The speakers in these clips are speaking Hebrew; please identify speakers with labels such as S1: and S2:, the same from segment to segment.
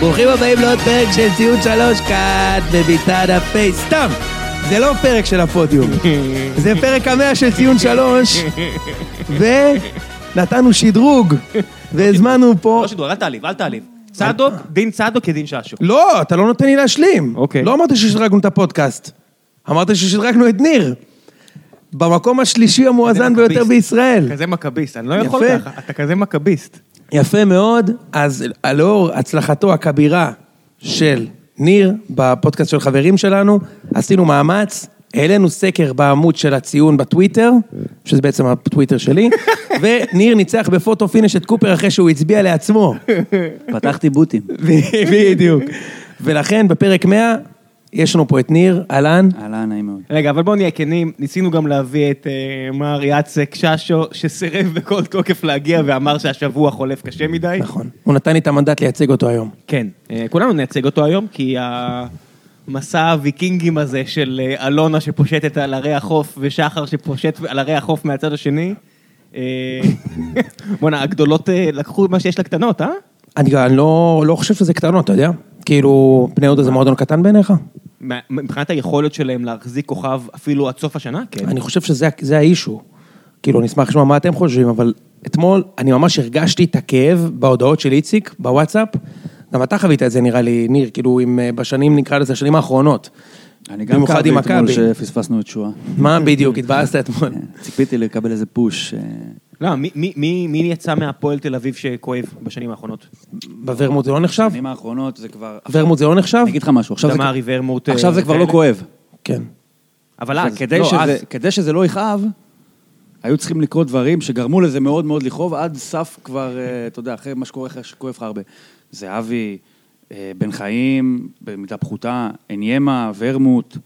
S1: ברוכים הבאים לעוד פרק של ציון שלוש כאן בביתן הפייס. סתם, זה לא פרק של הפודיום. זה פרק המאה של ציון שלוש, ונתנו שדרוג, והזמנו פה...
S2: לא שידור, אל תעליב, אל תעליב. צדוק, דין צדוק כדין ששו.
S1: לא, אתה לא נותן לי להשלים.
S2: אוקיי.
S1: לא אמרת ששדרגנו את הפודקאסט. אמרת ששדרגנו את ניר. במקום השלישי המואזן
S2: מכביסט.
S1: ביותר בישראל.
S2: כזה מכביסט, אני לא יכול
S1: יפה.
S2: ככה, אתה כזה מכביסט.
S1: יפה מאוד. אז לאור הצלחתו הכבירה של ניר בפודקאסט של חברים שלנו, עשינו מאמץ, העלינו סקר בעמוד של הציון בטוויטר, שזה בעצם הטוויטר שלי, וניר ניצח בפוטו פיניש את קופר אחרי שהוא הצביע לעצמו.
S3: פתחתי בוטים.
S1: בדיוק. ולכן בפרק 100, יש לנו פה את ניר, אהלן.
S3: אהלן, נעים מאוד.
S2: רגע, אבל בואו נהיה כנים, ניסינו גם להביא את אה, מר יאצק ששו, שסירב בכל תוקף להגיע ואמר שהשבוע חולף קשה מדי.
S1: נכון. הוא נתן לי את המנדט לייצג אותו היום.
S2: כן, אה, כולנו נייצג אותו היום, כי המסע הוויקינגים הזה של אה, אלונה שפושטת על ערי החוף ושחר שפושט על ערי החוף מהצד השני, אה, בואנה, הגדולות אה, לקחו מה שיש לקטנות, אה?
S1: אני גם לא, לא חושב שזה קטנות, אתה יודע? כאילו, בני יהודה זה מועדון קטן בעיניך?
S2: מה- מבחינת היכולת שלהם להחזיק כוכב אפילו עד סוף השנה, כן.
S1: אני חושב שזה ה- זה האישו. כאילו, אני אשמח לשמוע מה אתם חושבים, אבל אתמול אני ממש הרגשתי את הכאב בהודעות של איציק, בוואטסאפ. גם אתה חווית את זה, נראה לי, ניר, כאילו, עם, אה, בשנים, נקרא לזה, השנים האחרונות.
S3: אני גם
S1: במיוחד
S3: כאבי
S1: עם
S3: אתמול כן.
S1: מכבי.
S3: שפספסנו את שואה.
S1: מה בדיוק, התבאסת אתמול.
S3: ציפיתי לקבל איזה פוש. אה,
S2: לא, מי- מי- מי מי יצא מהפועל תל אביב שכואב בשנים האחרונות?
S1: בוורמוט זה לא נחשב?
S3: בשנים האחרונות זה כבר...
S1: ורמוט זה לא נחשב?
S3: אני אגיד לך משהו, עכשיו זה-
S2: דמרי ורמוט... אה,
S3: עכשיו זה כבר לא
S2: כאלה.
S3: כואב.
S1: כן.
S2: אבל אז,
S3: אה, כדי
S2: לא,
S3: שזה-
S2: אז.
S3: כדי שזה לא יכאב, היו צריכים לקרות דברים שגרמו לזה מאוד מאוד לכאוב, עד סף כבר, אה, אתה יודע, אחרי מה שקורה, אחרי שכואב לך הרבה. זהבי, אה, בן חיים, במידה פחותה, עניימה, ורמוט,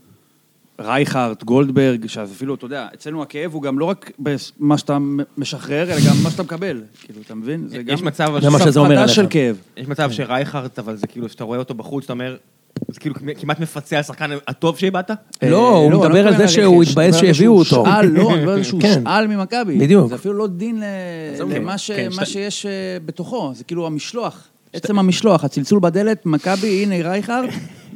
S3: רייכרט, גולדברג, שאפילו, אתה יודע, אצלנו הכאב הוא גם לא רק במה שאתה משחרר, אלא גם מה שאתה מקבל. כאילו, אתה מבין? זה גם...
S2: אה, יש מצב
S1: זה מה שזה אומר
S3: הפחתה
S1: עליך.
S3: של כאב.
S2: יש מצב שרייכרט, אבל זה כאילו, שאתה רואה אותו בחוץ, אתה אומר, זה כאילו כמעט מפצה השחקן הטוב שהבעת?
S1: לא, הוא
S3: אה, אני
S1: מדבר
S3: מדבר
S1: על זה שהוא
S3: רכש,
S1: התבאס
S3: אני מדבר על
S1: שהביאו
S3: שהוא
S1: אותו.
S3: שאל, לא, אני מדבר על שהוא
S1: כן.
S3: שאל ממכבי.
S1: בדיוק.
S3: זה אפילו לא דין ל-
S2: אוקיי.
S3: למה ש-
S2: כן,
S3: מה
S2: שאתה-
S3: שיש אה, בתוכו, זה כאילו המשלוח. עצם המשלוח, הצלצול בדלת, מכבי, הנה רייכרד,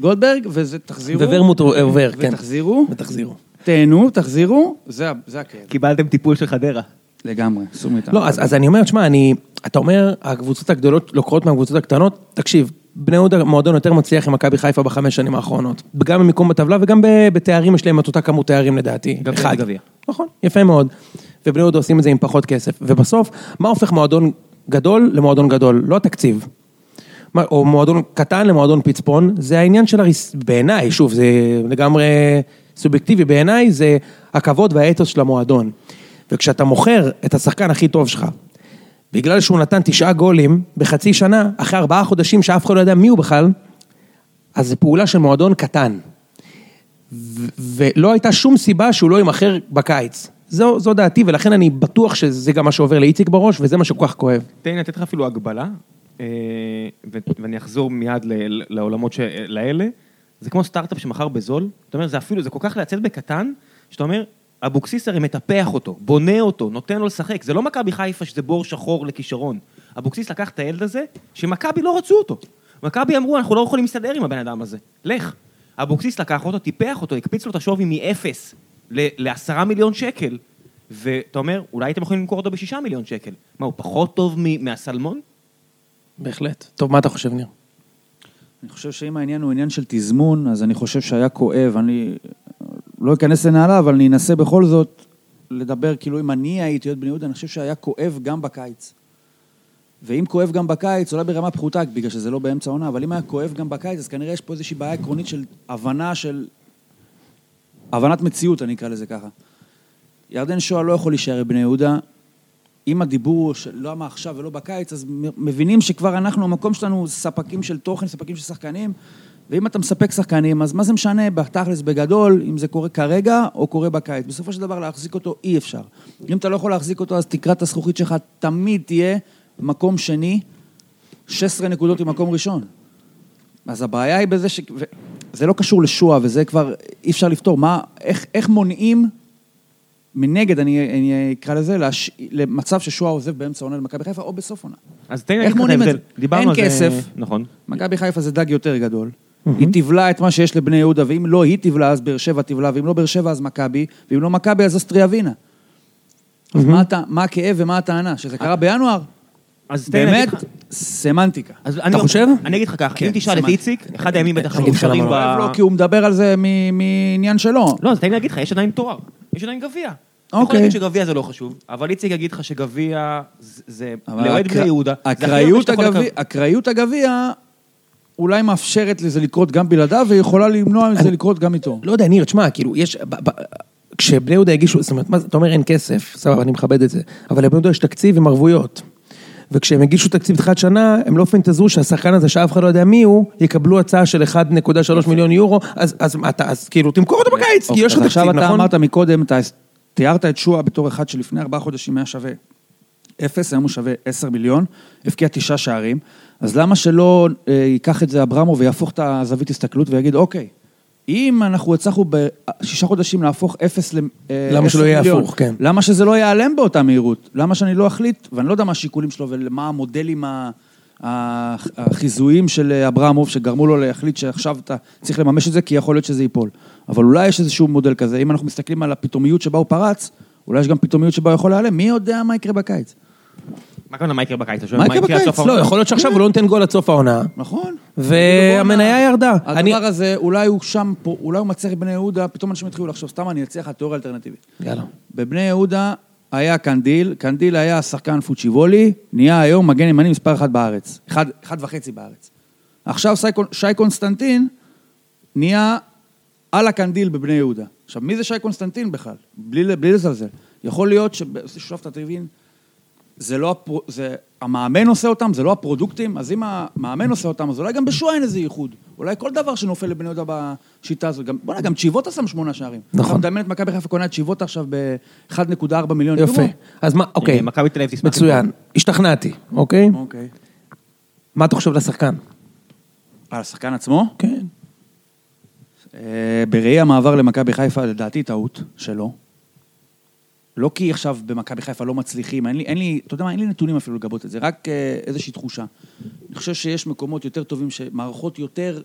S3: גולדברג, וזה תחזירו.
S1: וורמוט עובר, כן.
S3: ותחזירו,
S1: ותחזירו.
S3: תהנו, תחזירו, זה ה- זה הכאב.
S2: קיבלתם טיפול של חדרה.
S3: לגמרי, סור מאיתנו.
S1: לא, אז, אז אני אומר, תשמע, אני, אתה אומר, הקבוצות הגדולות לוקחות מהקבוצות הקטנות, תקשיב, בני יהודה מועדון יותר מצליח עם מכבי חיפה בחמש שנים האחרונות. גם במיקום בטבלה וגם ב- בתארים יש להם את אותה כמות תארים לדעתי.
S2: גם
S1: אחד.
S2: בגביע.
S1: נכון, יפה מאוד. ובני יהודה עושים את זה עם פחות כסף. ובסוף, מה הופך מועדון גדול למועדון גדול? לא התקציב. מה- או מועדון קטן למועדון פצפון, זה העניין של הריס... בעיניי, שוב, זה לגמרי סובייקטיבי, בעיניי זה הכבוד והאתוס של המועדון. וכשאתה מוכר את השחקן הכי טוב שלך, בגלל שהוא נתן תשעה גולים בחצי שנה, אחרי ארבעה חודשים שאף אחד לא יודע מי הוא בכלל, אז זו פעולה של מועדון קטן. ו- ולא הייתה שום סיבה שהוא לא יימכר בקיץ. זו, זו דעתי, ולכן אני בטוח שזה גם מה שעובר לאיציק בראש, וזה מה שכל כך כואב.
S2: תן לי לתת לך אפילו הגבלה, אה, ו- ואני אחזור מיד ל- לעולמות ש- לאלה. זה כמו סטארט-אפ שמכר בזול, אתה אומר, זה אפילו, זה כל כך לצאת בקטן, שאתה אומר, אבוקסיס הרי מטפח אותו, בונה אותו, נותן לו לשחק. זה לא מכבי חיפה שזה בור שחור לכישרון. אבוקסיס לקח את הילד הזה, שמכבי לא רצו אותו. מכבי אמרו, אנחנו לא יכולים להסתדר עם הבן אדם הזה, לך. אבוקסיס לקח אותו, טיפח אותו, הקפיץ לו את השווי מאפס ל- לעשרה מיליון שקל. ואתה אומר, אולי הייתם יכולים למכור אותו בשישה מיליון שקל. מה, הוא פחות טוב מ- מהסלמון?
S1: בהחלט. טוב, מה אתה חושב, ניר?
S3: אני חושב שאם העניין הוא עניין של תזמון, אז אני חושב שהיה כואב. אני לא אכנס לנעליו, אבל אני אנסה בכל זאת לדבר, כאילו אם אני הייתי עוד בני יהודה, אני חושב שהיה כואב גם בקיץ. ואם כואב גם בקיץ, אולי ברמה פחותה, בגלל שזה לא באמצע העונה, אבל אם היה כואב גם בקיץ, אז כנראה יש פה איזושהי בעיה עקרונית של הבנה של... הבנת מציאות, אני אקרא לזה ככה. ירדן שואה לא יכול להישאר בבני יהודה. אם הדיבור הוא של למה עכשיו ולא בקיץ, אז מ- מבינים שכבר אנחנו, המקום שלנו, ספקים של תוכן, ספקים של שחקנים, ואם אתה מספק שחקנים, אז מה זה משנה בתכלס, בגדול, אם זה קורה כרגע או קורה בקיץ. בסופו של דבר להחזיק אותו אי אפשר. אם אתה לא יכול להחזיק אותו, אז תקרת הזכוכית שלך תמיד תהיה מקום שני, 16 נקודות עם מקום ראשון. אז הבעיה היא בזה ש... ו- זה לא קשור לשואה, וזה כבר אי אפשר לפתור. מה, איך, איך מונעים מנגד, אני, אני אקרא לזה, להש... למצב ששואה עוזב באמצע העונה למכבי חיפה, או בסוף עונה.
S2: אז תן לי
S3: איך
S2: להגיד לך את
S3: מונעים את
S2: ההבדל.
S3: זה?
S2: דיברנו
S3: אין
S2: על זה...
S3: כסף.
S2: נכון.
S3: מכבי חיפה זה דג יותר גדול. היא תבלע את מה שיש לבני יהודה, ואם לא היא תבלע, אז באר שבע תבלע, ואם לא באר שבע, אז מכבי, ואם לא מכבי, אז אוסטריה ווינה. אז מה הטע- מה הכאב ומה הטענה? שזה קרה בינואר?
S2: אז תן לי אה. להגיד
S3: באמת,
S2: לך...
S3: סמנטיקה.
S2: אז אני-
S1: חושב?
S2: אני אגיד לך ככה,
S3: כן,
S2: אם תשאל את
S3: סמכתי.
S2: איציק, אחד הימים בטח
S1: אגיד לך למה
S2: המוכשרים
S1: לא.
S2: ב...
S3: כואב לו, כי הוא מדבר על זה מ- מעניין שלו.
S2: לא, אז תן לי להגיד לך, יש עדיין תואר, יש עדיין גביע. אתה יכול
S3: אוקיי.
S2: להגיד שגביע זה לא חשוב, אבל איציק יגיד לך שגביע זה- זה
S3: אבל
S2: לאוהד
S3: הכ-
S2: בני יהודה. זה הכי לא הרבה
S3: אקראיות
S2: שאתה יכול
S3: הגביע-
S2: לקו-
S3: אקראיות הגביע אולי מאפשרת לזה לקרות גם בלעדיו, ויכולה למנוע מזה לקרות גם איתו.
S1: לא יודע, ניר, תשמע, כאילו, יש... ב- ב- כשבני יהודה הגישו, זאת אומרת, מה זה- אתה אומר אין כסף, סבבה, אני מכבד את זה, אבל לבני יהודה יש תקציב עם ערבויות. וכשהם הגישו תקציב בתחילת שנה, הם לא פנטזו שהשחקן הזה, שאף אחד לא יודע מי הוא, יקבלו הצעה של 1.3 מיליון יורו, אז, אז, אז, אז כאילו, תמכור אותו בקיץ, כי
S3: אוקיי,
S1: יש לך
S3: אז
S1: תקציב,
S3: עכשיו אתה
S1: נכון?
S3: אמרת מקודם, אתה תיארת את שועה בתור אחד שלפני ארבעה חודשים היה שווה אפס, היום הוא שווה עשר מיליון, הבקיע תשעה שערים, אז למה שלא אה, ייקח את זה אברמו ויהפוך את הזווית הסתכלות ויגיד, אוקיי, אם אנחנו הצלחנו בשישה חודשים להפוך אפס ל... אה,
S1: למה שלא
S3: עשר
S1: יהיה
S3: מיליון,
S1: הפוך, כן.
S3: למה שזה לא ייעלם באותה מהירות? למה שאני לא אחליט, ואני לא יודע מה השיקולים שלו ומה המודלים ה- ה- החיזויים של אברמוב, שגרמו לו להחליט שעכשיו אתה צריך לממש את זה, כי יכול להיות שזה ייפול. אבל אולי יש איזשהו מודל כזה, אם אנחנו מסתכלים על הפתאומיות שבה הוא פרץ, אולי יש גם פתאומיות שבה הוא יכול להיעלם, מי יודע מה יקרה בקיץ?
S2: מה הכוונה, מה יקרה בקיץ? אתה שואל,
S3: מה יקרה
S2: עד סוף
S3: בקיץ?
S2: העונה?
S1: לא, יכול להיות שעכשיו הוא לא נותן גול עד סוף העונה.
S3: נכון. לא
S1: והמניה ירדה.
S3: הדבר
S1: אני-
S3: הזה, אולי הוא שם פה, אולי הוא מצליח בבני יהודה, פתאום אנשים יתחילו לחשוב, סתם אני אציע לך תיאוריה אלטרנטיבית.
S1: יאללה.
S3: בבני יהודה היה קנדיל, קנדיל היה שחקן פוצ'יבולי, נהיה היום מגן ימני מספר אחת בארץ. אחד, אחד וחצי בארץ. עכשיו שי, קונ- שי קונסטנטין נהיה על הקנדיל בבני יהודה. עכשיו, מי זה שי קונסטנטין בכלל? בלי, ל- בלי לזלזל. יכול להיות שבסוף אתה תבין, זה לא הפר... זה... המאמן עושה אותם, זה לא הפרודוקטים, אז אם המאמן עושה אותם, אז אולי גם בשואה אין איזה ייחוד. אולי כל דבר שנופל לבני יהודה בשיטה הזאת. גם, בוא'נה, גם צ'יבוטה שם שמונה שערים.
S1: נכון.
S3: אתה מדמיין את מכבי חיפה קונה את צ'יבוטה עכשיו ב-1.4 מיליון
S1: יפה.
S3: יורו?
S1: אז מה, אוקיי,
S2: אה, מכבי תל אביב תשמח.
S1: מצוין. השתכנעתי, אוקיי?
S3: אוקיי.
S1: מה אתה חושב לשחקן?
S3: על השחקן עצמו?
S1: כן.
S3: אה, בראי המעבר למכבי חיפה, לדעתי טעות שלו. לא כי עכשיו במכבי חיפה לא מצליחים, אין לי, אין לי, אתה יודע מה, אין לי נתונים אפילו לגבות את זה, רק אה, איזושהי תחושה. אני חושב שיש מקומות יותר טובים, שמערכות יותר,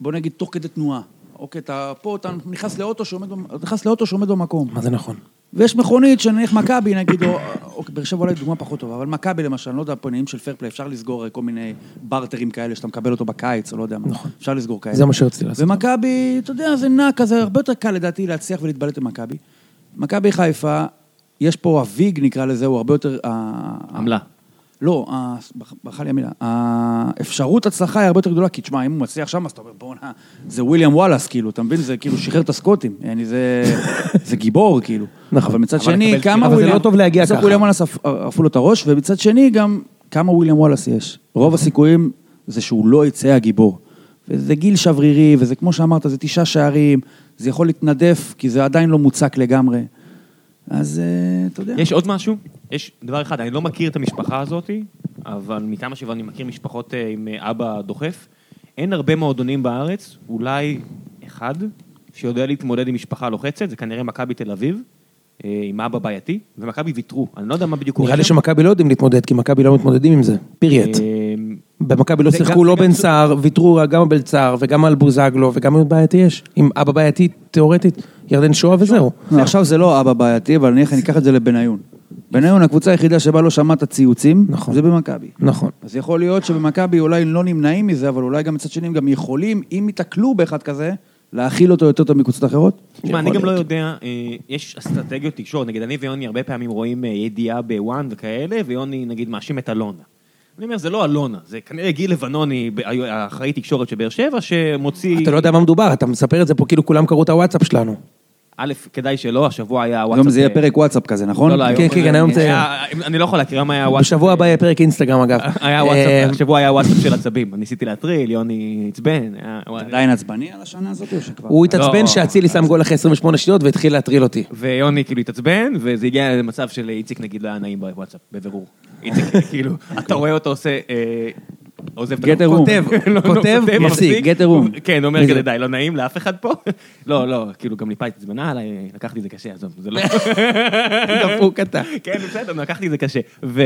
S3: בוא נגיד, תוך כדי תנועה. אוקיי, אתה פה, אתה נכנס לאוטו שעומד, במ- אתה נכנס לאוטו שעומד במקום.
S1: מה זה נכון?
S3: ויש מכונית שנניח מכבי, נגיד, או, אוקיי, באר שבע אולי דוגמה פחות טובה, אבל מכבי למשל, אני לא יודע, פה עניינים של פיירפליי, אפשר לסגור אה, כל מיני בארטרים כאלה שאתה מקבל אותו בקיץ, או לא יודע מה.
S1: נכון.
S3: אפשר לסגור כאלה.
S1: זה מה שרציתי לעשות.
S3: ומכבי, אתה יודע, זה נע כזה, הרבה יותר קל לדעתי להצליח ולהתבלט במכבי. מכבי חיפה, יש פה הוויג נקרא לזה, הוא הרבה יותר... ה-
S2: עמלה.
S3: לא, ה- ברח- ברחה לי המילה. האפשרות הצלחה היא הרבה יותר גדולה, כי תשמע, אם הוא מצליח שם, אז אתה אומר, בואנה, זה וויליאם וואלאס, כאילו, אתה מבין? זה כאילו שחרר את הסקוטים, יעני, זה, זה גיבור, כאילו.
S1: נכון.
S3: אבל מצד
S2: אבל
S3: שני,
S2: לקבל
S3: כמה
S2: סטירה.
S1: אבל זה
S3: וויליאם...
S1: לא טוב להגיע
S3: בסוף
S1: ככה.
S3: וויליאם וואלאס עפ- עפו לו את הראש, ומצד שני גם, כמה וויליאם וואלאס יש. רוב הסיכויים זה שהוא לא יצא הגיבור. וזה גיל שברירי, וזה כמו שאמרת, זה תשעה שערים, זה יכול להתנדף, כי זה עדיין לא מוצק לגמרי. אז אה, אתה יודע.
S2: יש עוד משהו? יש דבר אחד, אני לא מכיר את המשפחה הזאת, אבל מכמה שאני מכיר משפחות אה, עם אה, אבא דוחף, אין הרבה מועדונים בארץ, אולי אחד שיודע להתמודד עם משפחה לוחצת, זה כנראה מכבי תל אביב, אה, עם אבא בעייתי, ומכבי ויתרו, אני לא יודע מה בדיוק
S1: נראה לי שמכבי לא יודעים להתמודד, כי מכבי לא מתמודדים עם זה. פיריט.
S2: אה,
S1: במכבי לא
S2: זה
S1: שיחקו
S2: גם-
S1: לא
S2: זה גם
S1: בן
S2: צו-
S1: סער, ויתרו גם על בן סער וגם על בוזגלו וגם על בעייתי יש. עם אבא בעייתי, תיאורטית, ירדן שואה וזהו.
S3: לא, עכשיו זה לא אבא בעייתי, אבל נניח אני אקח את זה לבניון. בניון, הקבוצה היחידה שבה לא שמעת ציוצים,
S1: נכון.
S3: זה במכבי.
S1: נכון.
S3: אז יכול להיות שבמכבי אולי לא נמנעים מזה, אבל אולי גם מצד שני הם גם יכולים, אם ייתקלו באחד כזה, להכיל אותו יותר טוב מקבוצות אחרות.
S2: תשמע, אני
S1: יכול
S2: גם לא יודע, אה, יש אסטרטגיות תקשורת, נגיד אני ויוני הרבה פעמים רואים אה, ידיעה בוואן וכאלה, ויוני נגיד מאשים את אלונה. אני אומר, זה לא אלונה, זה כנראה גיל לבנוני, ב- האחראי תקשורת של באר שבע, שמוציא...
S1: אתה לא יודע מה מדובר, אתה מספר את זה פה כאילו כולם קראו את הוואטסאפ שלנו.
S2: א', כדאי שלא, השבוע היה וואטסאפ... אה,
S3: היום זה יהיה פרק וואטסאפ כזה, נכון?
S2: לא, לא,
S1: כן, כן, כן, היום זה-
S2: היה- אני לא יכול להקריא, היום היה וואטסאפ...
S1: בשבוע הבא יהיה פרק אינסטגרם אגב.
S2: היה
S1: אה,
S2: וואטסאפ, השבוע היה וואטסאפ של עצבים. ניסיתי להטריל, יוני עצבן. היה-
S3: עדיין עצבני על השנה הזאת או שכבר?
S1: הוא
S2: לא.
S1: התעצבן שאצילי שם גול אחרי 28 שניות והתחיל להטריל אותי.
S2: ויוני כאילו התעצבן, וזה הגיע למצב של איציק נגיד לא היה נעים בוואטסאפ, בבירור. איציק כאילו, אתה רואה אותו עושה, אה, עוזב את
S3: Get
S2: הקו-
S3: a room.
S2: כותב, לא, לא,
S1: כותב,
S3: מפסיק, get a room.
S2: כן, אומר
S1: מי זה?
S2: כזה, די, לא נעים לאף אחד פה. לא, לא, כאילו גם ליפאי התזמנה עליי, לקחתי את זה קשה, עזוב, זה לא...
S1: דפוק אתה.
S2: כן, בסדר, לקחתי את זה קשה. ו...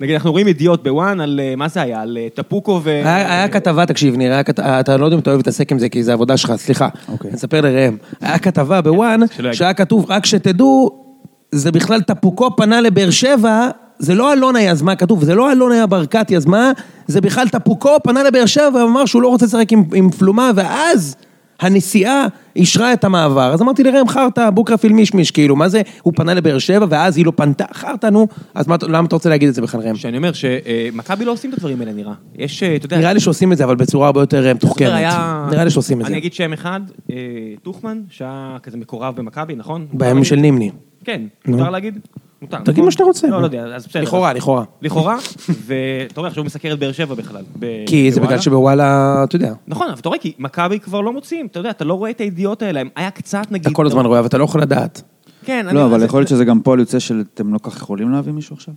S2: נגיד, אנחנו רואים ידיעות בוואן על, אה, מה זה היה? על אה, טפוקו ו...
S1: היה היה כתבה, תקשיב, ניר, היה כת- אתה לא יודע אם אתה אוהב להתעסק עם זה, כי זה עבודה שלך, סליחה.
S3: אוקיי.
S1: אני אספר לראם. היה כתבה בוואן,
S2: שלא יגיד.
S1: שהיה כתוב, רק שתדעו, זה בכלל טפוקו פנה לבאר שבע, זה לא אלונה יזמה, כתוב, זה לא אלונה היה ברקת יזמה, זה בכלל טפוקו פנה לבאר שבע ואמר שהוא לא רוצה לשחק עם- עם פלומה, ואז הנסיעה אישרה את המעבר. אז אמרתי לראם, חרטא, בוקרפיל מישמיש, כאילו, מה זה, הוא פנה לבאר שבע ואז היא לא פנתה, חרטא, נו, אז מה- למה אתה רוצה להגיד את זה בכלל, ראם?
S2: שאני אומר שמכבי לא עושים את הדברים האלה, נראה. יש, אה, אתה יודע...
S1: נראה לי שעושים את זה, אבל בצורה הרבה יותר אה, מתוחכמת.
S2: היה-
S1: נראה לי שעושים את זה.
S2: אני אגיד שם אחד, אה, טוכמן, שהיה כזה מקורב במכבי, נכון?
S1: בימים של נימני.
S2: כן,
S1: נו.
S2: מותר להגיד? מותר.
S1: תגיד
S2: נכון?
S1: מה שאתה רוצה.
S2: לא, לא יודע, אז בסדר. אה,
S1: לכאורה, לכאורה.
S2: לכאורה, ואתה רואה, עכשיו הוא מסקר את באר שבע בכלל. ב-
S1: כי זה
S2: בוואלה.
S1: בגלל שבוואלה, אתה יודע,
S2: נכון, אבל אתה רואה, כי מכבי כבר לא מוציאים, אתה יודע, אתה לא רואה את הידיעות האלה, הם- היה קצת, נגיד...
S1: אתה כל הזמן רואה, אבל אתה לא יכול לדעת.
S2: כן, אני-
S3: לא, אבל
S2: זה-
S3: יכול להיות שזה גם פועל יוצא של אתם לא כך יכולים להביא מישהו עכשיו?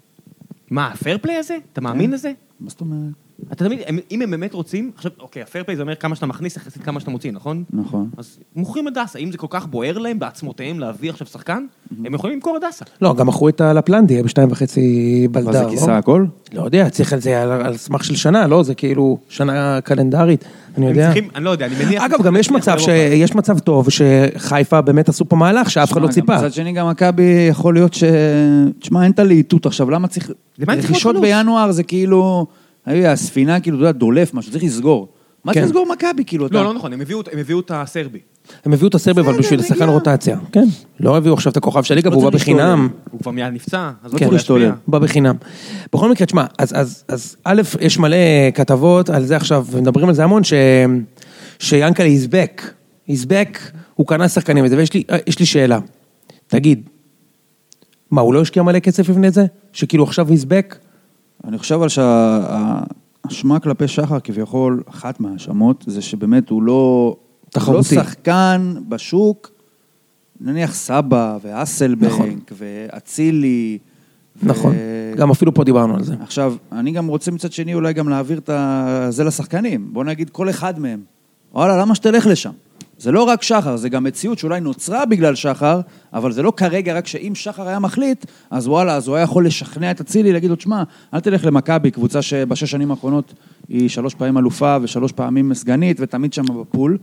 S2: מה, הפייר פליי הזה? אתה
S1: כן.
S2: מאמין לזה?
S3: מה זאת אומרת?
S2: אתה תמיד, הם- אם הם באמת רוצים, עכשיו, אוקיי, הפייר פליי זה אומר כמה שאתה מכניס יחסית כמה שאתה מוציא, נכון?
S3: נכון.
S2: אז מוכרים את דסה, אם זה כל כך בוער להם בעצמותיהם להביא עכשיו שחקן, הם יכולים למכור את דסה.
S1: לא, גם מכרו את הלפלנדיה בשתיים וחצי בלדר,
S3: אבל
S1: לא?
S3: זה כיסה הכל?
S1: לא יודע, צריך על זה על- על סמך של שנה, לא? זה כאילו שנה קלנדרית, אני
S2: הם
S1: יודע.
S2: צריכים, אני לא יודע, אני לא- מניח...
S1: אגב, גם יש מצב ש... יש מצב טוב שחיפה באמת עשו פה מהלך שאף אחד לא
S3: שמע,
S1: ציפה.
S3: גם מצד שני, גם מכבי יכול להיות ש... תשמע, אין את הלהיטות עכשיו, למה צריך...
S2: למה הם צריכים
S3: רכישות
S2: עוד לו"ז?
S3: בינואר זה כאילו... היי, הספינה כאילו, אתה יודע, דולף, משהו, צריך לסגור. מה צריך
S1: כן.
S3: לסגור מכבי, כאילו, אתה...
S2: לא, לא נכון, הם הביאו את- הם הביאו את הסרבי.
S1: הם הביאו את הסרבי, אבל
S3: בסדר,
S1: בשביל שחקן
S3: מגיע.
S1: רוטציה. כן. לא הביאו עכשיו את הכוכב של הליגה,
S3: לא
S1: והוא בא
S3: צריך להשתולל.
S1: בחינם.
S2: הוא כבר מיד נפצע, אז לא
S1: כן,
S2: צריך להשפיע.
S3: להשתולל.
S1: בא בחינם. בכל מקרה, תשמע, אז, אז, אז א', יש מלא כתבות על זה עכשיו, ומדברים על זה המון, ש... שיאנקל'ה is back. is back, הוא קנה שחקנים וזה, ויש לי, אה, יש לי שאלה. תגיד, מה, הוא לא השקיע מלא כסף לפני זה? שכאילו עכשיו he's back?
S3: אני חושב אבל שהאשמה כלפי שחר, כביכול, אחת מההאשמות, זה שבאמת הוא לא...
S1: תחרותי.
S3: לא שחקן בשוק, נניח סבא ואסלבנק,
S1: נכון.
S3: ואצילי. ו-
S1: נכון. גם אפילו פה דיברנו על זה.
S3: עכשיו, אני גם רוצה מצד שני אולי גם להעביר את ה- זה לשחקנים. בוא נגיד כל אחד מהם. וואלה, למה שתלך לשם? זה לא רק שחר, זה גם מציאות שאולי נוצרה בגלל שחר, אבל זה לא כרגע, רק שאם שחר היה מחליט, אז וואלה, אז הוא היה יכול לשכנע את אצילי, להגיד לו, תשמע, אל תלך למכבי, קבוצה שבשש שנים האחרונות היא שלוש פעמים אלופה ושלוש פעמים סגנית, ותמיד שם בפול.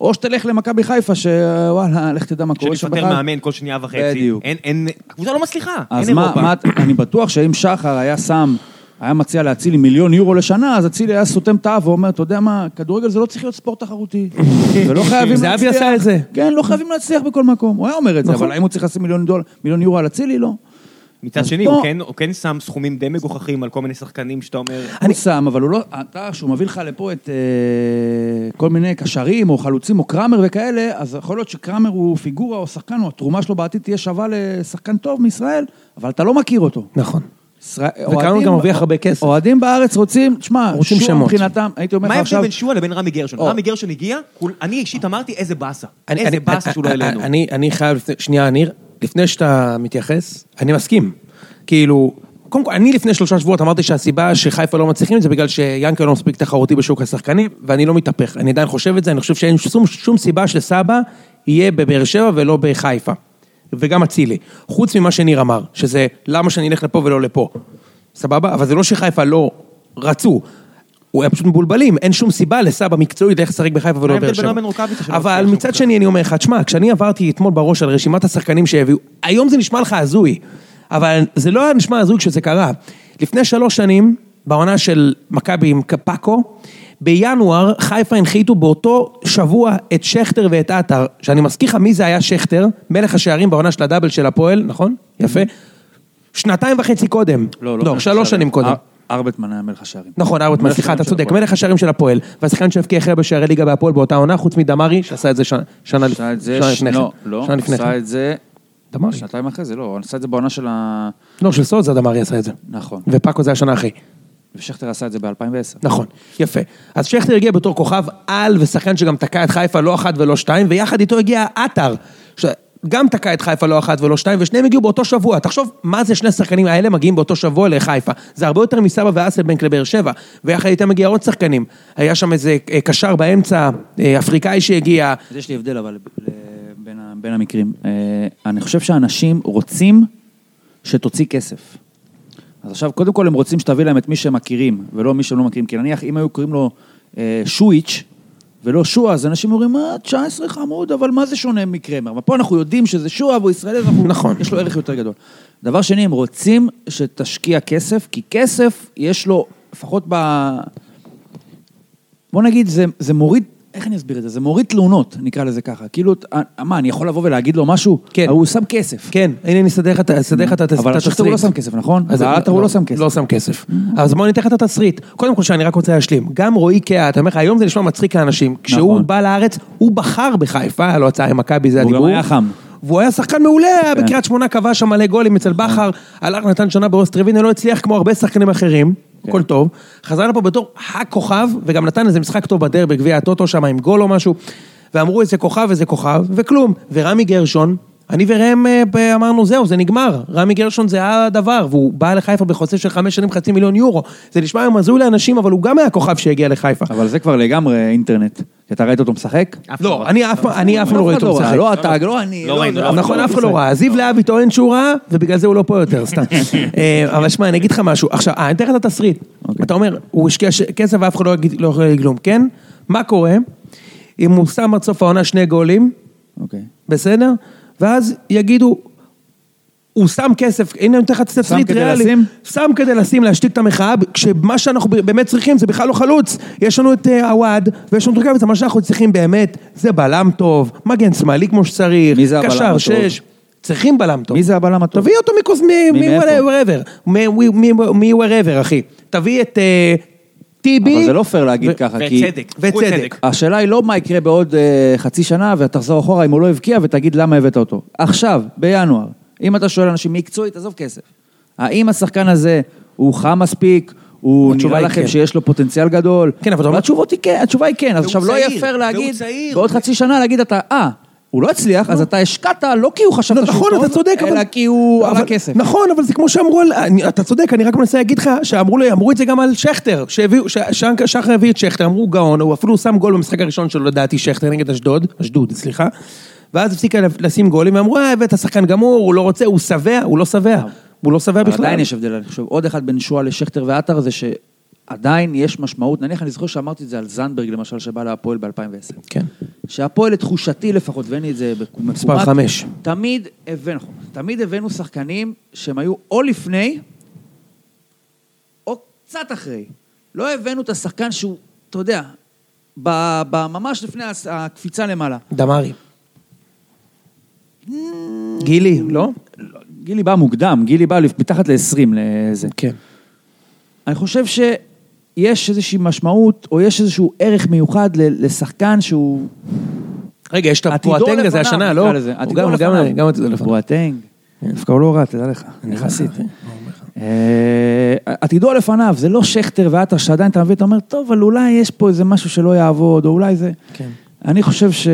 S3: או שתלך למכבי חיפה, שוואלה, לך תדע מה קורה שם
S2: שמפטר
S3: בכלל.
S2: מאמן כל שנייה וחצי.
S3: בדיוק.
S2: אין, אין, הקבוצה לא מצליחה,
S3: אז
S2: אין
S3: מה,
S2: אירופה.
S3: מה, אני בטוח שאם שחר היה שם, היה מציע לאצילי מיליון יורו לשנה, אז אצילי היה סותם את האף ואומר, אתה יודע מה, כדורגל זה לא צריך להיות ספורט תחרותי. ולא חייבים להצליח.
S1: זהבי עשה את זה.
S3: כן, לא חייבים להצליח בכל מקום. הוא היה אומר את זה,
S1: נכון.
S3: אבל האם הוא צריך לשים מיליון דול- מיליון יורו על אצילי? לא.
S2: מצד
S3: אז
S2: שני,
S3: פה-
S2: הוא כן, הוא כן שם סכומים די מגוחכים על כל מיני שחקנים שאתה אומר...
S3: הוא שם, אבל הוא לא... אתה, שהוא מביא לך לפה את אה, כל מיני קשרים, או חלוצים, או קראמר וכאלה, אז יכול להיות שקראמר הוא פיגורה, או שחקן, או התרומה שלו בעתיד תהיה שווה לשחקן טוב מישראל, אבל אתה לא מכיר אותו.
S1: נכון.
S3: ישראל-
S1: וכאן הוא
S3: אוהדים-
S1: גם מרוויח הרבה כסף.
S3: אוהדים בארץ רוצים, תשמע,
S1: רוצים
S3: שוב
S1: שמות.
S3: מבחינתם, הייתי אומר לך
S2: מה ההבדל
S3: עכשיו,
S2: בין שועה לבין רמי גרשון?
S3: או.
S2: רמי גרשון הגיע, כול- אני אישית אמרתי איזה באסה. איזה באסה שהוא לא
S1: אני-
S2: אלינו.
S1: אני, אני חייב, לפני- שנייה, ניר, לפני שאתה מתייחס, אני מסכים. כאילו, קודם כל, אני לפני שלושה שבועות אמרתי שהסיבה שחיפה לא מצליחים זה בגלל שיאנקל לא מספיק תחרותי בשוק השחקנים, ואני לא מתהפך. אני עדיין חושב את זה, אני חושב שאין שום, שום סיבה שסבא יהיה בבאר שבע ולא בחיפה. וגם אצילי. חוץ ממה שניר אמר, שזה למה שאני אלך לפה ולא לפה. סבבה? אבל זה לא שחיפה לא רצו. הוא היה פשוט מבולבלים, אין שום סיבה לסבא מקצועית ללכת לשחק בחיפה ולא
S2: ההבדל
S1: בבאר לא
S2: בינו
S1: שבע.
S2: לבין רוקאביצה שלא
S1: אבל
S2: מצליח
S1: מצד
S2: שם?
S1: שני, אני אומר לך, תשמע, כשאני עברתי אתמול בראש על רשימת השחקנים שהביאו, היום זה נשמע לך הזוי, אבל זה לא היה נשמע הזוי כשזה קרה. לפני שלוש שנים, בעונה של מכבי עם קפאקו, בינואר חיפה הנחיתו באותו שבוע את שכטר ואת עטר, שאני מזכיר לך מי זה היה שכטר, מלך השערים בעונה של הדאבל של הפועל, נכון? יפה. שנתיים וחצי קודם. לא,
S3: מלך
S1: שלוש
S3: השערים.
S1: שנים קודם.
S3: אר- ארבטמן היה מלך השערים.
S1: נכון, ארבטמן,
S3: מלך
S1: סליחה,
S3: השערים
S1: אתה
S3: של
S1: צודק,
S3: הפועל.
S1: מלך השערים של הפועל, והשחקן שהבקיע אחרי בשערי ליגה בהפועל באותה עונה, חוץ מדמרי, שעשה את זה שנה שנה לפ-
S3: עשה את זה,
S1: שנה
S3: ש-
S1: לפני כן.
S3: לא, לא,
S1: שנה לפני
S3: עשה
S1: כן.
S3: את זה
S1: דמרי.
S3: שנתיים אחרי זה, לא, הוא עשה את זה בעונה של ה...
S1: לא, של סוזה דמרי עשה את זה.
S3: נכון.
S1: ופאקו זה השנה אחרי.
S3: ושכטר עשה את זה ב-2010.
S1: נכון, יפה. אז שכטר הגיע בתור כוכב על ושחקן שגם תקע את חיפה לא אחת ולא שתיים, ויחד איתו הגיע עטר. ש- גם תקע את חיפה לא אחת ולא שתיים, ושניהם הגיעו באותו שבוע. תחשוב, מה זה שני השחקנים האלה מגיעים באותו שבוע לחיפה? זה הרבה יותר מסבא ואסלבנק לבאר שבע, ויחד איתם הגיע עוד שחקנים. היה שם איזה אה, קשר באמצע, אה, אפריקאי שהגיע,
S3: אז יש לי הבדל אבל ל- בין, ה- בין המקרים. אה, אני חושב שאנשים רוצים שתוציא כסף. אז עכשיו, קודם כל הם רוצים שתביא להם את מי שהם מכירים, ולא מי שהם לא מכירים. כי נניח, אם היו קוראים לו אה, שויץ', ולא שואה, אז אנשים אומרים, אה, 19 חמוד, אבל מה זה שונה מקרמר? אבל פה אנחנו יודעים שזה שואה והוא ישראלי, אז אנחנו...
S1: נכון.
S3: יש לו ערך יותר גדול. דבר שני, הם רוצים שתשקיע כסף, כי כסף יש לו, לפחות ב... בוא נגיד, זה, זה מוריד, איך אני אסביר את זה? זה מוריד תלונות, נקרא לזה ככה. כאילו, אה, מה, אני יכול לבוא ולהגיד לו משהו?
S1: כן.
S3: הוא שם כסף.
S1: כן, הנה אני אסדר לך את ה- אסדר לך את התסריט.
S3: אבל שכטר הוא לא שם כסף, נכון?
S1: אז
S3: אז עטר הוא לא שם כסף.
S1: לא שם כסף. אז בוא ניתן לך את התסריט. קודם כל שאני רק רוצה להשלים. גם רועי קהת, אני אומר לך, היום זה נשמע מצחיק לאנשים. כשהוא
S3: נכון.
S1: בא לארץ, הוא בחר בחיפה, היה לו הצעה עם מכבי, זה
S3: והוא גם
S1: הדיבור.
S3: היה חם.
S1: והוא היה שחקן מעולה, היה
S3: כן.
S1: בקריית שמונה כבש שם מלא גולים אצל בכר, הלך נתן שנה באוסט רווינה, לא הצליח כמו הרבה שחקנים אחרים,
S3: כן.
S1: הכל טוב. חזר לפה בתור הכוכב, וגם נתן איזה משחק טוב בדרבי בגביע הטוטו שם עם גול או משהו, ואמרו איזה כוכב איזה כוכב, וכלום. ורמי גרשון, אני וראם אה, ב- אמרנו זהו, זה נגמר, רמי גרשון זה הדבר, והוא בא לחיפה בחוזה של חמש שנים חצי מיליון יורו. זה נשמע היום הזוי לאנשים, אבל הוא גם היה כוכב שהגיע לחיפה.
S3: אבל זה כבר לגמרי אינטרנט. כי אתה ראית אותו משחק?
S1: לא, אני אף פעם- אני אף פעם לא ראיתי אותו
S3: אף אחד
S1: משחק.
S3: ראה, לא אתה, לא אני.
S2: לא ראינו,
S3: זה-
S2: לא
S1: נכון, אף אחד לא ראה. זיו להבי טוען שהוא ראה, ובגלל זה הוא לא פה יותר, סתם. אה, אבל שמע, אני אגיד לך משהו. עכשיו, אה, אני אתן לך את התסריט. אתה אומר, הוא השקיע ש- כסף ואף אחד לא יגיד- לא יכול להגיד כלום, כן? מה קורה אם הוא שם עד סוף העונה שני גולים,
S3: אוקיי.
S1: בסדר? ואז יגידו, הוא שם כסף, הנה אני נותן לך תסריט
S3: כדי
S1: ריאלי.
S3: לשים?
S1: שם כדי לשים, להשתיק את המחאה, כשמה שאנחנו באמת צריכים זה בכלל לא חלוץ. יש לנו את אה, עווד, ויש לנו את רוקאביצה, מה שאנחנו צריכים באמת, זה בלם טוב, מגן שמאלי כמו שצריך,
S3: מי זה הבלם
S1: קשר
S3: הטוב?
S1: שש. צריכים בלם טוב.
S3: מי זה הבלם הטוב?
S1: תביא אותו מקוס...
S3: מאיפה?
S1: מ... מ-wherever, אחי. תביא את אה, טיבי.
S3: אבל זה לא פייר להגיד
S1: ו-
S3: ככה, כי...
S2: וצדק.
S1: וצדק.
S2: וצדק.
S3: השאלה היא לא מה יקרה בעוד אה, חצי שנה ותחזור אחורה אם הוא לא הבקיע ותגיד למה הבאת אותו. עכשיו, בינואר, אם אתה שואל אנשים מקצועית, עזוב כסף. האם השחקן הזה הוא חם מספיק? הוא
S1: התשובה
S3: נראה
S1: היא
S3: לכם
S1: כן.
S3: שיש לו פוטנציאל גדול?
S1: כן, אבל אתה אומר-
S3: והתשובות היא כן, התשובה היא כן. אז
S2: והוא
S3: עכשיו לא יהיה
S2: צעיר,
S3: פייר
S2: והוא
S3: להגיד,
S2: צעיר.
S3: בעוד חצי שנה להגיד אתה, אה, הוא לא הצליח, אז אתה השקעת לא כי הוא חשב
S1: לא,
S3: שהוא
S1: נכון,
S3: טוב,
S1: אתה צודק, אבל...
S3: אלא כי הוא
S1: אבל-
S3: עלה כסף.
S1: נכון, אבל זה כמו שאמרו על... אני- אתה צודק, אני רק מנסה להגיד לך, שאמרו לי, אמרו את זה גם על שכטר, שהביאו, ש- שחר- שחר הביא את שכטר, אמרו הוא גאון, הוא אפילו שם גול במשחק הראשון שלו, לדעתי, שכטר נגד אשדוד, אשדוד, סליחה, ואז הפסיקה לשים גולים, ואמרו, אה, הבאת שחקן גמור, הוא לא רוצה, הוא שבע, הוא לא שבע, הוא לא שבע
S3: אבל
S1: בכלל.
S3: עדיין יש הבדל, אני חושב. עוד אחד בין שועה לשכטר ועטר זה שעדיין יש משמעות, נניח אני זוכר שאמרתי את זה על זנדברג למשל, שבא להפועל ב-2010.
S1: כן.
S3: שהפועל לתחושתי לפחות, ואין לי את זה במקומט,
S1: מספר חמש.
S3: תמיד הבאנו, נכון, תמיד הבאנו שחקנים שהם היו או לפני, או קצת אחרי. לא הבאנו את השחקן שהוא, אתה יודע, ב- ב- ממש לפני הס- הקפיצה למעלה.
S1: דמרי. Mm. גילי, לא?
S3: גילי בא מוקדם, גילי בא לפ- מתחת ל-20 לזה.
S1: כן.
S3: אני חושב שיש איזושהי משמעות, או יש איזשהו ערך מיוחד ל- לשחקן שהוא...
S1: רגע, יש את
S3: עתידו
S1: הפואטנג הזה
S3: לפניו,
S1: השנה,
S3: נקרא
S1: לא?
S3: לזה.
S1: הוא
S3: עתידו
S1: גם-
S3: לפניו.
S1: גם גם עתידו לפניו. כן,
S3: בואטנג. דווקא הוא לא רע, תדע לך.
S1: יחסית. כן.
S3: אה, עתידו לפניו, זה לא שכטר ועטר שעדיין אתה מבין, אתה אומר, טוב, אבל אולי יש פה איזה משהו שלא יעבוד, או אולי זה...
S1: כן.
S3: אני חושב ש...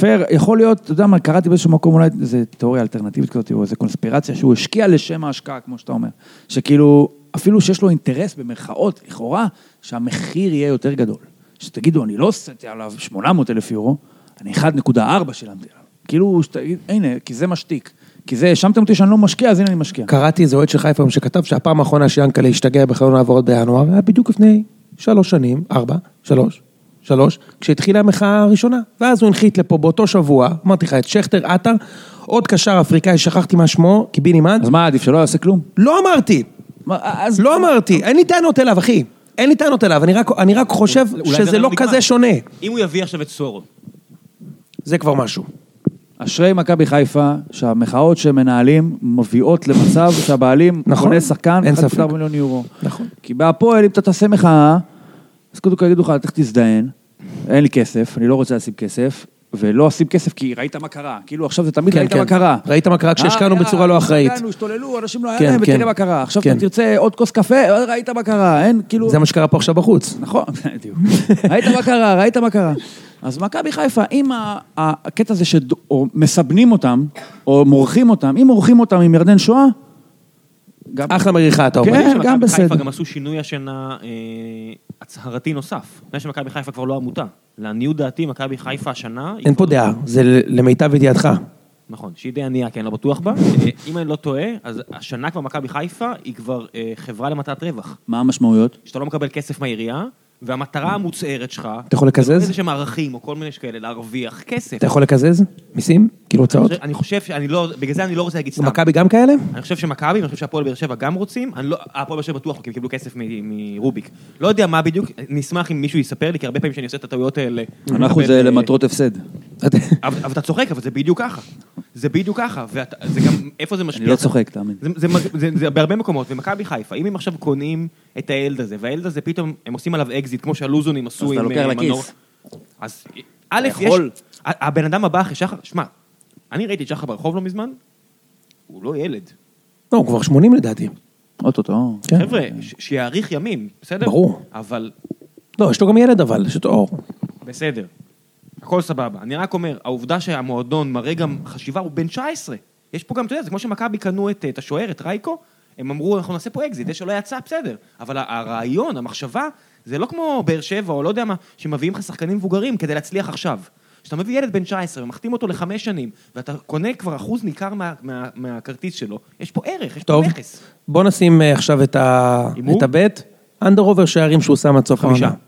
S3: פייר, יכול להיות, אתה יודע מה, קראתי באיזשהו מקום אולי איזה תיאוריה אלטרנטיבית כזאת, או איזה קונספירציה, שהוא השקיע לשם ההשקעה, כמו שאתה אומר. שכאילו, אפילו שיש לו אינטרס, במרכאות, לכאורה, שהמחיר יהיה יותר גדול. שתגידו, אני לא עשיתי עליו 800 אלף יורו, אני 1.4 שילמתי עליו. כאילו, שתגיד, הנה, כי זה משתיק. כי זה, האשמתם אותי שאני לא משקיע, אז הנה אני משקיע.
S1: קראתי איזה אוהד של חיפה היום שכתב שהפעם האחרונה שיאנקל'ה השתגע בחלון העברות בינואר, היה בדיוק לפני שלוש שנים, ארבע, שלוש, שלוש, כשהתחילה המחאה הראשונה. ואז הוא הנחית לפה באותו שבוע, אמרתי לך, את שכטר עטר, עוד קשר אפריקאי, שכחתי מה שמו, קיבינימאן,
S3: אז מה עדיף, שלא יעשה כלום?
S1: לא אמרתי,
S3: מה, אז
S1: לא אמרתי, אין לי טענות אליו, אחי. אין לי טענות אליו, אני רק, אני רק חושב
S2: אולי
S1: שזה
S2: זה
S1: לא
S2: נגמר.
S1: כזה שונה.
S2: אם הוא יביא עכשיו את סורו.
S1: זה כבר משהו.
S3: אשרי מכבי חיפה, שהמחאות שהם מנהלים מביאות למצב שהבעלים
S1: נכון,
S3: קונה שחקן,
S1: אין ספק.
S3: 1.4 מיליון יורו.
S1: נכון.
S3: כי בהפועל, אם אתה תעשה מחאה, אז קודם כל יגידו לך, תלך תזדיין, אין לי כסף, אני לא רוצה לשים כסף, ולא אשים כסף כי ראית מה קרה. כאילו עכשיו זה תמיד
S1: כן,
S3: ראית
S1: כן.
S3: מה קרה.
S1: ראית מה קרה כשהשקענו
S3: אה, היה,
S1: בצורה לא אחראית.
S3: השתגענו, השתוללו, אנשים לא היה
S1: כן,
S3: להם,
S1: כן.
S3: ותראה מה קרה. עכשיו
S1: כן.
S3: אתה תרצה עוד כוס קפה, אה, ראית מה קרה, אין, כאילו...
S1: זה מה שקרה פה עכשיו בחוץ.
S3: נכון, בדיוק. ראית מה קרה, ראית מה קרה. אז מכבי חיפה, אם ה- ה- הקטע הזה שמסבנים אותם, או מורחים אותם, אם מורחים אותם עם ירדן שואה, גם...
S1: אחלה מריחה, אתה אומר.
S3: כן,
S2: שמכבי
S3: גם
S2: חיפה
S3: בסדר.
S2: גם עשו שינוי השנה אה, הצהרתי נוסף. זה שמכבי חיפה כבר לא עמותה. לעניות דעתי, מכבי חיפה השנה... היא
S1: אין פה
S2: כבר-
S1: דעה, זה למיטב ידיעתך.
S2: נכון, שהיא די ענייה, כי אני לא בטוח בה. אה, אם אני לא טועה, אז השנה כבר מכבי חיפה היא כבר אה, חברה למטרת רווח.
S3: מה המשמעויות?
S2: שאתה לא מקבל כסף מהעירייה, והמטרה המוצהרת שלך...
S1: אתה יכול לקזז?
S2: איזה שהם ערכים או כל מיני שכאלה, להרוויח כסף.
S1: אתה יכול לקזז? מיסים? כאילו הוצאות?
S2: אני חושב שאני לא, בגלל זה אני לא רוצה להגיד סתם.
S1: מכבי גם כאלה?
S2: אני חושב שמכבי, אני חושב שהפועל באר שבע גם רוצים, אני לא, הפועל באר שבע בטוח לא, כי הם קיבלו כסף מ- מרוביק. לא יודע מה בדיוק, נשמח אם מישהו יספר לי, כי הרבה פעמים שאני עושה את הטעויות האלה...
S3: אנחנו
S2: מקבל,
S3: זה
S2: אה,
S3: למטרות הפסד.
S2: אבל, אבל אתה צוחק, אבל זה בדיוק ככה. זה בדיוק ככה, וזה גם, איפה זה משפיע?
S3: אני לא צוחק, תאמין.
S2: זה, זה, מג- זה, זה בהרבה מקומות, ומכבי חיפה, אם הם עכשיו קונים את הילד הזה, והילד הזה פתאום, הם עושים עליו אקזיט, כמו שהלוזונים עשו
S4: אז
S2: עם
S4: אתה לוקח
S2: אה,
S4: לכיס.
S2: אז א', יש...
S4: יכול.
S2: ה- הבן אדם הבא אחרי שחר, שמע, אני ראיתי את שחר ברחוב לא מזמן, הוא לא ילד.
S1: לא, הוא כבר 80 לדעתי.
S3: אוטוטו.
S1: כן.
S2: חבר'ה, ש- שיאריך ימים, בסדר?
S1: ברור.
S2: אבל
S1: לא, יש לו גם ילד אבל, יש לו אור.
S2: בסדר, הכל סבבה. אני רק אומר, העובדה שהמועדון מראה גם חשיבה, הוא בן 19. יש פה גם, אתה יודע, זה כמו שמכבי קנו את, את השוער, את רייקו, הם אמרו, אנחנו נעשה פה אקזיט, זה שלא יצא, בסדר. אבל ה- הרעיון, המחשבה, זה לא כמו באר שבע, או לא יודע מה, שמביאים לך שחקנים מבוגרים כדי להצליח עכשיו. כשאתה מביא ילד בן 19 ומחתים אותו לחמש שנים, ואתה קונה כבר אחוז ניכר מה, מה, מהכרטיס שלו, יש פה ערך, יש פה
S1: טוב,
S2: נכס.
S1: בוא נשים אה, עכשיו את ה-
S2: הימור?
S1: את הבט. אנדר עובר שערים שהוא שם עד סוף
S2: חמישה.
S1: העונה.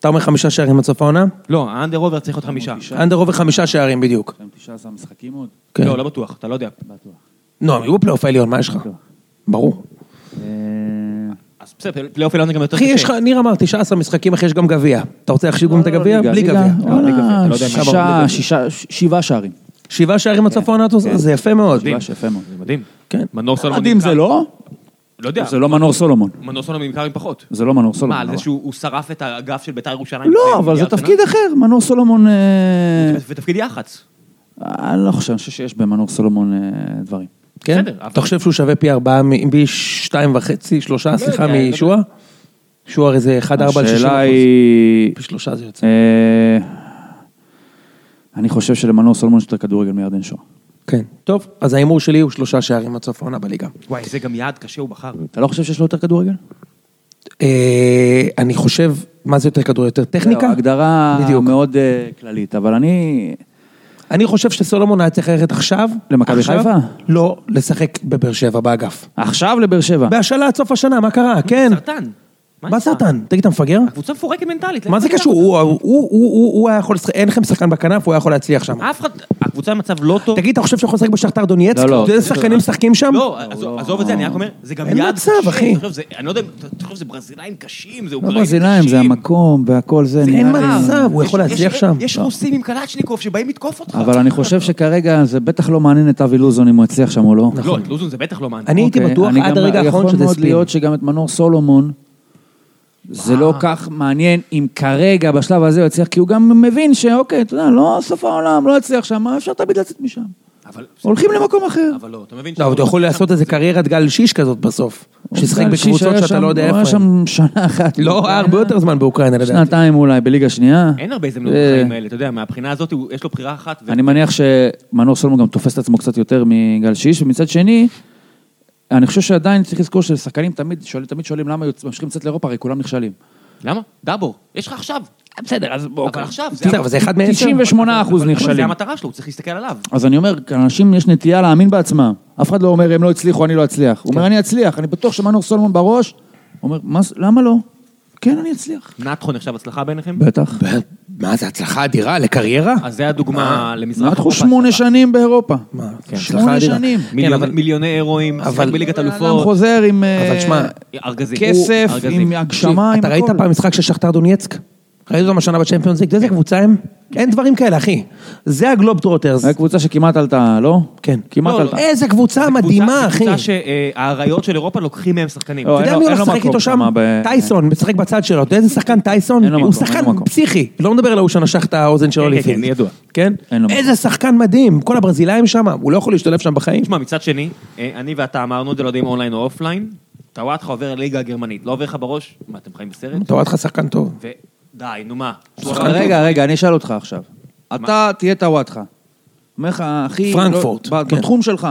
S1: אתה אומר חמישה שערים עד סוף העונה?
S2: לא, האנדר אובר צריך להיות חמישה.
S1: אנדר עובר חמישה שערים בדיוק.
S3: גם 19 משחקים עוד?
S1: כן.
S2: לא, לא בטוח, אתה לא יודע.
S3: בטוח.
S1: נו, הם יהיו בפלייאוף העליון, מה יש לך?
S3: לא.
S1: ברור.
S3: אה,
S2: אז בסדר, פלייאוף עליון זה גם יותר
S1: אחי,
S2: קשה.
S1: יש לך, ניר אמר, 19 משחקים, אחי, יש גם גביע. אתה רוצה להחשיב גם את הגביע? בלי אה,
S3: ליגה,
S1: גביע.
S3: וואלה,
S2: בלי גביע, אתה לא יודע מה-
S3: שישה, שישה, ש- שבעה שערים.
S1: שבעה שערים עד סוף העונה, אתה עושה- זה יפה מאוד.
S3: שבעה שיפה מאוד.
S2: זה מדהים.
S1: כן.
S2: מנור סולומון
S3: מדהים זה לא?
S2: לא יודע.
S3: זה לא מנור סולומון.
S2: מנור סולומון נמכר עם פחות.
S3: זה לא מנור סולומון.
S2: מה, על זה
S3: אבל.
S2: שהוא הוא שרף את האגף של ביתר ירושלים?
S3: לא,
S2: לפני
S3: אבל זה
S2: מיליארד שנה?
S3: תפקיד אחר. מנור סולומון... אה,
S2: ותפקיד יח"צ.
S3: אני לא חושב, אני חושב שיש במנור סולומון אה, דברים.
S1: כן?
S2: בסדר, אבל-
S1: אתה חושב שהוא שווה פי ארבעה, מ- פי שתיים וחצי, שלושה, סליחה,
S2: יודע, לא יודע.
S1: משועה? שועה הרי זה 1-4 על 60 אחוז.
S3: השאלה היא...
S1: פי שלושה זה יוצא.
S3: אה, אני חושב שלמנור סולומון יש יותר כדורגל מירדן שואה.
S1: כן. טוב, אז ההימור שלי הוא שלושה שערים עד סוף העונה בליגה.
S2: וואי, זה גם יעד קשה, הוא בחר.
S3: אתה לא חושב שיש לו יותר כדורגל?
S1: אה, אני חושב, מה זה יותר כדור? יותר טכניקה?
S3: זהו, הגדרה
S1: בדיוק.
S3: מאוד אה, כללית, אבל אני...
S1: אני חושב שסולומון היה צריך ללכת עכשיו.
S3: למכבי
S1: עכשיו,
S3: חיפה?
S1: לא, לשחק בבאר שבע, באגף.
S3: עכשיו לבאר שבע.
S1: בהשאלה עד סוף השנה, מה קרה? כן.
S2: סרטן.
S1: מה
S2: נשמע?
S1: סרטן? תגיד, אתה מפגר?
S2: הקבוצה מפורקת מנטלית.
S1: מה זה
S2: לך
S1: קשור?
S2: תדע.
S1: הוא- הוא- הוא- הוא הוא היה יכול לשחק, אין לכם שחקן בכנף, הוא היה יכול להצליח שם.
S2: אף אחד, הקבוצה במצב לא טוב.
S1: תגיד, אתה חושב שיכול לשחק בשכתר דונייצק?
S3: לא, לא.
S1: אתה יודע איזה שחקנים משחקים שם?
S2: לא, עזוב- עזוב את זה, אני רק אומר, זה גם
S1: אין
S2: יעד קשה.
S1: מצב, אחי.
S2: אתה חושב, זה- אני לא יודע, אם- אתה אתה חושב שזה ברזילאים קשים, זה
S3: לא
S2: אוקראינים קשים. אה,
S3: ברזילאים, זה המקום והכל זה.
S1: אין
S3: נראה לי-
S1: מצב, הוא יכול
S2: יש-
S1: להצליח
S2: יש-
S1: שם.
S2: יש רוסים עם קלצ'ניקוב שבאים לתקוף אותך.
S3: אבל אני חושב שכרגע זה בטח לא מעניין את אבי לוזון אם הוא יצליח שם או לא.
S1: נכון.
S2: לא, את לוזון זה בטח לא מעניין.
S1: אני הייתי
S3: אוקיי,
S1: בטוח
S3: אני
S1: עד
S3: גם-
S1: הרגע האחרון
S3: יכול
S1: שזה
S3: מאוד
S1: ספין.
S3: להיות שגם את מנור סולומון, זה לא
S1: אה.
S3: כך מעניין אם כרגע, בשלב הזה, הוא יצליח, כי הוא גם מבין שאוקיי, אתה יודע, לא סוף העולם, לא יצליח שם, אפשר תמיד לצאת משם.
S2: אבל-
S3: הולכים למקום אחר.
S2: אבל לא, אתה מבין?
S1: לא, אבל אתה יכול לעשות איזה קריירת גל שיש כזאת בסוף. ששחק
S3: אה, גל שיש
S1: בקבוצות
S3: היה
S1: שאתה
S3: שם-
S1: לא יודע
S3: הוא
S1: איפה
S3: היה
S1: הם.
S3: שם שנה אחת.
S1: לא, היה הרבה יותר זמן באוקראינה לדעתי.
S3: שנתיים אולי, בליגה שנייה.
S2: אין הרבה הזדמנות
S1: אה.
S2: בחיים האלה, אתה יודע, מהבחינה הזאת הוא- יש לו בחירה אחת. ו-
S3: אני מניח שמנור סולומון גם תופס את עצמו קצת יותר מגל שיש, ומצד שני, אני חושב שעדיין צריך לזכור ששחקנים תמיד שואלים, תמיד שואלים למה יוצ- ממשיכים לצאת לאירופה, הרי כולם נכשלים.
S2: למה? דאבור, יש לך עכשיו.
S3: בסדר, אז בואו.
S2: אבל עכשיו,
S1: אוקיי. בסדר, אבל זה אחד מעשר.
S3: 98 אחוז
S2: אבל- אבל זה
S3: נכשלים.
S2: המטרה שלו, הוא צריך להסתכל עליו.
S3: אז אני אומר, אנשים יש נטייה להאמין בעצמם. אף אחד לא אומר, הם לא הצליחו, אני לא אצליח.
S1: כן.
S3: הוא אומר, אני אצליח, אני בטוח שמנור סולומון בראש. הוא אומר, "מה זה- למה לא? כן, אני אצליח.
S2: נתחו נחשב הצלחה בעיניכם?
S3: בטח.
S1: מה זה, הצלחה אדירה לקריירה?
S2: אז זה
S1: אה,
S2: הדוגמה למזרח
S3: נתחו שמונה שנים באירופה.
S1: נכון, מה, כן, הצלחה
S3: שמונה
S1: אדירה.
S3: שנים.
S2: מיליוני-
S1: כן, אבל-
S2: מיליוני אירועים, שיחק
S1: אבל- אה,
S2: בליגת
S3: אדם
S2: אלופות,
S3: חוזר עם
S1: אבל
S3: אה,
S1: שמע,
S2: ארגזים.
S3: כסף,
S2: הוא- ארגזים.
S3: עם הגשמה, עם
S1: אתה ראית
S3: הכל. כן.
S1: פעם משחק של שכתר דונייצק? ראית אותם השנה בצ'מפיונס ליג? אתה יודע איזה קבוצה הם? אין דברים כאלה, אחי. זה הגלובטרוטרס.
S3: זו קבוצה שכמעט עלתה, לא?
S1: כן.
S3: כמעט
S2: לא,
S3: עלתה.
S1: איזה קבוצה
S2: זה
S1: מדהימה,
S2: קבוצה-
S1: אחי.
S2: קבוצה שהאריות של אירופה לוקחים מהם שחקנים.
S3: לא,
S1: אתה יודע
S3: אין
S1: מי
S3: לו-
S1: הולך
S3: אין לו
S1: לשחק
S3: מקום
S1: איתו שם?
S3: שמה ב-
S1: טייסון, משחק בצד שלו. אתה יודע איזה שחקן טייסון?
S3: אין לו
S1: הוא
S3: מקום, אין
S1: שחקן
S3: לו מקום.
S1: פסיכי. לא מדבר על ההוא שנשך את האוזן שלו
S2: כן, כן,
S1: לפני.
S2: כן, ידוע.
S1: כן?
S3: אין לו מקום.
S1: איזה שחקן מדהים. כל הברזילאים שם, הוא לא יכול להשתלב שם בחיים.
S2: תשמע, מצד שני, אה, אני ואתה אמרנו את זה, לא יודע אם אונליין או אופליין, טוואטחה עובר לליגה הגרמנית, לא עובר לך בראש? מה, אתם חיים בסרט?
S1: אתה רואה אותך שחקן טוב.
S2: די, נו מה.
S3: רגע, רגע, אני אשאל אותך עכשיו. אתה תהיה טוואטחה. אומר לך, אחי...
S1: פרנקפורט,
S3: לא- ב-
S1: כן.
S3: בתחום שלך.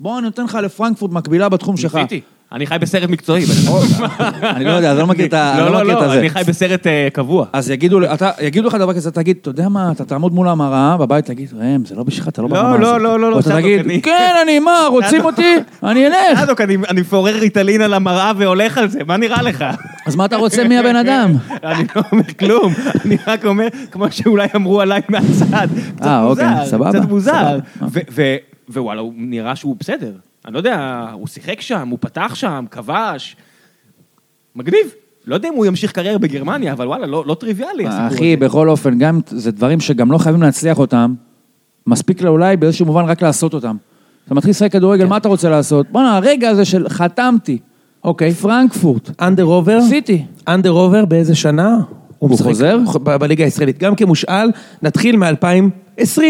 S3: בוא, אני נותן לך לפרנקפורט מקבילה בתחום שלך.
S2: ניסיתי. אני חי בסרט מקצועי.
S3: אני לא יודע, אני לא מכיר את ה- אני
S2: לא,
S3: לא
S2: לא,
S3: מכיר את
S2: לא,
S3: הזה.
S2: אני חי בסרט אה, קבוע.
S3: אז יגידו, לי- אתה- יגידו לך דבר כזה, אתה תגיד, אתה יודע מה, אתה תעמוד מול המראה בבית, תגיד, ראם, זה לא בשבילך, אתה לא
S2: לא,
S3: ברמה הזאת.
S2: לא, לא, לא, לא,
S3: או אתה
S2: סעדוק, אני-
S3: תגיד, כן, אני, מה, רוצים אותי? אני אלך.
S2: אדוק, אני אני מפורר ריטלין על המראה והולך על זה, מה נראה לך?
S3: אז מה אתה רוצה מהבן אדם?
S2: אני לא אומר כלום, אני רק אומר, כמו שאולי אמרו עליי מהצד, קצת
S3: אה, אוקיי,
S2: מוזר,
S3: סבבה,
S2: קצת מוזר.
S3: סבבה.
S2: ו- ו- ווואלה, הוא נראה שהוא בסדר. אני לא יודע, הוא שיחק שם, הוא פתח שם, כבש. מגניב. לא יודע אם הוא ימשיך קריירה בגרמניה, אבל וואלה, לא לא טריוויאלי הסיפור הזה.
S3: אה, אחי, בכל אופן, גם זה דברים שגם לא חייבים להצליח אותם, מספיק לה אולי באיזשהו מובן רק לעשות אותם. אתה מתחיל לשחק כדורגל,
S2: כן.
S3: מה אתה רוצה לעשות? בואנה, הרגע הזה של חתמתי,
S1: אוקיי.
S3: פרנקפורט,
S1: אנדר עובר,
S3: סיטי.
S1: אנדר עובר באיזה שנה?
S3: הוא חוזר?
S1: ב- בליגה הישראלית, גם כמושאל, נתחיל מ-2020.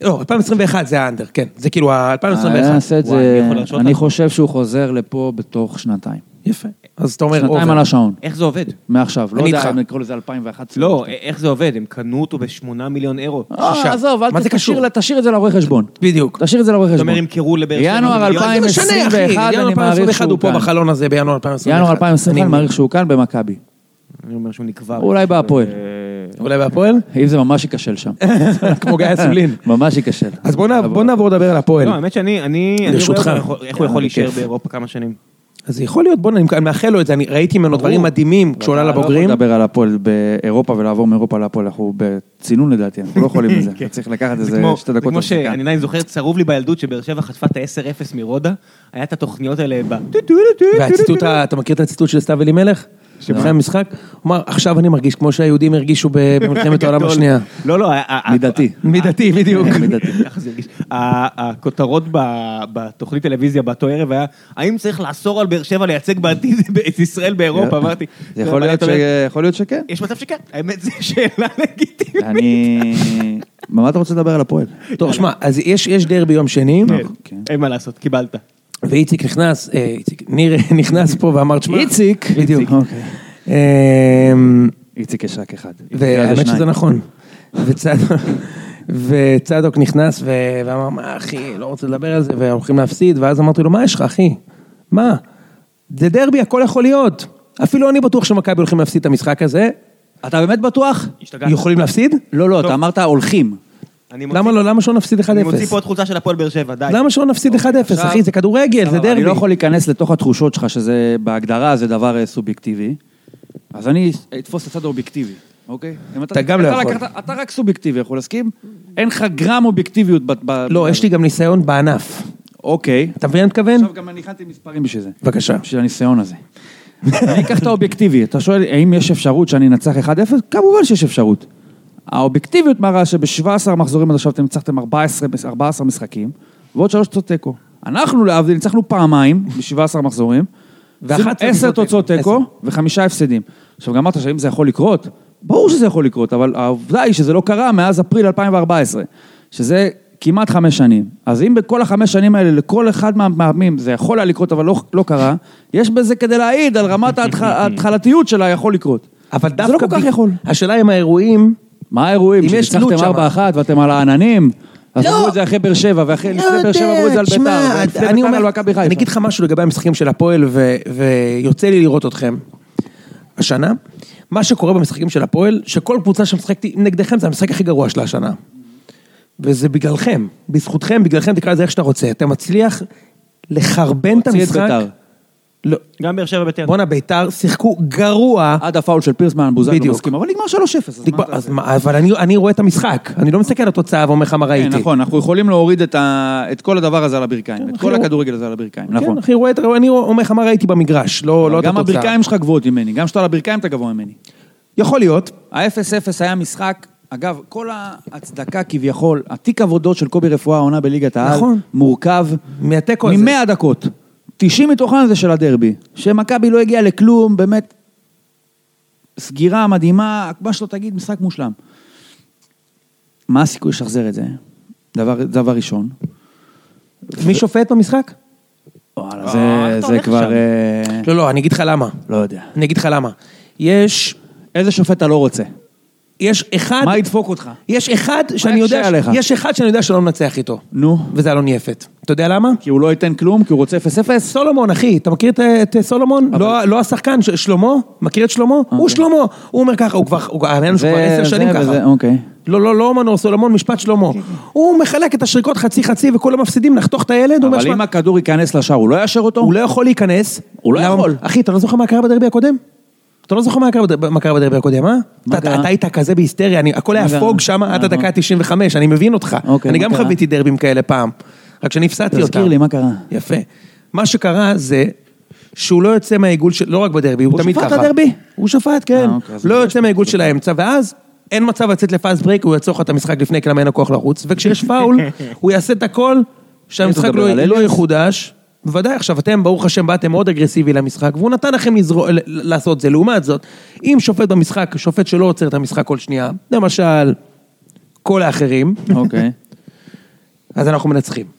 S1: לא, 2021 זה האנדר, כן. זה כאילו
S3: אני
S1: ה-2021.
S3: אעשה אה, את
S2: וואי,
S3: זה-
S2: אני יכול להרשות
S3: אני
S2: לך?
S3: חושב שהוא חוזר לפה בתוך שנתיים.
S1: יפה. אז אתה אומר
S3: שנתיים על
S1: עובר.
S3: השעון,
S2: איך זה עובד?
S3: מעכשיו. לא
S1: אני
S3: יודע
S1: איתך.
S3: אם נקרא לזה 2011.
S2: לא, איך זה עובד? הם קנו אותו בשמונה מיליון אירו.
S1: שישה.
S3: אה, עזוב,
S1: מה
S3: אל
S1: זה
S3: תשאיר
S1: קשור?
S3: לה- תשאיר את זה לרואה חשבון.
S1: בדיוק.
S3: תשאיר את זה לרואה חשבון.
S2: זאת אומרת, ימכרו לבאר שבע
S3: ינואר
S2: מיליון.
S1: מה זה משנה, אחי?
S3: 2021,
S1: ינואר
S3: אני מעריך
S1: 2021
S3: שהוא
S1: הוא פה
S3: כאן.
S1: בחלון הזה בינואר 2021.
S3: ינואר 2021, אני
S1: אני-
S3: מעריך שהוא כאן במכבי.
S2: אני אומר שהוא נקבר.
S3: אולי בהפועל.
S2: אה,
S1: אולי בהפועל?
S3: אם זה ממש ייכשל שם.
S1: כמו גיא סולין.
S3: ממש ייכשל.
S1: אז בוא נע- בוא נעבור לדבר על הפועל.
S2: לא, האמת שאני, אני... אני
S1: לרשותך.
S2: רואה אותו, איך הוא
S3: יאללה,
S2: יכול להישאר
S3: אה, בכיף.
S2: באירופה כמה שנים?
S1: אז יכול להיות, בוא, נ- אני מאחל לו את זה, אני ראיתי ממנו דברים מדהימים כשהוא עלה
S3: אני
S1: לבוגרים.
S3: לא יכול לדבר על הפועל באירופה ולעבור מאירופה להפועל, אנחנו בצינון לדעתי, אנחנו לא יכולים לזה.
S1: כן.
S3: אתה צריך לקחת
S2: כן. זה
S3: איזה
S2: כמו-
S3: שתי
S2: זה
S3: דקות
S2: כמו שאני עדיין זוכר, צרוב לי בילדות שבאר שבע חטפה את ה-10-0 מרודה, היה את התוכניות האלה ב...
S1: והציטוט, ה- אתה מכיר את הציטוט של סתיו אלימלך? שאחרי המשחק, הוא אמר, עכשיו אני מרגיש כמו שהיהודים הרגישו ב- במלחמת העולם
S2: גדול.
S1: השנייה. אה,
S2: לא, לא, ה- ה-
S3: מידתי.
S1: מידתי, בדיוק.
S3: מידתי.
S2: ככה זה הרגיש. ה- הכותרות ב- בתוכנית טלוויזיה באותו ערב היה, האם צריך לאסור על באר שבע לייצג בעתיד את ישראל באירופה? אמרתי.
S3: זה כן. יכול להיות
S2: ואני אומר,
S3: ש- יכול להיות שכן.
S2: יש מצב שכן, האמת זו שאלה לגיטימית.
S3: אני... מה אתה רוצה לדבר על הפועל?
S1: טוב, שמע, אז יש יש דרבי יום שני,
S3: אוקיי.
S1: כן.
S2: אין מה לעשות, קיבלת.
S1: ואיציק נכנס, אה, איציק, ניר נכנס פה ואמר, תשמע,
S3: איציק?
S1: בדיוק.
S3: אוקיי.
S1: אמ,
S3: איציק יש רק אחד.
S1: והאמת שזה נכון. וצד- וצדוק נכנס ו- ואמר, מה אחי, לא רוצה לדבר על זה, והולכים להפסיד, ואז אמרתי לו, מה יש לך אחי? מה? זה דרבי, הכל יכול להיות. אפילו אני בטוח שמכבי הולכים להפסיד את המשחק הזה.
S3: אתה באמת בטוח?
S2: השתגעת.
S1: יכולים להפסיד?
S3: לא, לא,
S2: טוב.
S3: אתה אמרת הולכים.
S2: אני מוציא-
S1: למה לא? למה שלא נפסיד 1-0?
S2: אני מוציא פה את חולצה של הפועל באר שבע, די.
S1: למה שלא נפסיד 1-0, אחי? זה כדורגל, זה
S3: אוקיי, אני
S1: דרבי.
S3: לא יכול להיכנס לתוך התחושות שלך, שזה בהגדרה זה דבר אה, סובייקטיבי, אז אני אתפוס את הצד האובייקטיבי, אוקיי? אם
S1: אתה גם לא יכול.
S3: לקחת- אתה רק סובייקטיבי יכול להסכים? אין לך גרם אובייקטיביות ב... ב-
S1: לא, יש לי גם ניסיון בענף.
S3: אוקיי.
S1: אתה מבין מה אני מתכוון?
S3: עכשיו גם אני הכנתי מספרים בשביל זה.
S1: בבקשה.
S3: בשביל הניסיון הזה. אני אקח את האובייקטיבי, אתה שואל האם יש אפשרות שאני אנצח 1-0? כמובן שיש אפשרות. האובייקטיביות מראה שב-17 מחזורים עד עכשיו אתם ניצחתם 14, 14 משחקים, ועוד שלוש תוצאות תיקו. אנחנו להבדיל ניצחנו פעמיים ב-17 מחזורים,
S1: ואחת
S3: עשינו
S1: תוצאות
S3: 10
S1: תיקו.
S3: תוצאות
S1: עשר.
S3: תיקו וחמישה הפסדים. עכשיו, גם אמרת שאם זה יכול לקרות, ברור שזה יכול לקרות, אבל העובדה היא שזה לא קרה מאז אפריל 2014, שזה כמעט חמש שנים. אז אם בכל החמש שנים האלה, לכל אחד מהפעמים זה יכול היה לקרות, אבל לא, לא קרה, יש בזה כדי להעיד על רמת ההתח- ההתחלתיות של היכול לקרות.
S1: אבל
S3: זה
S1: דווקא...
S3: לא כל כך
S1: ב-
S3: יכול.
S1: השאלה אם האירועים...
S3: מה האירועים?
S1: אם יש תלות
S3: שניצחתם
S1: שמה.
S3: 4-1 ואתם על העננים? אז
S1: לא.
S3: אמרו את זה אחרי באר שבע, ואחרי לפני באר שבע כן, אמרו את זה על
S1: תשמע,
S3: ביתר,
S1: אני
S3: ולפני ביתר
S1: אומר-
S3: על מכבי חיפה.
S1: אני אגיד לך משהו לגבי המשחקים של הפועל, ו- ויוצא לי לראות אתכם השנה. מה שקורה במשחקים של הפועל, שכל קבוצה שמשחקת נגדכם זה המשחק הכי גרוע שלה השנה. וזה בגללכם, בזכותכם, בגללכם, תקרא לזה איך שאתה רוצה. אתה מצליח לחרבן את
S3: הוציא את
S1: המשחק.
S3: ביתר.
S1: לא,
S2: גם באר שבע בטרנר.
S1: בואנה, ביתר שיחקו גרוע.
S3: עד הפאול של פירסמן, בוזגלו
S1: בדיוק.
S3: מסכים, אבל נגמר 3-0, אז מה
S1: תקבע-
S3: אתה
S1: אז מה, אבל אני- אני רואה את המשחק, אני לא מסתכל על התוצאה ואומר לך מה
S3: כן,
S1: ראיתי.
S3: נכון, אנחנו יכולים להוריד את, ה... את כל הדבר הזה על הברכיים, את
S1: אחי,
S3: כל
S1: הוא-
S3: הכדורגל הזה על הברכיים, נכון.
S1: כן, אחי, רואה את- אני אומר לך מה ראיתי במגרש, לא לא את
S3: גם
S1: התוצאה.
S3: הברכיים שלך גבוהות ממני, גם כשאתה על הברכיים אתה גבוה ממני.
S1: יכול להיות.
S3: ה-0-0 היה משחק, אגב, כל ההצדקה כביכול, התיק עבודות של קובי רפואה העונה בליגת העל,
S1: נכון.
S3: מורכב
S1: מהתיקו הזה.
S3: מ-100 דקות. 90 מתוכן זה של הדרבי, שמכבי לא הגיעה לכלום, באמת, סגירה מדהימה, מה שלא תגיד, משחק מושלם. מה הסיכוי לשחזר את זה? דבר, דבר ראשון.
S1: מי שופט במשחק?
S3: כן. וואלה,
S2: אה,
S3: זה,
S2: אתה
S3: זה
S2: הולך
S3: כבר...
S2: שם.
S3: אה,
S1: לא, לא, אני אגיד לך למה.
S3: לא יודע.
S1: אני אגיד לך למה. יש
S3: איזה שופט אתה לא רוצה?
S1: יש אחד,
S3: מה ידפוק אותך?
S1: יש אחד שאני יודע,
S3: יקשה עליך?
S1: יש אחד שאני יודע שלא מנצח איתו,
S3: נו.
S1: וזה אלון יפת. אתה יודע למה?
S3: כי הוא לא ייתן כלום, כי הוא רוצה 0-0?
S1: סולומון, אחי, אתה מכיר את, את סולומון? לא, לא השחקן, ש- שלמה? מכיר את שלמה? הוא שלמה. הוא אומר ככה, הוא כבר, הוא העניין שהוא כבר
S3: אוקיי. זה-
S1: עשר
S3: זה
S1: שנים
S3: וזה,
S1: ככה.
S3: אוקיי. כן,
S1: לא, לא, לא מנור סולומון, משפט שלמה. הוא מחלק את השריקות חצי-חצי וכולם מפסידים, לחתוך את הילד, הוא אומר,
S3: אבל אם
S1: "שמע,
S3: הכדור ייכנס לשער, הוא לא יאשר אותו?
S1: הוא לא יכול להיכנס.
S3: הוא לא
S1: למה?
S3: יכול.
S1: אחי, אתה לא זוכר מה קרה בדרבי הקודם? אתה לא זוכר מה קרה בד- מה קרה בדרבי הקודם, אה? אתה- אתה
S3: קרה?
S1: אתה היית כזה בהיסטריה, אני- הכל היה
S3: קרה?
S1: פוג שם עד
S3: נכון.
S1: הדקה ה-95, אני מבין אותך.
S3: אוקיי,
S1: אני
S3: מה
S1: גם
S3: קרה?
S1: חוויתי דרבים כאלה פעם, רק שאני הפסדתי אותם.
S3: תזכיר לי, מה קרה?
S1: יפה. מה שקרה זה שהוא לא יוצא מהעיגול של... לא רק בדרבי, הוא
S2: הוא
S1: תמיד ככה.
S2: שפט לדרבי?
S1: הוא שפט, כן.
S3: אה, אוקיי, אז
S1: לא
S3: זה
S1: יוצא מהעיגול של האמצע, ואז אין מצב לצאת לפאסט ברייק, הוא יעצור לך את המשחק לפני, כי למה אין לו כוח לרוץ, וכשיש פאול, הוא יעשה את הכל, שהמשחק
S3: אתה מדבר
S1: לא-
S3: על
S1: לא
S3: אליאס?
S1: יחודש. בוודאי, עכשיו אתם, ברוך השם, באתם מאוד אגרסיבי למשחק, והוא נתן לכם לזרוע, ל- לעשות זה. לעומת זאת, אם שופט במשחק, שופט שלא עוצר את המשחק כל שנייה, למשל, כל האחרים,
S3: אוקיי.
S1: אז אנחנו מנצחים.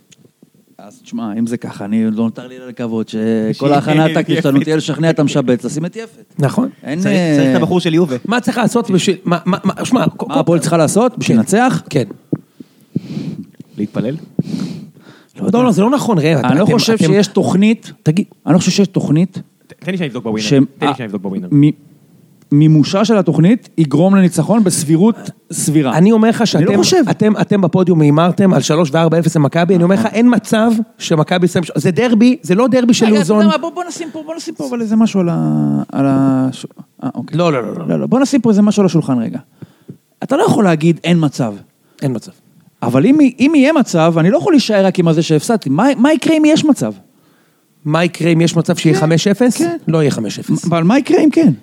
S3: אז תשמע, אם זה ככה, אני לא נותר לי אלא לקוות שכל ההכנה הטקטית שלנו תהיה לשכנע את המשבט, לשים את יפת.
S1: נכון?
S3: אין...
S2: צריך
S3: אה,
S2: צריך את הבחור של יובה.
S1: מה צריך לעשות בשביל... מה, מה, מה, שמע, כל-
S3: מה הפועל צריכה לעשות? בשביל לנצח?
S1: כן.
S2: להתפלל?
S1: לא, לא, זה לא נכון, ראם.
S3: אני לא חושב שיש תוכנית,
S1: תגיד,
S3: אני לא חושב שיש תוכנית
S2: ת- תן לי שאני אבדוק בווינר.
S3: ש-
S2: תן לי
S3: אה,
S2: שאני אבדוק בווינר.
S3: מ- מימושה של התוכנית יגרום לניצחון בסבירות סבירה.
S1: אני אומר לך
S3: אני
S1: שאתם
S3: לא חושב.
S1: אתם, אתם בפודיום הימרתם על 3 ו-4-0 למכבי, אני אומר
S3: אה.
S1: לך, אין מצב שמכבי יסיים... ש- זה דרבי, זה לא דרבי של
S3: רגע, אתה
S1: לוזון.
S3: יודע מה, בוא בוא נשים פה, בוא נשים פה אבל איזה משהו על ה... על ה... ש- אה, אוקיי.
S1: לא, לא, לא, לא,
S3: לא, לא, בוא נשים פה איזה משהו על השולחן רגע. אתה לא יכול להגיד אין מצב.
S1: אין מצב.
S3: אבל אם, אם יהיה מצב, אני לא יכול להישאר רק עם הזה שהפסדתי. מה, מה יקרה אם יש מצב?
S1: מה יקרה אם יש מצב שיהיה 5-0?
S3: כן.
S1: לא יהיה 5-0.
S3: אבל מה יקרה אם כן?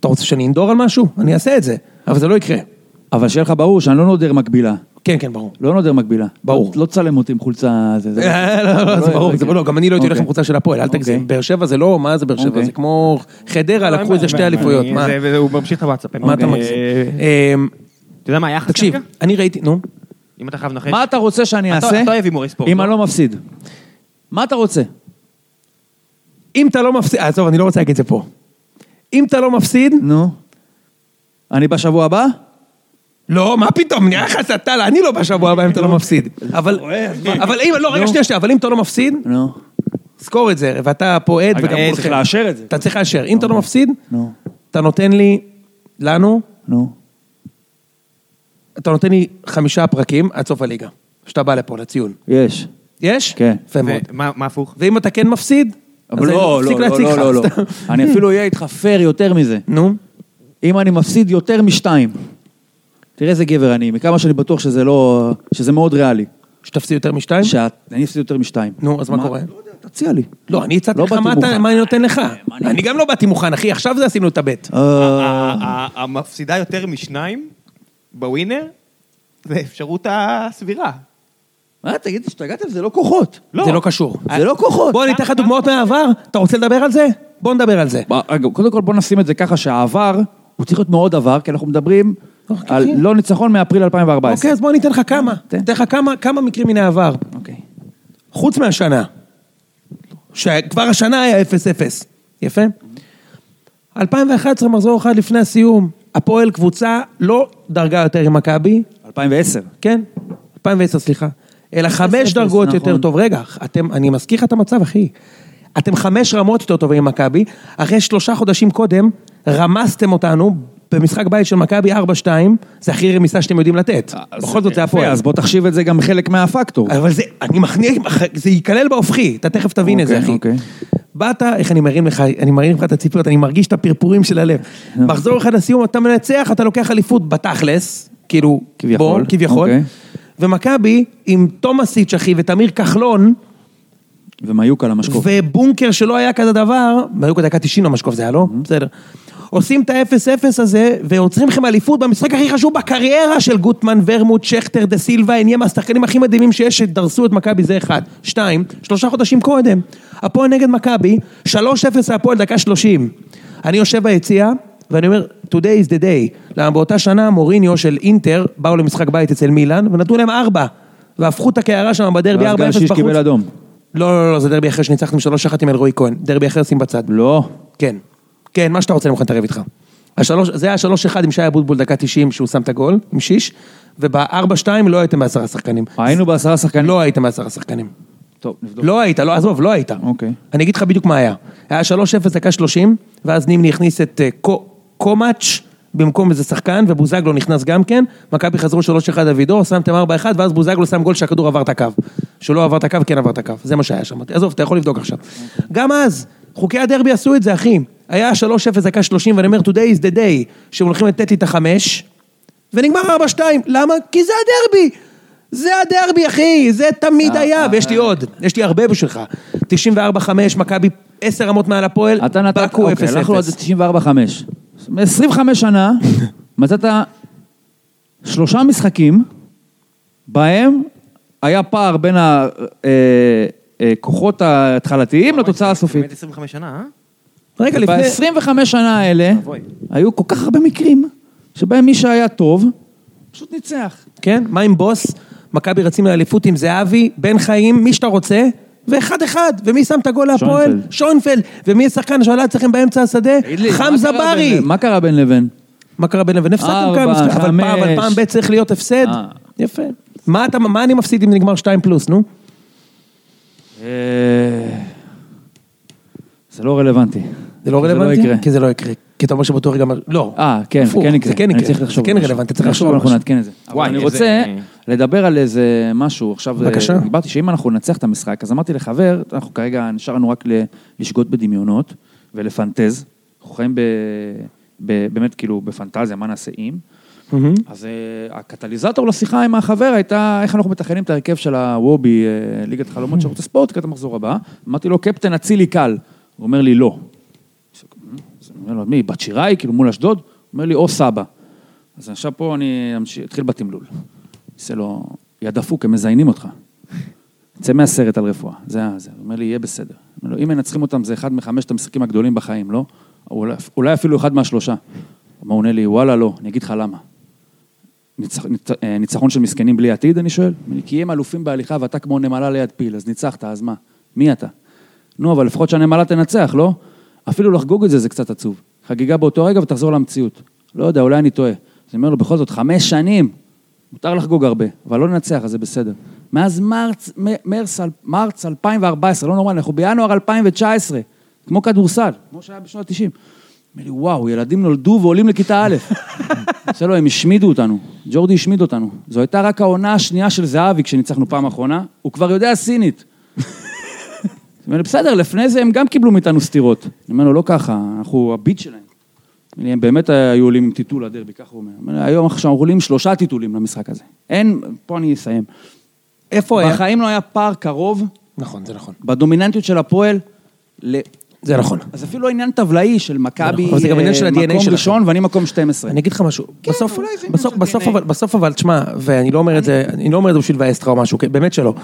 S1: אתה רוצה שאני אנדור על משהו? אני אעשה את זה, אבל זה לא יקרה.
S3: אבל שיהיה לך ברור שאני לא נודר מקבילה.
S1: כן, כן, ברור.
S3: לא נודר מקבילה.
S1: ברור.
S3: לא, לא תצלם אותי עם חולצה... זה, זה
S1: אה, לא, לא, זה
S3: יקרה,
S1: ברור, זה
S3: כן.
S1: לא, גם אני לא הייתי הולך
S3: אוקיי.
S1: עם חולצה של הפועל, אל תגזים.
S3: אוקיי.
S1: באר שבע זה לא, מה זה באר שבע?
S3: אוקיי.
S1: זה כמו
S2: לא,
S1: חדרה, לקחו איזה שתי אליפויות. מה?
S2: זה- וזה- הוא ממשיך את הוואטסאפ. אין
S1: מה אתה
S2: בעיה.
S1: מגזים?
S2: אה,
S1: אמ,
S2: אתה יודע מה היחס
S1: תקשיב,
S2: כרגע?
S1: אני ראיתי, נו.
S2: אם אתה חייב לנחש.
S3: מה אתה רוצה שאני
S2: אתה-
S3: אעשה?
S2: אתה אוהב הימורי ספורט,
S3: אם
S2: לא?
S3: אני לא מפסיד. מה אתה רוצה?
S1: אם אתה לא מפסיד, עזוב, אני לא רוצה להגיד את זה פה. אם אתה לא מפסיד,
S3: נו. אני בשבוע הבא?
S1: לא, מה פתאום, נראה לך סטלה, אני לא בשבוע הבא אם אתה לא מפסיד. אבל, אבל אם, לא, רגע, שנייה, שנייה, אבל אם אתה לא מפסיד,
S3: נו.
S1: זכור את זה, ואתה פה עד
S2: רגע,
S1: וגם
S2: אה,
S1: מולכם.
S2: צריך
S3: לאשר את זה.
S1: אתה צריך לאשר. אם אתה לא מפסיד,
S3: אוקיי. נו.
S1: אתה נותן לי, לנו,
S3: נו.
S1: אתה נותן לי חמישה פרקים עד סוף הליגה. כשאתה בא לפה, לציון.
S3: יש.
S1: יש?
S3: כן.
S1: יפה
S2: ו-
S1: מאוד.
S2: מה מה הפוך?
S1: ואם אתה כן מפסיד, אז
S3: אבל
S1: אני
S3: לא,
S1: מפסיק
S3: לא, לא,
S1: להציג
S3: לא,
S1: לך,
S3: לא, לא.
S1: סתם.
S3: אני אפילו אהיה איתך פייר יותר מזה.
S1: נו,
S3: אם אני מפסיד יותר משתיים. תראה איזה גבר אני, מכמה שאני בטוח שזה לא... שזה מאוד ריאלי.
S1: שתפסיד יותר משתיים?
S3: שאני אפסיד יותר משתיים.
S1: כן? נו, אז מה קורה?
S3: לא יודע, תציע לי.
S1: לא, אני הצעתי
S3: לא
S1: לך
S3: באתי
S1: מה אתה-
S3: מוכן.
S1: מה אני נותן לך.
S3: אה, מה אני-
S1: אני גם לא באתי מוכן, אחי, עכשיו זה עשינו את הבט.
S3: אה,
S2: ה- ה- המפסידה יותר משניים בווינר, זה אפשרות הסבירה.
S3: מה, תגיד, השתגעתם? זה לא אה. כוחות.
S1: זה לא קשור.
S3: זה לא כוחות.
S1: בוא, אני אתן לך דוגמאות מהעבר, אתה רוצה לדבר על זה? בוא נדבר על זה.
S3: מה, רגע, קודם כל בוא נשים את זה ככה שהעבר, הוא צריך להיות מאוד עבר, כי אנחנו מדברים
S1: אוקיי.
S3: על לא ניצחון מאפריל 2014.
S1: אוקיי, אז בוא אני אתן לך כמה.
S3: אה. תן.
S1: אתן לך כמה- כמה מקרים מן העבר.
S3: אוקיי.
S1: חוץ מהשנה. שכבר השנה היה 0-0. יפה? 2011, מחזור אחד לפני הסיום. הפועל קבוצה לא דרגה יותר עם מכבי,
S3: 2010.
S1: כן? 2010, סליחה. אלא חמש דרגות
S3: נכון.
S1: יותר טוב. רגע, אתם, אני מזכיר לך את המצב, אחי. אתם חמש רמות יותר טובים עם מכבי, אחרי שלושה חודשים קודם, רמסתם אותנו במשחק בית של מכבי 4-2, זה הכי רמיסה שאתם יודעים לתת. בכל זאת זה
S3: אה, יפה,
S1: הפועל. אה,
S3: אז בוא תחשיב את זה גם חלק מהפקטור.
S1: אבל זה, אני מכניע, זה ייכלל בהופכי, אתה תכף תבין את זה,
S3: אוקיי,
S1: אחי.
S3: אוקיי.
S1: באת, איך אני מרים לך, אני מרים לך את הציפיות, אני מרגיש את הפרפורים של הלב.
S3: אה.
S1: מחזור אחד לסיום, אתה מנצח, אתה לוקח אליפות בתכלס, כאילו,
S3: כביכול.
S1: בוא, כביכול.
S3: אוקיי.
S1: ומכבי, עם תומאסיץ' אחי ותמיר כחלון,
S3: ומיוק על המשקוף.
S1: ובונקר שלא היה כזה דבר, היו כדקה 90 למשקוף זה היה, לא?
S3: Mm-hmm.
S1: בסדר. עושים את ה-0-0 הזה, ועוצרים לכם אליפות במשחק הכי חשוב בקריירה של גוטמן, ורמוט, שכטר, דה סילבה, עניין מהשחקנים הכי מדהימים שיש, שדרסו את מכבי, זה אחד. שתיים, שלושה חודשים קודם, הפועל נגד מכבי, 3-0 הפועל, דקה 30. אני יושב ביציע, ואני אומר, today is the day. למה באותה שנה מוריניו של אינטר, באו למשחק בית אצל מילאן, ונתנו להם ארבע. והפכו את הקערה שם בדרבי 4-0
S3: ואז
S1: בחוץ.
S3: גרשיש קיבל אדום.
S1: לא, לא, לא, זה דרבי אחר שניצחתם 3-1 עם אלרועי כהן. דרבי אחר שים בצד.
S3: לא.
S1: כן. כן, מה שאתה רוצה, אני מוכן להתערב איתך. השלוש, זה היה שלוש אחד עם שי אבוטבול דקה 90 שהוא שם את הגול, עם שיש, ובארבע שתיים לא הייתם בעשרה שחקנים.
S3: היינו בעשרה שחקנים.
S1: לא הייתם בעשרה שחקנים.
S3: טוב, נבדוק.
S1: לא היית, לא, עזוב, לא היית.
S3: אוקיי.
S1: אני אגיד לך בדיוק מה היה. היה 3-0 דקה 30, ואז נימני הכניס את אה, קו- קומאץ' במקום איזה שחקן, ובוזגלו נכנס גם כן, מכבי חזרו 3-1 אבידור, שמתם 4-1, ואז בוזגלו שם גול שהכדור עבר את הקו. שלא עבר את הקו, כן עבר את הקו. זה מה שהיה שם. עזוב, אתה יכול לבדוק עכשיו. גם אז, חוקי הדרבי עשו את זה, אחי. היה 3-0 דקה 30, ואני אומר, today is the day, שהם הולכים לתת לי את החמש, ונגמר 4-2. למה? כי זה הדרבי! זה הדרבי, אחי! זה תמיד
S3: אה,
S1: היה, ויש לי עוד, יש לי הרבה בשבילך. 94-5, מכבי 10 רמות מעל הפועל,
S3: אתה נתת,
S1: בקו 0-0.
S3: אוקיי, הלכנו על זה 94-5. 25 שנה, מצאת שלושה משחקים, בהם היה פער בין הכוחות ההתחלתיים
S1: לא,
S3: לתוצאה הסופית.
S2: באמת 25 שנה, אה?
S1: רגע, לפני...
S3: ב-25 שנה האלה,
S2: אבוי.
S3: היו כל כך הרבה מקרים, שבהם מי שהיה טוב, פשוט ניצח.
S1: כן, מה עם בוס? מכבי רצים לאליפות עם זהבי, בן חיים, מי שאתה רוצה, ואחד אחד, ומי שם את הגול להפועל?
S3: שוינפלד.
S1: שוינפלד. ומי השחקן שעלה אצלכם באמצע השדה? חמזה
S3: מה קרה
S1: ברי.
S3: בין- מה קרה בין לבין?
S1: מה קרה בין לבין? הפסדתם
S3: ארבע,
S1: כמה משחקים, אבל פעם, אבל
S3: חמש.
S1: פעם ב' צריך להיות הפסד.
S3: אה.
S1: יפה. מה אתה- מה אני מפסיד אם נגמר 2 פלוס, נו?
S3: אה, זה לא רלוונטי.
S1: זה לא
S3: זה לא
S1: רלוונטי?
S3: יקרה.
S1: כי זה לא יקרה. כי אתה אומר שבטוח גם... לא.
S3: אה, כן,
S1: הפוך,
S3: זה כן יקרה.
S1: זה כן
S3: אני
S1: יקרה.
S3: צריך
S1: זה
S3: לחשוב.
S1: כן
S3: על משהו.
S1: רלוונטי, צריך
S3: עכשיו
S1: לחשוב על
S3: אנחנו
S1: משהו. כן,
S3: נעדכן את זה. אבל
S2: וואי,
S3: אני
S2: איזה-
S3: רוצה לדבר על איזה משהו. עכשיו,
S1: בבקשה.
S3: אה, דיברתי שאם אנחנו ננצח את המשחק, אז אמרתי לחבר, אנחנו כרגע נשארנו רק ל- לשגות בדמיונות ולפנטז. אנחנו חיים ב- ב- באמת כאילו בפנטזיה, מה נעשה אם.
S1: מהמם.
S3: אז אה, הקטליזטור לשיחה עם החבר הייתה איך אנחנו מתכננים את ההרכב של הוובי, אה, ליגת חלומות שירות הספורט, לקראת המחזור הבא. אמרתי לו, קפטן, אצילי קל. הוא אומר לי, לא. אז אני אומר לו, מי, בת שיראי, כאילו מול אשדוד? הוא אומר לי, או סבא. אז עכשיו פה אני אמשיך, אתחיל בתמלול. עושה לו, יא דפוק, הם מזיינים אותך. צא מהסרט על רפואה, זה ה... זה. הוא אומר לי, יהיה בסדר. אני אומר לו, אם מנצחים אותם, זה אחד מחמשת המשחקים הגדולים בחיים, לא? אולי, אולי אפילו אחד מהשלושה. הוא עונה לי, וואלה, לא, אני אגיד לך למה. ניצח, ניצ, אה, ניצחון של מסכנים בלי עתיד, אני שואל? הוא אומר לי, כי הם אלופים בהליכה ואתה כמו נמלה ליד פיל, אז ניצחת, אז מה? מי אתה? נו, אבל לפחות שהנמלה תנצח, לא? אפילו לחגוג את זה זה קצת עצוב. חגיגה באותו רגע ותחזור למציאות. לא יודע, אולי אני טועה. אז אני אומר לו, בכל זאת, חמש שנים. מותר לחגוג הרבה, אבל לא לנצח, אז זה בסדר. מאז מרץ, מ- מרס, אל- מרץ 2014, לא נורמל, אנחנו בינואר 2019, כמו כדורסל, כמו שהיה בשנות ה-90. אומר לי, וואו, ילדים נולדו ועולים לכיתה א'. עושה לו, הם השמידו אותנו, ג'ורדי השמיד אותנו. זו הייתה רק העונה השנייה של זהבי כשניצחנו פעם אחרונה, הוא כבר יודע סינית. אני אומר לו, בסדר, לפני זה הם גם קיבלו מאיתנו סטירות. אני אומר לו, לא ככה, אנחנו הביט שלהם. אומר לי, הם באמת היו עולים עם טיטול לדרבי, ככה הוא אומר. הוא אומר. לי, היום עכשיו אנחנו עולים עם שלושה טיטולים למשחק הזה. אין, פה אני אסיים.
S1: איפה היה?
S3: בחיים לא היה פער קרוב
S1: נכון, זה נכון.
S3: בדומיננטיות של הפועל. ל...
S1: זה נכון.
S3: אז אפילו לא עניין טבלאי של מכבי,
S1: אבל זה גם
S3: אה,
S1: עניין של ה-DNA
S3: מקום
S1: שלכם.
S3: ראשון ואני מקום 12.
S1: אני אגיד לך משהו,
S3: כן,
S1: בסוף,
S3: אולי זה עניין
S1: בסוף,
S3: של
S1: בסוף,
S3: DNA.
S1: אבל, בסוף אבל, תשמע, ואני לא אומר את זה, אני לא אומר את זה בשביל לבאס אותך או משהו, כן, באמת שלא.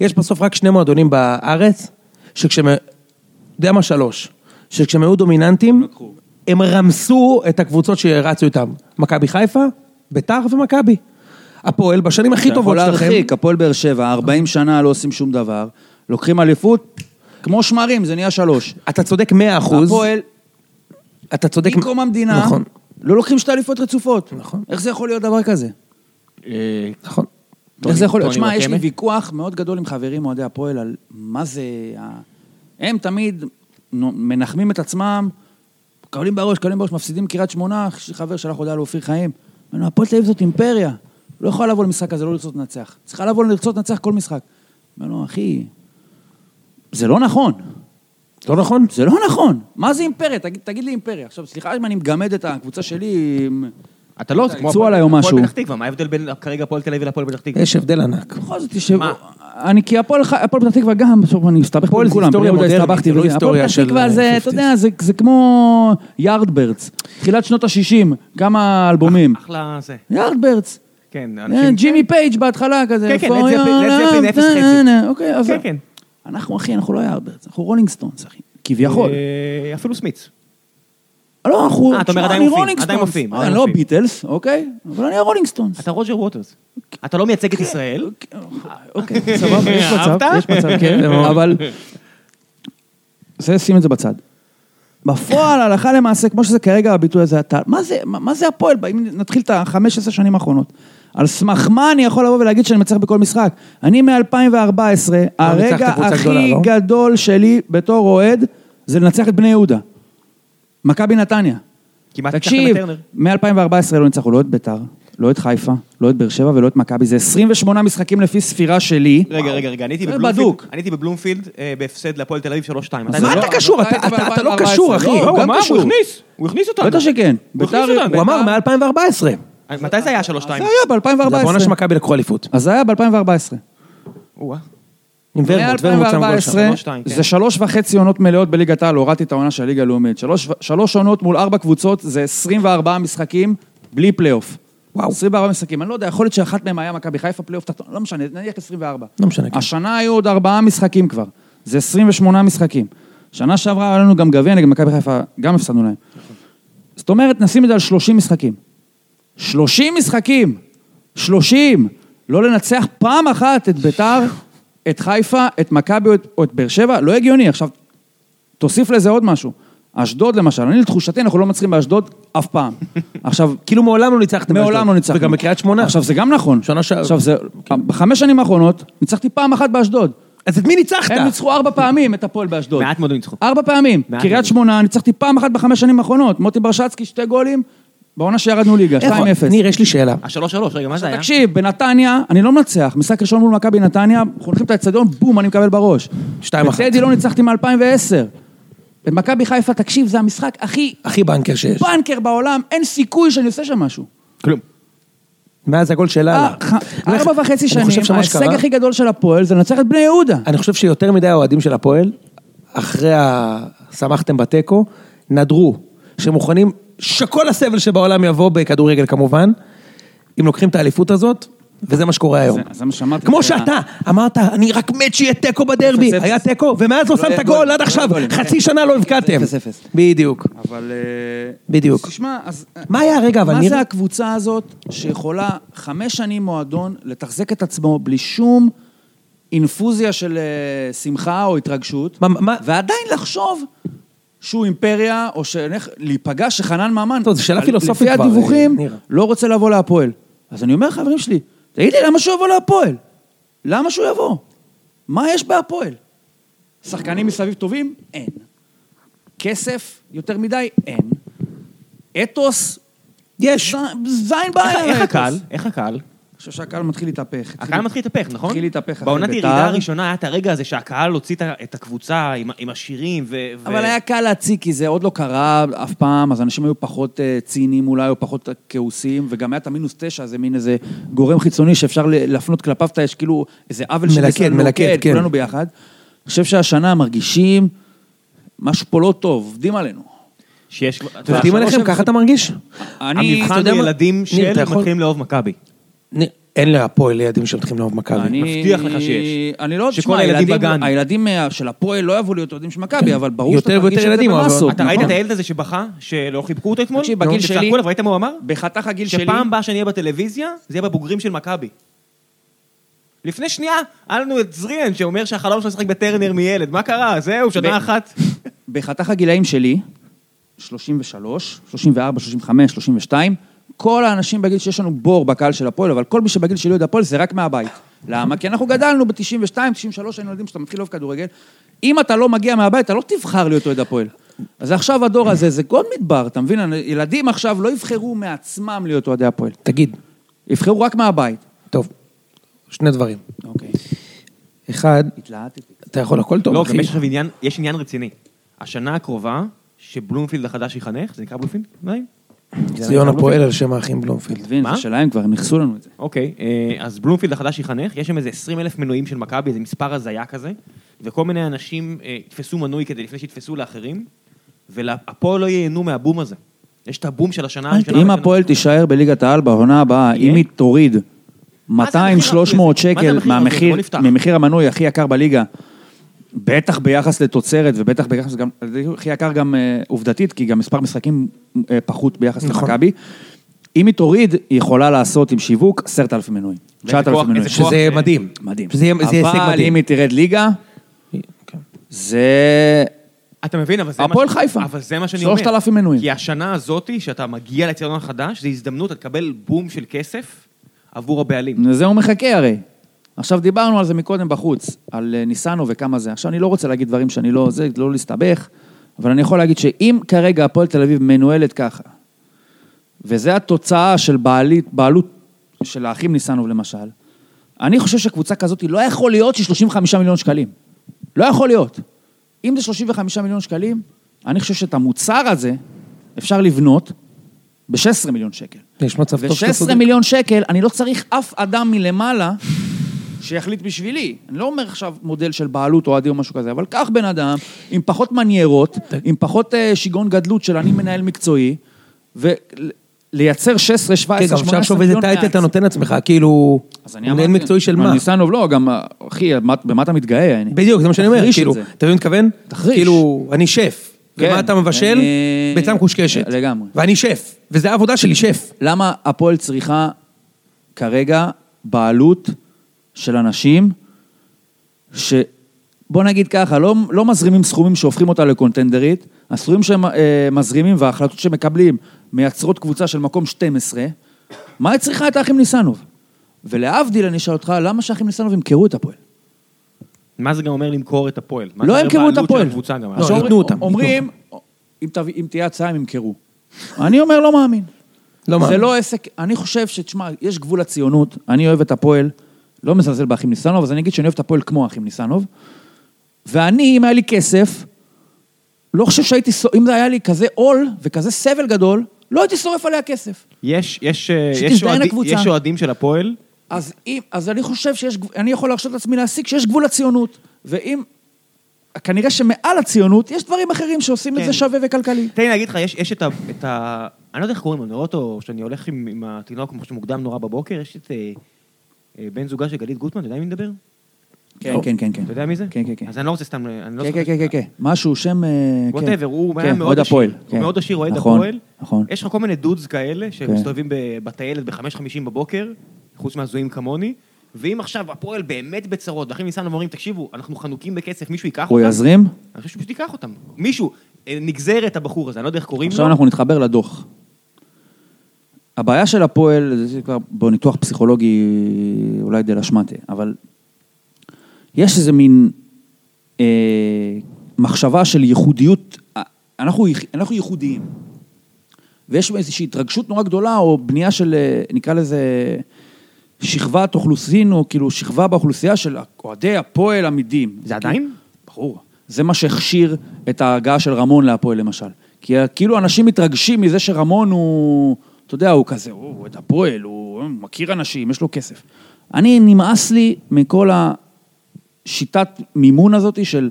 S1: יש בסוף רק שני מועדונים בארץ, שכשהם, יודע מה שלוש, שכשהם היו דומיננטיים, הם רמסו את הקבוצות שרצו איתם. מכבי חיפה, ביתר ומכבי. הפועל בשנים הכי אה. טובות
S3: אתה יכול
S1: שלכם,
S3: להרחיק, הפועל באר שבע, 40 שנה לא עושים שום דבר, לוקחים אליפות, כמו שמרים, זה נהיה שלוש.
S1: אתה צודק מאה אחוז,
S3: הפועל,
S1: אתה צודק,
S3: מקום המדינה,
S1: נכון,
S3: לא לוקחים שתי אליפות רצופות.
S1: נכון.
S3: איך זה יכול להיות דבר כזה?
S2: אה,
S1: נכון.
S2: טוני-
S3: איך זה יכול להיות?
S2: טוני
S3: שמע, יש לי
S2: וואקמה?
S3: ויכוח מאוד גדול עם חברים אוהדי הפועל על מה זה... ה- הם תמיד נו- מנחמים את עצמם, מקבלים בראש, מקבלים בראש, מפסידים קריית שמונה, יש לי חבר שלח הודעה לאופיר חיים. אמרנו, הפועל תל אביב זאת אימפריה. לא יכולה לבוא למשחק הזה, לא לרצות לנצח. צריכה לבוא לרצות לנצח כל משחק. אמרנו, אחי, זה לא נכון.
S1: לא נכון?
S3: זה לא נכון. מה זה אימפריה? תגיד, תגיד לי אימפריה. עכשיו, סליחה אם אני מגמד את הקבוצה שלי עם...
S2: אתה לא, זה
S3: יצאו עליי או משהו.
S2: הפועל פתח תקווה, מה ההבדל בין כרגע הפועל תל אביב להפועל פתח תקווה?
S1: יש הבדל ענק.
S3: בכל זאת, תשב...
S2: מה?
S3: אני, כי הפועל ח- הפועל פתח תקווה גם, בסוף אני מסתבך פה
S1: הפועל
S3: עם
S1: זה
S3: כולם.
S1: היסטוריה
S3: בני יהודה
S1: מודרנית,
S3: הסתבכתי
S1: זה לא
S3: וזה. הפועל
S1: היסטוריה
S3: פתח
S1: של,
S3: תקווה זה,
S1: אה,
S3: אתה
S1: 50s.
S3: יודע, זה, זה כמו יארדברטס. תחילת שנות ה-60, כמה אלבומים.
S2: אחלה זה.
S3: יארדברטס.
S2: כן,
S3: אה,
S2: אנשים...
S3: ג'ימי פייג' בהתחלה כזה.
S2: כן, כן,
S3: For
S2: לד זפלין-
S3: your
S2: לד זפלין
S3: love,
S2: אפס חצי.
S3: אה, אה, אוקיי, אז...
S2: כן, כן.
S3: אנחנו, אחי, אנחנו לא יארדברטס, אנחנו רולינג סטונס, אחי. כביכול.
S2: אה, אפילו סמיץ.
S3: לא, אנחנו...
S2: אה, אתה אומר
S3: תשמע,
S2: עדיין
S3: אני
S2: מופיעים,
S3: רולינג
S2: עדיין
S3: סטונס.
S2: מופיעים, עדיין
S3: אני לא
S2: מופיעים.
S3: ביטלס, אוקיי? אבל אני הרולינג סטונס.
S2: אתה רוג'ר ווטרס. אתה לא מייצג את ישראל.
S3: אוקיי, סבבה, יש מצב,
S1: כן,
S2: אהבת?
S3: יש מצב, כן, אבל... זה, שים את זה בצד. בפועל, הלכה למעשה, כמו שזה כרגע הביטוי הזה, אתה, מה זה, מה, מה זה הפועל, אם נתחיל את ה-15 שנים האחרונות, על סמך מה אני יכול לבוא ולהגיד שאני מצליח בכל משחק? אני מ-2014,
S1: לא ניצחת
S3: הרגע
S1: קבוצה
S3: הכי
S1: גדולה, לא?
S3: גדול שלי בתור אוהד, זה לנצח את בני יהודה. מכבי נתניה.
S2: כמעט ניצחתם
S3: תקשיב,
S2: את טרנר.
S3: מ-2014 לא ניצחו לא את ביתר, לא את חיפה, לא את באר שבע ולא את מכבי, זה 28 משחקים לפי ספירה שלי.
S2: רגע, רגע, רגע, אני הייתי
S3: זה
S2: בבלומפילד,
S3: אה, בדוק.
S2: אני הייתי בבלומפילד אה, בהפסד להפועל תל אביב 3-2.
S3: אז
S1: מה
S3: זה
S1: אתה
S3: לא-
S1: קשור?
S4: אתה
S1: אתה-
S4: היית
S1: אתה אתה לא
S4: ב-
S1: קשור,
S4: 14,
S1: אחי.
S2: לא,
S1: הוא
S2: הוא
S1: גם
S2: אמר, הוא
S1: קשור.
S2: הכניס, הוא הכניס אותנו.
S3: בטח שכן.
S2: הוא הכניס
S3: ביתר-
S2: אותנו. אה,
S1: הוא אמר מ-2014.
S2: מתי זה היה 3-2?
S3: זה היה
S1: זה
S3: ב-2014.
S1: העונה שמכבי לקחו אליפות.
S3: אז זה היה ב-2014.
S2: או-אה.
S1: עם ורמוט, ורמוט שם לא גול שם.
S2: שלוש, שתיים, כן.
S3: זה שלוש וחצי עונות מלאות בליגת העל, הורדתי את העונה של הליגה הלאומית. שלוש- שלוש עונות מול ארבע קבוצות, זה 24 משחקים בלי פלייאוף.
S1: וואו.
S3: 24 משחקים, אני לא יודע, יכול להיות שאחת מהם היה מכבי חיפה פלייאוף תחתון, לא משנה, נניח 24.
S1: לא משנה, כן.
S3: השנה היו עוד ארבעה משחקים כבר, זה 28 משחקים. שנה שעברה היה לנו גם גביע נגד מכבי חיפה, גם הפסדנו להם. זאת אומרת, נשים את זה על 30 משחקים. 30 משחקים! 30! לא לנצח פעם אחת את ביתר, את חיפה, את מכבי או את- או את באר שבע, לא הגיוני. עכשיו, תוסיף לזה עוד משהו. אשדוד למשל, אני לתחושתי, אנחנו לא מצליחים באשדוד אף פעם. עכשיו,
S1: כאילו מעולם לא ניצחתם. באשדוד.
S3: מעולם לא ניצחנו.
S1: וגם בקריית שמונה.
S3: עכשיו, זה גם נכון.
S1: שנה שעברה.
S3: עכשיו, זה... בחמש שנים האחרונות, ניצחתי פעם אחת באשדוד.
S1: אז את מי ניצחת?
S3: הם ניצחו ארבע פעמים את הפועל באשדוד.
S2: מעט מאוד ניצחו.
S3: ארבע פעמים.
S2: מעט מאוד.
S3: קריית שמונה, ניצחתי פעם אחת בחמש שנים האחרונות. מוטי ברשצקי, שתי גולים, בעונה שירדנו ליגה, 2-0.
S1: איפה- נכון. ניר, יש לי שאלה.
S2: ה-3-3, אה, רגע, מה זה היה?
S3: תקשיב, בנתניה, אני לא מנצח. משחק ראשון מול מכבי נתניה, חונכים את האצטדיון, בום, אני מקבל בראש.
S1: 2-1.
S3: בטדי לא ניצחתי מ-2010. את מכבי חיפה, תקשיב, זה המשחק הכי
S1: הכי בנקר שיש.
S3: בנקר בעולם, אין סיכוי שאני עושה שם משהו.
S2: כלום.
S1: מאז הגול של
S3: אה,
S1: אלה.
S3: ח- ארבע וחצי שנים, ההישג הכי גדול של הפועל זה לנצח את בני יהודה.
S1: אני חושב שיותר מדי האוהדים של הפועל, אחרי ה... שמחתם בתיקו, נדרו, שמוכנים שכל הסבל שבעולם יבוא בכדורגל כמובן, אם לוקחים את האליפות הזאת, וזה מה שקורה היום.
S3: זה מה שאמרתי.
S1: כמו
S3: זה ה-
S1: שאתה, אמרת, אני רק מת שיהיה תיקו בדרבי,
S3: אפס.
S1: היה תיקו, ומאז לא
S3: לא היה
S1: שמת
S3: גול,
S1: גול עד
S3: לא היה
S1: עכשיו,
S3: גולים.
S1: חצי שנה לא הבקעתם.
S3: אפס, אפס.
S1: בדיוק.
S3: אבל... אה,
S1: בדיוק.
S3: תשמע, אז...
S1: מה היה הרגע, אבל
S3: מה
S1: ניר-
S3: זה הקבוצה הזאת שיכולה חמש שנים מועדון לתחזק את עצמו בלי שום אינפוזיה של אה, שמחה או התרגשות,
S1: מה- מה-
S3: ועדיין לחשוב שהוא אימפריה, או שהולך להיפגע שחנן ממן,
S1: טוב, זו שאלה
S3: על-
S1: פילוסופית
S3: לפי
S1: כבר,
S3: הדיווחים,
S1: אה, נירה.
S3: לא רוצה לבוא להפועל. אז אני אומר חברים שלי, תגיד לי, למה שהוא יבוא להפועל? למה שהוא יבוא? מה יש בהפועל? שחקנים מסביב טובים? אין. כסף? יותר מדי? אין. אתוס?
S1: יש.
S3: ז- זין בעיה.
S2: איך
S3: האתוס.
S2: הקהל? איך הקהל?
S3: אני חושב שהקהל מתחיל להתהפך.
S2: הקהל מתחיל להתהפך, נכון?
S3: התחיל להתהפך אחרי
S2: בעונת
S3: בית"ר.
S2: הירידה הראשונה היה את הרגע הזה שהקהל הוציא את ה- את הקבוצה עם ה- עם השירים ו... ו-
S3: אבל היה קל להציג, כי זה עוד לא קרה אף פעם, אז אנשים היו פחות אה, ציניים אולי, או פחות כעוסים, וגם היה את המינוס תשע, זה מין איזה גורם חיצוני שאפשר ל- להפנות כלפיו את האש, כאילו איזה עוול
S1: מלכד,
S3: ישראל
S1: מלכד,
S3: מלוכד,
S1: כן.
S3: כולנו ביחד. אני חושב שהשנה מרגישים משהו פה לא טוב, עובדים עלינו.
S2: שיש...
S1: עובדים עליכם? ככה אתה מרגיש?
S3: אני,
S1: אתה
S2: המבחן
S1: יודע
S2: הוא
S1: מה?
S2: ילדים
S1: ניר,
S2: של
S1: אתה יכול-
S2: מתחילים לאהוב מכבי.
S1: ניר, אין להפועל ילדים שהולכים לאהוב מכבי.
S3: לא, אני
S2: מבטיח לך שיש.
S3: אני לא,
S2: שכל
S3: תשמע,
S2: הילדים
S3: הילדים
S2: בגן.
S3: הילדים אה, של הפועל לא יבואו להיות אוהדים של מכבי, אבל ברור
S1: יותר
S3: שאתה
S1: ויותר
S3: מרגיש את זה
S1: ילדים, אבל-
S3: במסות.
S2: אתה ראית
S3: נכון.
S2: את הילד הזה שבכה, שלא חיבקו אותו אתמול?
S3: תקשיב, בגיל שלי-
S2: שצעקו עליו, ראית מה הוא אמר?
S3: בחתך הגיל שלי...
S2: שפעם הבאה שאני אהיה בטלוויזיה, זה יהיה בבוגרים של מכבי. לפני שנייה, היה לנו את זריאן שאומר שהחלום שלו לשחק בטרנר מילד, מה קרה? זהו, שנה
S3: ב-
S2: אחת.
S3: בחתך הגילאים שלי, 33, 34, 35, 32, כל האנשים בגיל שיש לנו בור בקהל של הפועל, אבל כל מי שבגיל שלי אוהד הפועל זה רק מהבית. למה? כי אנחנו גדלנו ב-92, 93, היינו ילדים שאתה מתחיל לאהוב כדורגל. אם אתה לא מגיע מהבית, אתה לא תבחר להיות אוהד הפועל. אז עכשיו הדור הזה, זה גול מדבר, אתה מבין? ילדים עכשיו לא יבחרו מעצמם להיות אוהדי הפועל.
S1: תגיד,
S3: יבחרו רק מהבית.
S1: טוב, שני דברים.
S3: אוקיי.
S1: אחד,
S3: התלהטתי.
S1: אתה יכול הכל טוב,
S2: לא,
S1: אחי.
S2: גם יש עכשיו עניין, יש עניין רציני. השנה הקרובה, שבלומפילד החדש יחנך, זה נקרא בלומפילד? אולי?
S1: ציון הפועל על שם האחים בלומפילד.
S3: מבין,
S2: מה?
S3: זה שלהם כבר, הם נכסו לנו את זה.
S2: אוקיי, אה, אז בלומפילד החדש יחנך, יש שם איזה 20 אלף מנויים של מכבי, איזה מספר הזיה כזה, וכל מיני אנשים אה, יתפסו מנוי כדי לפני שיתפסו לאחרים, והפועל לא ייהנו מהבום הזה. יש את הבום של השנה הראשונה.
S3: אם
S2: והשנה-
S3: אה, הפועל תישאר בליגת העל בעונה הבאה,
S2: יהיה?
S3: אם היא תוריד
S2: מה זה המחיר
S3: 200-300
S2: הרפואי הזה? מה
S3: שקל
S2: זה המחיר הרפואי?
S3: מהמחיר,
S2: בוא נפתח.
S3: ממחיר המנוי הכי יקר בליגה, בטח ביחס לתוצרת ובטח ביחס גם, זה הכי יקר גם אה, עובדתית, כי גם מספר משחקים אה, פחות ביחס
S1: נכון.
S3: למכבי, אם היא תוריד, היא יכולה לעשות עם שיווק 10,000 מנויים.
S2: ואיזה
S3: 9,000
S2: כוח-
S3: מנויים.
S2: איזה כוח-
S1: שזה
S2: אה,
S1: מדהים.
S3: מדהים.
S1: שזה יהיה זה יהיה הישג
S3: אבל אם
S1: מדהים.
S3: היא תרד ליגה,
S1: כן.
S3: זה
S2: אתה מבין, אבל זה מה...
S3: הפועל חיפה.
S2: אבל זה מה שאני אומר.
S3: 3,000 מנויים.
S2: כי השנה הזאתי, שאתה מגיע לצדון החדש, זו הזדמנות, אתה תקבל בום של כסף עבור הבעלים.
S3: לזה הוא מחכה הרי. עכשיו דיברנו על זה מקודם בחוץ, על אה, ניסנו וכמה זה. עכשיו אני לא רוצה להגיד דברים שאני לא, זה, לא להסתבך, אבל אני יכול להגיד שאם כרגע הפועל תל אביב מנוהלת ככה, וזו התוצאה של בעלית, בעלות של האחים ניסנוב למשל, אני חושב שקבוצה כזאת לא יכול להיות שהיא 35 מיליון שקלים. לא יכול להיות. אם זה 35 מיליון שקלים, אני חושב שאת המוצר הזה אפשר לבנות ב-16 מיליון שקל.
S1: יש מצב טוב שאתה צודק.
S3: ו-16 מיליון שקל, אני לא צריך אף אדם מלמעלה שיחליט בשבילי. אני לא אומר עכשיו מודל של בעלות אוהדים או משהו כזה, אבל קח בן אדם עם פחות מניירות, עם פחות אה, שיגעון גדלות של אני מנהל מקצועי, ולייצר 16, 17,
S1: כן, גם
S3: 18 מיליון
S1: עכשיו איזה טייטל אתה
S3: מהעצ-
S1: נותן לעצמך, כאילו...
S3: אז אני
S1: מנהל
S3: אמרתי,
S1: מקצועי של
S3: אבל
S1: מה?
S3: ניסנוב לא, גם, אה, אחי, מה- במה אתה מתגאה? אני-
S1: בדיוק, זה מה שאני אומר,
S3: תחריש את
S1: כאילו,
S3: זה.
S1: אתה מבין מה מתכוון?
S3: תחריש.
S1: כאילו, אני שף.
S3: כן.
S1: ומה אתה מבשל?
S3: אני-
S1: ביצה מקושקשת.
S3: לגמרי.
S1: ואני שף. וזה העבודה שלי, שף.
S3: למה הפועל צריכה כרגע בעלות של אנשים ש... בוא נגיד ככה, לא, לא מזרימים סכומים שהופכים אותה לקונטנדרית, הסכומים שהם אה, מזרימים וההחלטות שמקבלים מייצרות קבוצה של מקום 12, מה היא צריכה את האחים ניסנוב? ולהבדיל, אני אשאל אותך, למה שהאחים ניסנוב ימכרו את הפועל?
S2: מה זה גם אומר למכור את הפועל? מה
S3: לא
S2: זה אומר
S3: ימכרו
S2: בעלות
S3: את
S2: של
S3: הפועל.
S2: הקבוצה גם. אה.
S1: לא,
S3: עכשיו
S1: ייתנו אותם,
S3: אומרים, אם תביא- אם תהיה הצעה, הם ימכרו. אני אומר, לא מאמין.
S1: לא מה.
S3: זה לא עסק, אני חושב שתשמע, יש גבול לציונות, אני אוהב את הפועל, לא מזלזל באחים ניסנוב, אז אני אגיד שאני אוהב את הפועל כמו האחים ניסנוב, ואני, אם היה לי כסף, לא חושב שהייתי, ס- אם זה היה לי כזה עול וכזה סבל גדול, לא הייתי שורף עליה כסף.
S2: יש, יש, אה,
S3: שתזדיין
S2: יש, אוהדים-
S3: הקבוצה.
S2: יש אוהדים של הפועל,
S3: אז, אם, אז אני חושב שיש, גב- אני יכול להרשות לעצמי להסיק שיש גבול לציונות, ואם, כנראה שמעל הציונות, יש דברים אחרים שעושים את
S2: כן.
S3: זה שווה וכלכלי.
S2: תן לי להגיד לך, יש, יש את, ה, את ה... אני לא יודע איך קוראים לו, נראות או שאני הולך עם, עם התינוק מוקדם נורא בבוקר, יש את אה, אה, בן זוגה של גלית גוטמן, אתה יודע מי מדבר?
S3: כן, כן, כן, כן.
S2: אתה יודע מי זה?
S3: כן, כן, כן.
S2: אז אני לא רוצה סתם... אני לא
S3: כן,
S2: זוכר-
S3: כן, כן, כן, כן. משהו, שם... אה, כן.
S2: ווטאבר, הוא היה
S3: כן,
S2: מאוד
S3: אוהד
S2: עשיר.
S3: הפועל,
S2: הוא
S3: כן.
S2: מאוד עשיר, אוהד
S3: נכון,
S2: הפועל.
S3: נכון. כן.
S2: יש לך כל מיני דודס כאלה, שמסתובבים ב- בטיילת ב-5.50 בבוקר, חוץ מהזויים כמוני, ואם עכשיו הפועל באמת בצרות, ואחים ניסנוב אומרים, תקשיבו, אנחנו חנוקים בכסף, מישהו ייקח
S3: הוא
S2: אותם?
S3: יזרים?
S2: אני חושב שהוא פשוט ייקח אותם. מישהו, אה, נגזרת הבחור הזה, אני לא יודע איך קוראים
S3: עכשיו
S2: לו.
S3: אנחנו נתחבר לדוח. הבעיה של הפועל, זה כבר בניתוח פסיכולוגי אולי דל אשמטה, אבל יש איזה מין אה, מחשבה של ייחודיות, אה, אנחנו, ייח- אנחנו ייחודיים, ויש איזושהי התרגשות נורא גדולה, או בנייה של, אה, נקרא לזה, שכבת אוכלוסין, או כאילו שכבה באוכלוסייה של אוהדי הפועל עמידים.
S2: זה עדיין?
S3: ברור. זה מה שהכשיר את ההגעה של רמון להפועל למשל. כי כאילו אנשים מתרגשים מזה שרמון הוא, אתה יודע, הוא כזה, הוא אוהד הפועל, הוא מכיר אנשים, יש לו כסף. אני, נמאס לי מכל השיטת מימון הזאת של...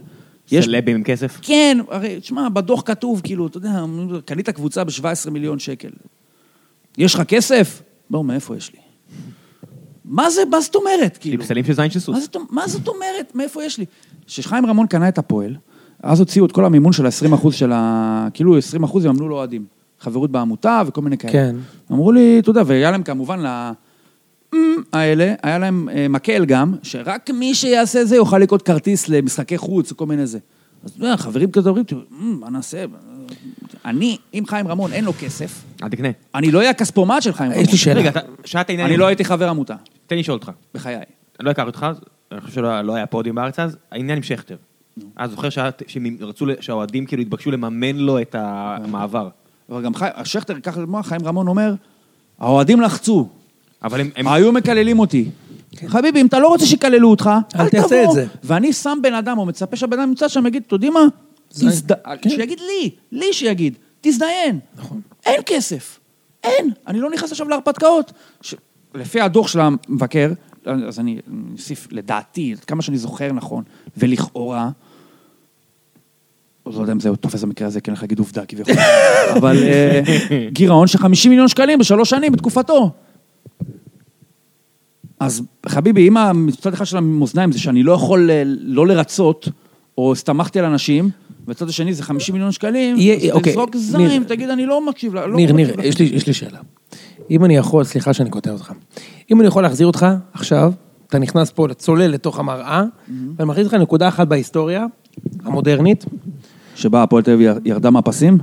S3: יש
S2: סלבים עם כסף.
S3: כן, הרי, תשמע, בדוח כתוב, כאילו, אתה יודע, קנית קבוצה ב-17 מיליון שקל. יש לך כסף? בואו, מאיפה יש לי? מה זה, מה זאת אומרת,
S2: עם
S3: כאילו?
S2: סלים של זין של
S3: מה
S2: סוס.
S3: זאת, מה זאת אומרת? מאיפה יש לי? כשחיים רמון קנה את הפועל, אז הוציאו את כל המימון של ה-20% של ה... כאילו 20% יממנו לו אוהדים. חברות בעמותה וכל מיני כאלה.
S1: כן.
S3: אמרו לי, אתה יודע, והיה להם כמובן ל... "אמ" האלה, היה להם אה, מקל גם, שרק מי שיעשה זה יוכל לקנות כרטיס למשחקי חוץ וכל מיני זה. אז אתה יודע, חברים כזה אומרים, "אמ, מה נעשה? אני, אם חיים רמון אין לו כסף,
S2: אל תקנה.
S3: אני לא אהיה הכספומט של חיים רמון.
S1: יש לי שאלה.
S2: רגע, אתה- שאלת עניין.
S3: אני לא הייתי חבר עמותה,
S2: תן לי לשאול אותך.
S3: בחיי.
S2: אני לא הכרתי אותך, אז אני חושב שלא לא היה פודיום בארץ אז, העניין עם שכטר. אז זוכר שהיה- שהם רצו, ל- שהאוהדים כאילו התבקשו לממן לו את המעבר.
S3: אבל גם חי... שכטר, ככה לדוגמה, חיים רמון אומר, האוהדים לחצו,
S2: אבל הם... הם-
S3: הם... היו מקללים אותי. חביבי, אם אתה לא רוצה שיקללו אותך,
S1: כן. אל
S3: אל,
S1: תעשה
S3: תבוא.
S1: את זה.
S3: ואני שם בן אדם, או מצפה שהבן אדם נמצא שם, יגיד, אתה יודעים מה?
S1: זין."
S3: תזד...
S1: כן.
S3: שיגיד לי, לי שיגיד, תזדיין. נכון. אין כסף. אין. אני לא נכנס עכשיו להרפתקאות. ש... לפי הדוח של המבקר, אז אני אוסיף, לדעתי, עד כמה שאני זוכר נכון, ולכאורה, לא יודע אם זה תופס במקרה הזה, כי אני הולך להגיד עובדה כביכול, אבל אה, גירעון של 50 מיליון שקלים בשלוש שנים בתקופתו. אז חביבי, אם מצד אחד של המאזניים זה שאני לא יכול אה, לא לרצות, או הסתמכתי על אנשים, והצד השני זה 50 מיליון שקלים,
S1: יהיה-
S3: אז
S1: אוקיי,
S3: תזרוק
S1: ניר.
S3: זין, תגיד, אני לא מקשיב לה. לא
S1: ניר,
S3: מקשיב
S1: ניר,
S3: לה."
S1: יש לי- יש לי שאלה. אם אני יכול, סליחה שאני קוטע אותך. אם אני יכול להחזיר אותך עכשיו, אתה נכנס פה, צולל לתוך המראה, ואני מחזיר אותך נקודה אחת בהיסטוריה המודרנית,
S3: שבה הפועל תל אביב ירדה מהפסים?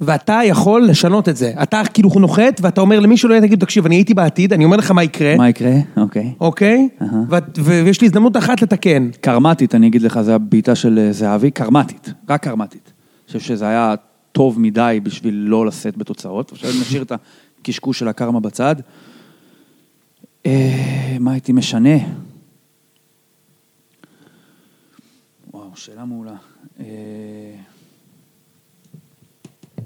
S1: ואתה יכול לשנות את זה. אתה כאילו נוחת, ואתה אומר למי שלא יהיה, תגיד, תקשיב, אני הייתי בעתיד, אני אומר לך מה יקרה,
S3: מה יקרה? אוקיי.
S1: אוקיי?
S3: אהה.
S1: ואת- ו- ויש לי הזדמנות אחת לתקן.
S3: קרמטית, אני אגיד לך, זה הבעיטה של אה, זהבי, קרמטית, רק קרמטית. אני חושב שזה היה טוב מדי בשביל לא לשאת בתוצאות. עכשיו נשאיר את הקשקוש של הקרמה בצד. אה, מה הייתי משנה? וואו, שאלה מעולה. אה,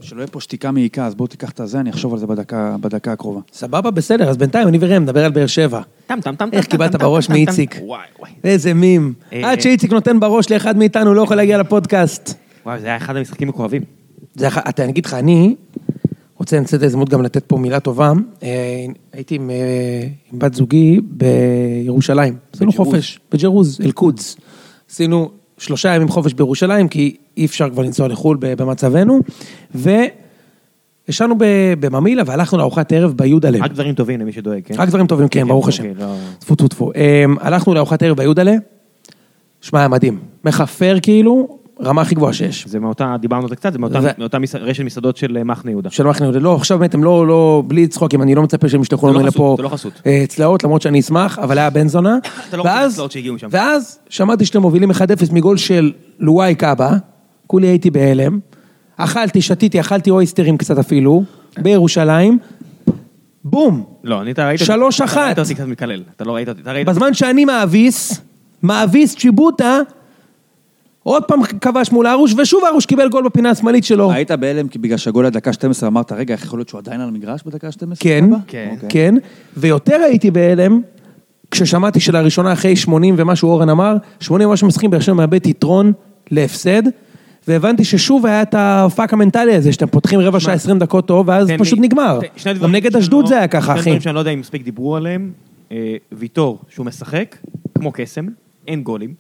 S3: שלא יהיה פה שתיקה מעיקה, אז בואו תיקח את הזה, אני אחשוב על זה בדקה, בדקה הקרובה.
S1: סבבה, בסדר, אז בינתיים אני וראם נדבר על באר שבע.
S2: טם, טם, טם,
S1: איך
S2: טם,
S1: קיבלת
S2: טם, טם,
S1: בראש
S2: טם,
S1: מאיציק?
S2: טם. וואי, וואי.
S1: איזה מים.
S2: אה,
S1: עד שאיציק נותן בראש לאחד מאיתנו, לא יכול להגיע לפודקאסט.
S2: וואי, זה היה אחד המשחקים הכואבים.
S1: זה אח- אתה, אני אגיד לך, אני רוצה לנצל את ההזדמנות גם לתת פה מילה טובה. אה, הייתי עם, אה, עם בת זוגי בירושלים. עשינו
S3: בג'רוז.
S1: חופש, בג'רוז, אל-קודס. עשינו שלושה ימים חופש בירושלים, כי אי אפשר כבר לנסוע לחו"ל ב- במצבנו. וישנו ב- בממילה והלכנו לארוחת ערב ביהודה לב.
S2: רק דברים טובים למי שדואג, כן?
S1: רק דברים טובים, כן, ברוך השם.
S2: אוקיי, לא-
S1: טפו טפו טפו. אמ, הלכנו לארוחת ערב ביהודלה, שמע, היה מדהים. מחפר כאילו, רמה הכי גבוהה שיש.
S2: זה מאותה, דיברנו על זה קצת, זה מאותה-
S1: ו-
S2: מאותה מסע- רשת מסעדות של אה, מחנה יהודה.
S1: של מחנה יהודה. לא, עכשיו באמת, הם לא, לא, בלי צחוקים, אני לא מצפה שהם ישלחו
S2: זה לא
S1: לנו
S2: חסות,
S1: לפה
S2: זה לא חסות.
S1: אה, צלעות, למרות שאני אשמח, אבל היה בן זונה.
S2: אתה לא רוצה
S1: ואז-
S2: הצלעות שהגיעו משם.
S1: ואז שמעתי שאתם מובילים 1-0 מגול של לואי קאבה, כולי הייתי בהלם. אכלתי, שתיתי, אכלתי אויסטרים קצת אפילו, בירושלים. בום!
S2: לא, אני, אתה ראית...
S1: שלוש
S2: אתה
S1: אחת.
S2: ראית אותי קצת מקלל, אתה לא ראית אותי, אתה ראית...
S1: בזמן שאני מאביס, מאביס צ'יבוטה, עוד פעם כבש מול ארוש, ושוב ארוש קיבל גול בפינה השמאלית שלו.
S3: היית בהלם כי בגלל שהגול היה דקה 12, אמרת, רגע, איך יכול להיות שהוא עדיין על המגרש בדקה 12?
S1: כן,
S2: כן.
S3: אוקיי.
S1: כן, ויותר הייתי בהלם, כששמעתי שלראשונה אחרי 80 ומשהו אורן אמר, 80 ומשהו משחקים, באר שבע מאבד יתרון להפסד, והבנתי ששוב היה את הפאק המנטלי הזה, שאתם פותחים רבע שעה 20 דקות טוב, ואז
S2: תן לי-
S1: פשוט נגמר.
S2: ת- שני
S1: גם
S2: דברים
S1: נגד
S2: שאני
S1: אשדוד
S2: לא-
S1: זה היה ככה,
S2: שני
S1: אחי.
S2: דברים שאני לא יודע אם מספיק דיברו עליהם. אה, ויטור, שהוא משחק, כמו קסם, אין גולים.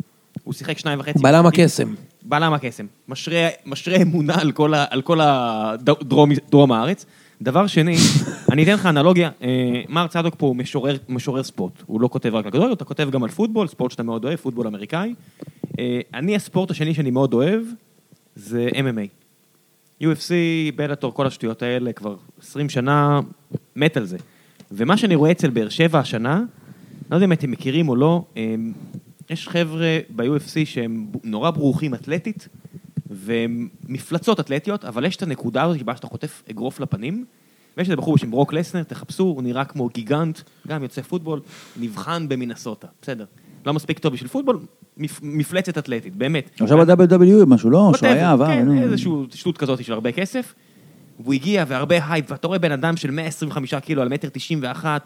S2: הוא שיחק שניים וחצי.
S1: בלם
S2: משחקים.
S1: הקסם.
S2: בלם הקסם. משרה משרה אמונה על כל ה- על כל הדרום דרום הארץ. דבר שני, אני אתן לך אנלוגיה, אה, מר צדוק פה הוא משורר, משורר ספורט, הוא לא כותב רק על גדול, אתה כותב גם על פוטבול, ספורט שאתה מאוד אוהב, פוטבול אמריקאי. אה, אני, הספורט השני שאני מאוד אוהב, זה MMA. UFC, בלאטור, כל השטויות האלה, כבר 20 שנה מת על זה. ומה שאני רואה אצל באר שבע השנה, אני לא יודע אם אתם מכירים או לא, הם, יש חבר'ה ב-UFC שהם ב- נורא ברוכים אתלטית, והם מפלצות אתלטיות, אבל יש את הנקודה הזאת שבה שאתה חוטף אגרוף לפנים, ויש איזה בחור בשם ברוק לסנר, תחפשו, הוא נראה כמו גיגנט, גם יוצא פוטבול, נבחן במינסוטה, בסדר. לא מספיק טוב בשביל פוטבול, מפ- מפלצת אתלטית, באמת.
S3: עכשיו ב-WW משהו, לא? שהוא
S2: whatever,
S3: היה, עבר,
S2: כן,
S3: נו.
S2: איזשהו שטות כזאת של הרבה כסף. והוא הגיע והרבה הייפ, ואתה רואה בן אדם של 125 קילו על מטר 91,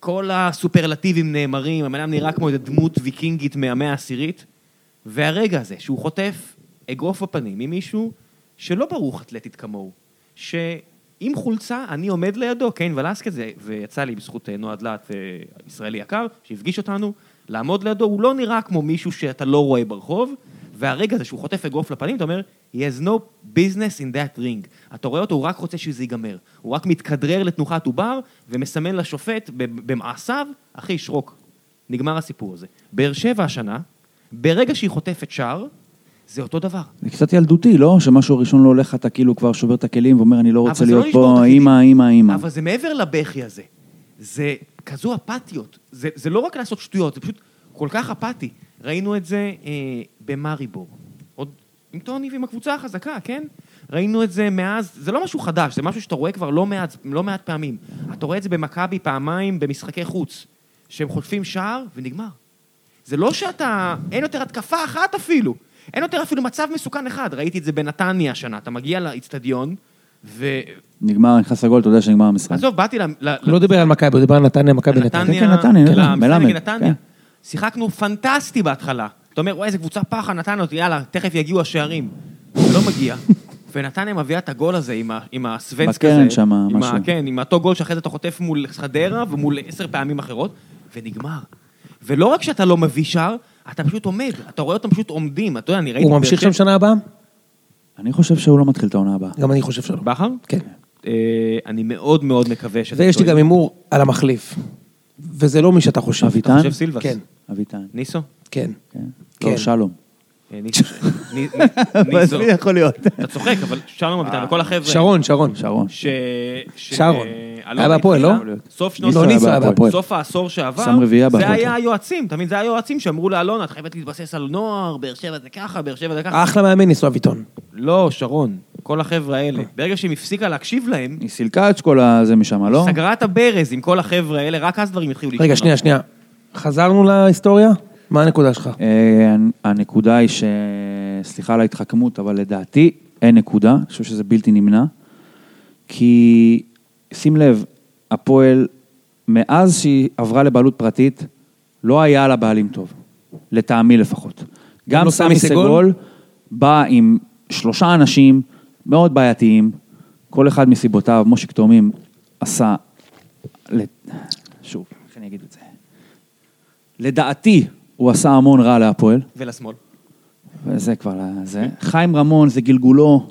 S2: כל הסופרלטיבים נאמרים, הבן אדם נראה כמו איזה דמות ויקינגית מהמאה העשירית, והרגע הזה שהוא חוטף אגרוף בפנים ממישהו שלא ברוך אתלטית כמוהו, שעם חולצה אני עומד לידו, כן, ולסקי זה, ויצא לי בזכות אה, נועה דלת, אה, ישראלי יקר, שהפגיש אותנו, לעמוד לידו, הוא לא נראה כמו מישהו שאתה לא רואה ברחוב, והרגע הזה שהוא חוטף אגרוף לפנים, אתה אומר, he has no business in that ring. אתה רואה אותו, הוא רק רוצה שזה ייגמר. הוא רק מתכדרר לתנוחת עובר, ומסמן לשופט ב- במעשיו, אחי, שרוק. נגמר הסיפור הזה. באר שבע השנה, ברגע שהיא חוטפת שער, זה אותו דבר.
S3: זה קצת ילדותי, לא? שמשהו ראשון לא הולך, אתה כאילו כבר שובר את הכלים ואומר, אני לא
S2: אבל
S3: רוצה
S2: זה לא
S3: להיות
S2: לשבור את
S3: פה
S2: הכלים.
S3: אימא, אימא, אימא.
S2: אבל זה מעבר לבכי הזה. זה כזו אפתיות. זה, זה לא רק לעשות שטויות, זה פשוט כל כך אפאתי. ראינו את זה אה, במאריבור. עוד עם טוני ועם הקבוצה החזקה, כן? ראינו את זה מאז, זה לא משהו חדש, זה משהו שאתה רואה כבר לא מעט, לא מעט פעמים. אתה רואה את זה במכבי פעמיים במשחקי חוץ, שהם חוטפים שער ונגמר. זה לא שאתה, אין יותר התקפה אחת אפילו. אין יותר אפילו מצב מסוכן אחד. ראיתי את זה בנתניה השנה, אתה מגיע לאיצטדיון, ו...
S3: נגמר, נכנס לגול, אתה יודע שנגמר המשחק.
S2: עזוב, באתי ל... ל-
S1: הוא לא דיבר על מכבי, הוא דיבר על נתניה, מכבי נתניה.
S2: לנתניה,
S3: כן, נתניה,
S2: כן,
S3: נתניה,
S2: למשחק נגד
S3: מלמד,
S2: נתניה.
S3: כן.
S2: שיחקנו פנטסטי בהתחלה. אתה אומר, וואי, איזה קבוצה פחה, נתניה אותי, יאללה, תכף יגיעו השערים. לא מגיע. ונתניה מביאה את הגול הזה עם ה- עם הסוונץ כזה.
S3: בקרן שם,
S2: עם ה-
S3: משהו.
S2: כן, עם אותו גול שאחרי זה אתה חוטף מול חדרה ומול עשר פעמים אחרות, ונגמר. ולא רק שאתה לא מביא שער, אתה פשוט עומד, אתה רואה אותם פשוט עומדים, אתה יודע, אני ראיתי...
S1: הוא
S2: את באר
S1: ממשיך
S2: שבע-
S1: שם שנה הבאה?
S3: אני חושב שהוא לא מתחיל את העונה הבאה.
S1: גם אני חושב שלא.
S2: בכר?
S1: כן.
S2: אה, אני מאוד מאוד מקווה שאתה...
S1: ויש לי
S2: טועה.
S1: גם הימור על המחליף. וזה לא מי שאתה חושב.
S3: אביטן?
S2: אתה חושב סילבס?
S1: כן,
S3: אביטן.
S2: ניסו?
S1: כן.
S3: כן.
S1: כן.
S3: לא, שלום.
S2: אה, ניסו ש- ני- ני-
S4: אבל
S2: ניסו.
S4: זה לא יכול להיות. אה,
S2: אתה צוחק, אבל שלום אביטן וכל החבר'ה.
S1: שרון, שרון.
S3: שרון.
S2: ש... ש-
S1: שרון.
S2: אה,
S1: היה בהפועל, לא?
S2: התחילה, סוף שנות...
S1: לא, ניסו היה בהפועל.
S2: סוף העשור שעבר,
S3: שם רביעייה
S2: זה
S3: בהפועל.
S2: היה היועצים, אתה מבין? זה היה היועצים שאמרו לאלונה, את חייבת להתבסס על נוער, באר שבע זה ככה, באר שבע זה ככה.
S1: אחלה מאמן ניסו אביטון.
S2: לא, שרון, כל החבר'ה
S1: אה.
S2: האלה. ברגע שהיא הפסיקה להקשיב להם,
S3: היא סילקה את כל הזה משם, לא?
S2: סגרה את הברז עם כל החבר'ה האלה, רק אז דברים התחילו
S1: רגע, שנייה, שנייה. חזרנו להיסטוריה? מה הנקודה שלך?
S3: אה, הנקודה היא ש... סליחה על ההתחכמות, אבל לדעתי אין נקודה, אני חושב שזה בלתי נמנע. כי שים לב, הפועל, מאז שהיא עברה לבעלות פרטית, לא היה לה בעלים טוב, לטעמי לפחות. גם
S1: לא
S3: סמי סגול בא עם שלושה אנשים מאוד בעייתיים, כל אחד מסיבותיו, מושיק תאומים עשה, ל- שוב, איך אני אגיד את זה? לדעתי, הוא עשה המון רע להפועל.
S2: ולשמאל.
S3: וזה כבר, זה. חיים רמון זה גלגולו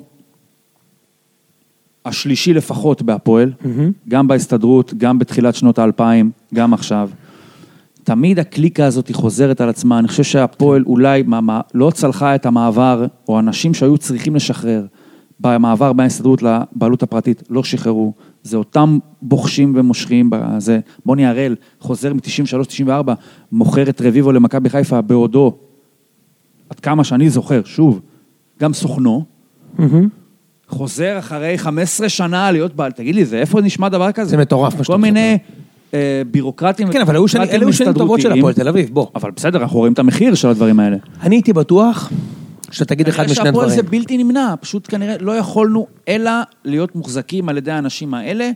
S3: השלישי לפחות בהפועל, גם בהסתדרות, גם בתחילת שנות האלפיים, גם עכשיו. תמיד הקליקה הזאת היא חוזרת על עצמה, אני חושב שהפועל אולי מה- מה- לא צלחה את המעבר, או אנשים שהיו צריכים לשחרר במעבר בין ההסתדרות לבעלות הפרטית, לא שחררו. זה אותם בוחשים ומושכים בזה. בוני הראל חוזר מ-93-94, מוכר את רביבו למכבי חיפה בעודו עד כמה שאני זוכר, שוב, גם סוכנו, חוזר אחרי 15 שנה להיות בעל, תגיד לי, זה איפה נשמע דבר כזה?
S1: זה מטורף, מה שאתה
S3: כל מיני אה, בירוקרטים.
S1: כן, אבל היו שנים- אלה היו שנים טובות של הפועל תל אביב, בוא.
S3: אבל בסדר, אנחנו רואים את המחיר של הדברים האלה.
S1: אני הייתי בטוח שאתה תגיד אחד משני
S3: שהפועל
S1: הדברים.
S3: זה בלתי נמנע, פשוט כנראה לא יכולנו אלא להיות מוחזקים על ידי האנשים האלה,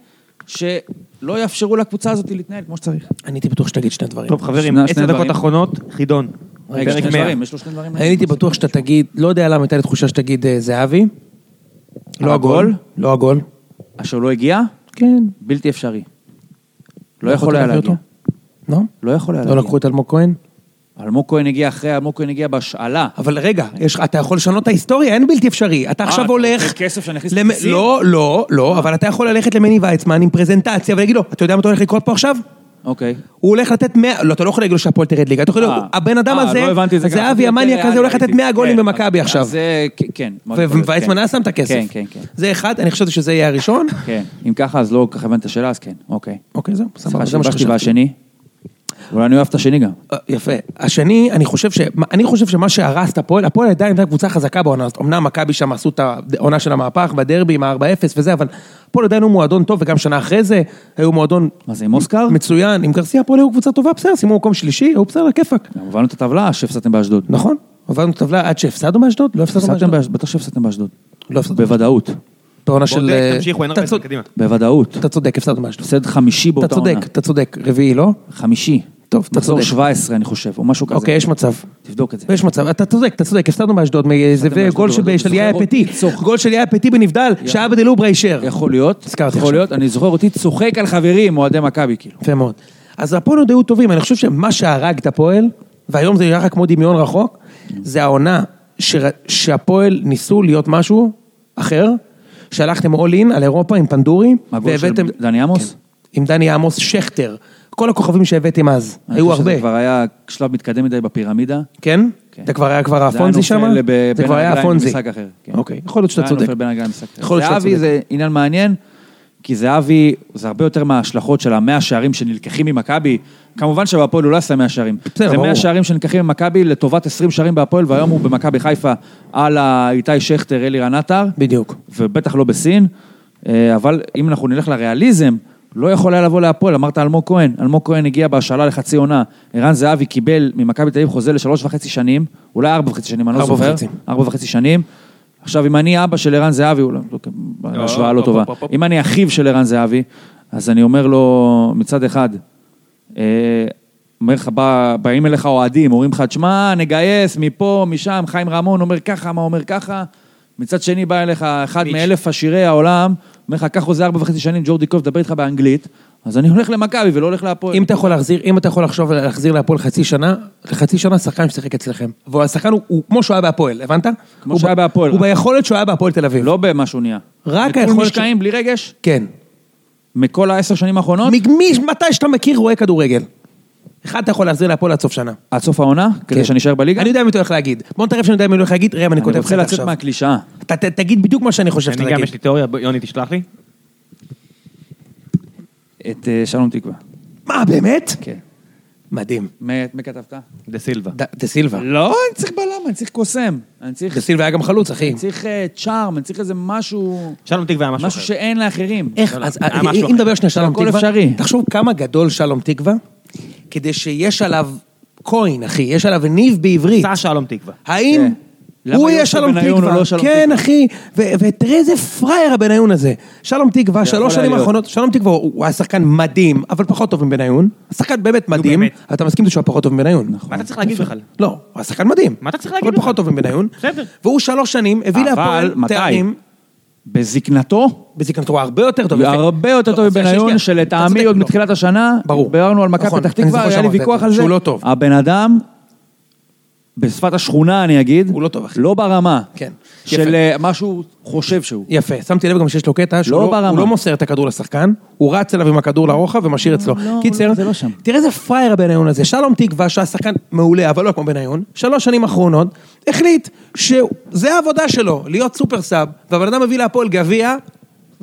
S3: שלא יאפשרו לקבוצה הזאת להתנהל כמו שצריך.
S1: אני הייתי בטוח שתגיד שני דברים.
S2: טוב, חברים,
S3: שני-
S2: עשר
S3: שני
S2: דקות
S3: דברים.
S2: אחרונות, חידון.
S3: רגע,
S2: פרק
S3: שני
S2: 100.
S3: דברים, יש לו שני דברים.
S1: אני הייתי בטוח שאתה תגיד, לא יודע למה הייתה לי תחושה שתגיד אה, זהבי. לא הגול.
S3: הגול?
S1: לא הגול.
S3: אשר לא הגיע?
S1: כן.
S3: בלתי אפשרי. לא יכול
S1: יכולת
S3: היה
S1: להביא
S3: להגיע.
S1: אותו? לא?
S3: לא יכול היה
S1: לא
S3: להגיע.
S1: לקחו את אלמוג כהן?
S3: אלמוג כהן הגיע אחרי, אלמוג כהן הגיע בהשאלה.
S1: אבל רגע, יש, אתה יכול לשנות את ההיסטוריה, אין בלתי אפשרי. אתה עכשיו
S3: אתה
S1: הולך...
S3: רוצה אה, כסף שאני אכניס אה.
S1: למ-
S3: לכיסים?
S1: לא, לא, לא, אבל אתה יכול ללכת למני ויצמן עם פרזנטציה ולהגיד לו, אתה יודע מה אתה הולך לקרות פה עכשיו?
S3: אוקיי.
S1: הוא הולך לתת 100, לא, אתה לא יכול להגיד לו שהפועל תרד ליגה, אתה יכול להגיד לו,
S3: אה.
S1: הבן אדם
S3: אה,
S1: הזה,
S3: לא הבנתי את זה ככה. כן,
S1: זהבי המניאק
S3: יותר
S1: הזה הולך לתת
S3: ריאלי
S1: 100 גולים
S3: הייתי.
S1: במכבי
S3: אז-
S1: עכשיו.
S3: אז אה, זה, כ- כן. מאוד יכול להיות,
S1: וויצמן
S3: כן.
S1: היה שם את הכסף.
S3: כן, כן, כן.
S1: זה אחד, אני חשבתי שזה יהיה הראשון.
S3: כן. אם ככה, אז לא כל כך הבנת את השאלה, אז כן. אוקיי.
S1: אוקיי, זהו, סבבה,
S3: סליחה
S1: זה מה
S3: שבשתי
S1: שחשבתי.
S3: והשני. אולי אני אוהב את השני גם.
S1: אה, יפה. השני, אני חושב, ש... מה- אני חושב שמה שהרס את הפועל, הפועל עדיין הייתה קבוצה חזקה בעונה הזאת. אמנם מכבי שם עשו את העונה של המהפך, בדרבי עם ה-4-0 וזה, אבל הפועל עדיין הוא מועדון טוב, וגם שנה אחרי זה היו מועדון
S3: מה זה, עם אוסקר?
S1: מצוין. עם גרסיה הפועל היו קבוצה טובה, בסדר, סיימו מקום שלישי, היו בסדר, כיפאק.
S3: גם הובלנו את הטבלה שהפסדתם באשדוד.
S1: נכון, עברנו טבלה עד שהפסדנו באשדוד? לא הפסדנו
S3: הפסדתם
S1: באשדוד.
S3: באשדוד? בטח שהפסדתם באשדוד.
S1: לא הפסדנו.
S3: בוודאות.
S1: בעונה של...
S2: בודק,
S1: אה,
S2: תמשיכו, אין
S1: אתה
S2: הרבה זמן,
S1: צודק,
S2: קדימה.
S3: בוודאות.
S1: אתה צודק, הפסדנו באשדוד.
S3: הפסד חמישי
S1: אתה
S3: באותה עונה.
S1: צודק, אתה צודק, רביעי, לא?
S3: חמישי.
S1: טוב, אתה
S3: מחזור
S1: צודק.
S3: 17, אני חושב, או משהו כזה.
S1: אוקיי, יש מצב.
S3: תבדוק את זה.
S1: יש מצב, אתה צודק, אתה צודק, הפסדנו באשדוד, זה
S3: באשדוד, לא
S1: גול
S3: אבל
S1: של-
S3: אתה
S1: של
S3: זוכר
S1: יאיה
S3: אותי
S1: פטי,
S3: צוחק.
S1: גול של יאיה פטי בנבדל, שעבד אלוברה אישר.
S3: יכול להיות.
S1: הזכרתי
S3: יכול
S1: עכשיו.
S3: להיות. אני זוכר אותי צוחק על חברים, אוהדי מכבי, כאילו.
S1: יפה מאוד. אז הפועל עוד היו טובים, אני חושב שמה שהרג את הפועל, והיום זה נראה לך כמו דמיון רחוק, זה העונה שר- שהפועל ניסו להיות משהו אחר, שהלכתם אול אין על אירופה עם פנדורי,
S3: הגול של דני עמוס?
S1: כן. עם דני עמוס, שכטר, כל הכוכבים שהבאתם אז,
S3: אני
S1: היו
S3: חושב
S1: הרבה,
S3: שזה כבר היה שלב מתקדם מדי בפירמידה.
S1: כן?
S3: כן.
S1: זה כבר היה כבר
S3: זה
S1: הפונזי
S3: היה
S1: שם?
S3: נופל לב-
S1: זה
S3: בין
S1: כבר היה
S3: הרגליים
S1: הפונזי.
S3: במשחק אחר, כן.
S1: אוקיי, יכול להיות שאתה
S3: זה היה
S1: צודק.
S3: נופל בין הרגליים למשחק אחר.
S1: יכול להיות שאתה
S3: זהבי
S1: צודק.
S3: זה עניין מעניין, כי זהבי, זה הרבה יותר מההשלכות של המאה שערים שנלקחים ממכבי. כמובן שבהפועל הוא לא עשה 100 שערים.
S1: בסדר,
S3: זה
S1: ברור.
S3: 100 שערים שנלקחים ממכבי לטובת 20 שערים בהפועל, והיום הוא במכבי חיפה על איתי שכטר, אלירן עטר.
S1: בדיוק.
S3: ובטח לא בסין, אה, אבל אם אנחנו נלך לריאליזם, לא יכול היה לבוא להפועל, אמרת אלמוג כהן, אלמוג כהן הגיע בהשאלה לחצי עונה, ערן זהבי קיבל ממכבי תל אביב חוזה לשלוש וחצי שנים, אולי ארבע וחצי שנים, אני לא
S1: ארבע
S3: זוכר,
S1: וחצי.
S3: ארבע וחצי שנים. עכשיו, אם אני אבא של ערן זהבי, אולי, לא, השוואה לא
S2: הופ,
S3: טובה,
S2: הופ, הופ, הופ.
S3: אם אני אחיו של ערן זהבי, אז אני אומר לו, מצד אחד, אה, אומר לך, בא- באים אליך אוהדים, אומרים לך, תשמע, נגייס מפה, משם, חיים רמון אומר ככה, מה אומר ככה. מצד שני בא אליך אחד
S2: מיץ'.
S3: מאלף עשירי העולם, אומר לך, קח חוזה ארבע וחצי שנים, ג'ורדי קוף, דבר איתך באנגלית, אז אני הולך למכבי ולא הולך להפועל.
S1: אם אתה יכול להחזיר, אם אתה יכול לחשוב על להחזיר להפועל חצי שנה, לחצי שנה שחקן ששיחק אצלכם. והשחקן הוא, הוא כמו שהוא היה בהפועל, הבנת?
S3: כמו
S1: הוא
S3: שהוא
S1: ב-
S3: היה בהפועל.
S1: הוא ביכולת שהוא היה בהפועל תל אביב.
S3: לא במה שהוא נהיה.
S1: רק
S3: נטול
S1: היכולת
S3: משקעים, בלי רגש,
S1: כן.
S3: מכל העשר שנים האחרונות,
S1: מ- מי, מתי שאתה מכיר רואה כדורגל. אחד אתה יכול להחזיר להפועל עד סוף שנה.
S3: עד סוף העונה? כדי
S1: כן.
S3: שאני אשאר בליגה?
S1: אני יודע מי אתה הולך להגיד. בוא נתערב שאני יודע מי הוא הולך להגיד, ראם, אני כותב
S3: אני
S1: לך
S3: רוצה
S1: את זה
S3: לצאת
S1: עכשיו.
S3: מהקלישאה.
S1: אתה ת- תגיד בדיוק מה שאני חושב שאתה
S2: אני גם, יש
S1: תגיד.
S2: לי תיאוריה, בוא, יוני תשלח לי.
S3: את אה, שלום תקווה.
S1: מה, באמת?
S3: כן.
S1: מדהים.
S3: מי כתבת?
S2: דה סילבה.
S1: ד- דה סילבה.
S3: לא, אני צריך בלם, אני צריך קוסם. אני צריך
S1: דה סילבה היה גם חלוץ, אחי.
S3: אני צריך אה, צ'ארם, אני צריך איזה משהו...
S2: שלום תקווה היה משהו
S3: משהו
S2: אחר.
S3: שאין לאחרים.
S1: איך,
S2: לא,
S1: אז אה,
S2: לא, היה משהו
S1: אם
S2: אחר.
S1: נדבר שנייה שלום
S3: הכל
S1: תקווה,
S3: אפשרי.
S1: תחשוב כמה גדול שלום תקווה, כדי שיש עליו קוין, אחי, יש עליו ניב בעברית.
S2: סע שלום תקווה.
S1: האם
S3: כן. למה
S1: הוא יהיה
S3: יוסי
S1: שלום
S3: בניון הוא
S1: תקווה?
S3: לא שלום
S1: כן,
S3: תקווה?
S1: אחי, ו- ותראה איזה פראייר הבניון הזה. שלום תקווה,
S3: יכול
S1: שלוש
S3: היה
S1: שנים
S3: להיות.
S1: האחרונות, שלום תקווה הוא הוא היה שחקן מדהים, אבל פחות טוב מבניון. שחקן באמת מדהים,
S2: באמת.
S1: אתה מסכים איתי שהוא היה פחות טוב מבניון. נכון.
S2: מה אתה צריך להגיד בכלל?
S1: לא, הוא היה שחקן מדהים.
S2: מה אתה צריך להגיד
S1: אבל פחות
S2: בכלל?
S1: טוב מבניון.
S2: בסדר.
S1: והוא שלוש שנים, הביא
S3: אבל
S1: להפועל
S3: מתי?
S1: תארים.
S3: בזקנתו,
S1: בזיקנתו הרבה יותר טוב.
S3: הוא
S1: יפה.
S3: הרבה יותר
S1: לא,
S3: טוב
S1: אז שנייה,
S3: מבניון,
S1: שנייה. אתה
S3: שלטעמי
S1: צודק,
S3: עוד
S1: לא.
S3: מתחילת השנה,
S1: ברור.
S3: ביררנו על מכבי
S1: נכון,
S3: פתח
S1: אני זוכר
S3: תקווה, היה לי
S1: שאמרת את
S3: ויכוח
S1: זה,
S3: על זה.
S1: שהוא לא טוב.
S3: הבן אדם, בשפת השכונה אני אגיד,
S1: הוא לא טוב, אחי.
S3: לא ברמה.
S1: כן. יפה.
S3: של אה, מה שהוא חושב שהוא.
S1: יפה, שמתי לב גם שיש לו קטע שהוא
S3: לא
S1: לא,
S3: ברמה.
S1: הוא לא מוסר את הכדור לשחקן, הוא רץ אליו עם הכדור לרוחב ומשאיר אצלו.
S3: לא,
S1: קיצר,
S3: לא, זה לא שם.
S1: תראה איזה פראייר הבניון הזה, שלום תקווה שהיה שחקן מעולה, אבל לא כמו בניון, שלוש שנים אחרונות, החליט שזה העבודה שלו, להיות סופר סאב, והבן אדם הביא להפועל גביע,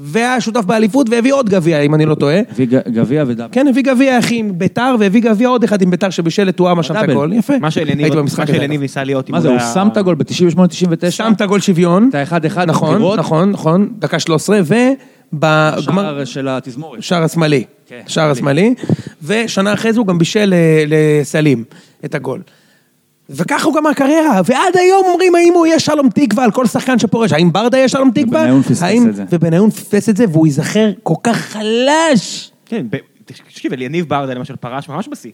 S1: והיה שותף באליפות והביא עוד גביע, אם אני לא טועה.
S3: הביא ג- גביע ודאבל.
S1: כן, הביא גביע אחי עם ביתר, והביא גביע עוד אחד עם ביתר שבישל את טועמה שם את
S3: בדאבל.
S1: הגול, יפה.
S2: מה שאלניב
S1: הייתי במשחק
S2: מה
S1: הזה,
S2: שאלניב ניסה להיות אם
S3: מה זה, הוא
S2: היה-
S3: שם את הגול ב-98-99?
S1: שם את הגול שוויון.
S3: את ה-1-1
S1: נכון,
S3: בבחירות.
S1: נכון, נכון, דקה 13, ובגמר...
S3: שער של התזמורת.
S1: שער השמאלי.
S3: כן,
S1: שער השמאלי. ושנה אחרי זה הוא גם בישל אה, לסלים את הגול. וככה הוא גמר קריירה, ועד היום אומרים האם הוא יהיה שלום תקווה על כל שחקן שפורש, האם ברדה יהיה שלום תקווה?
S3: ובניון פספס
S1: האם-
S3: את זה.
S1: ובניון פספס את זה, והוא ייזכר כל כך חלש.
S2: כן, ב- תקשיב, אליניב ברדה למשל פרש ממש בשיא.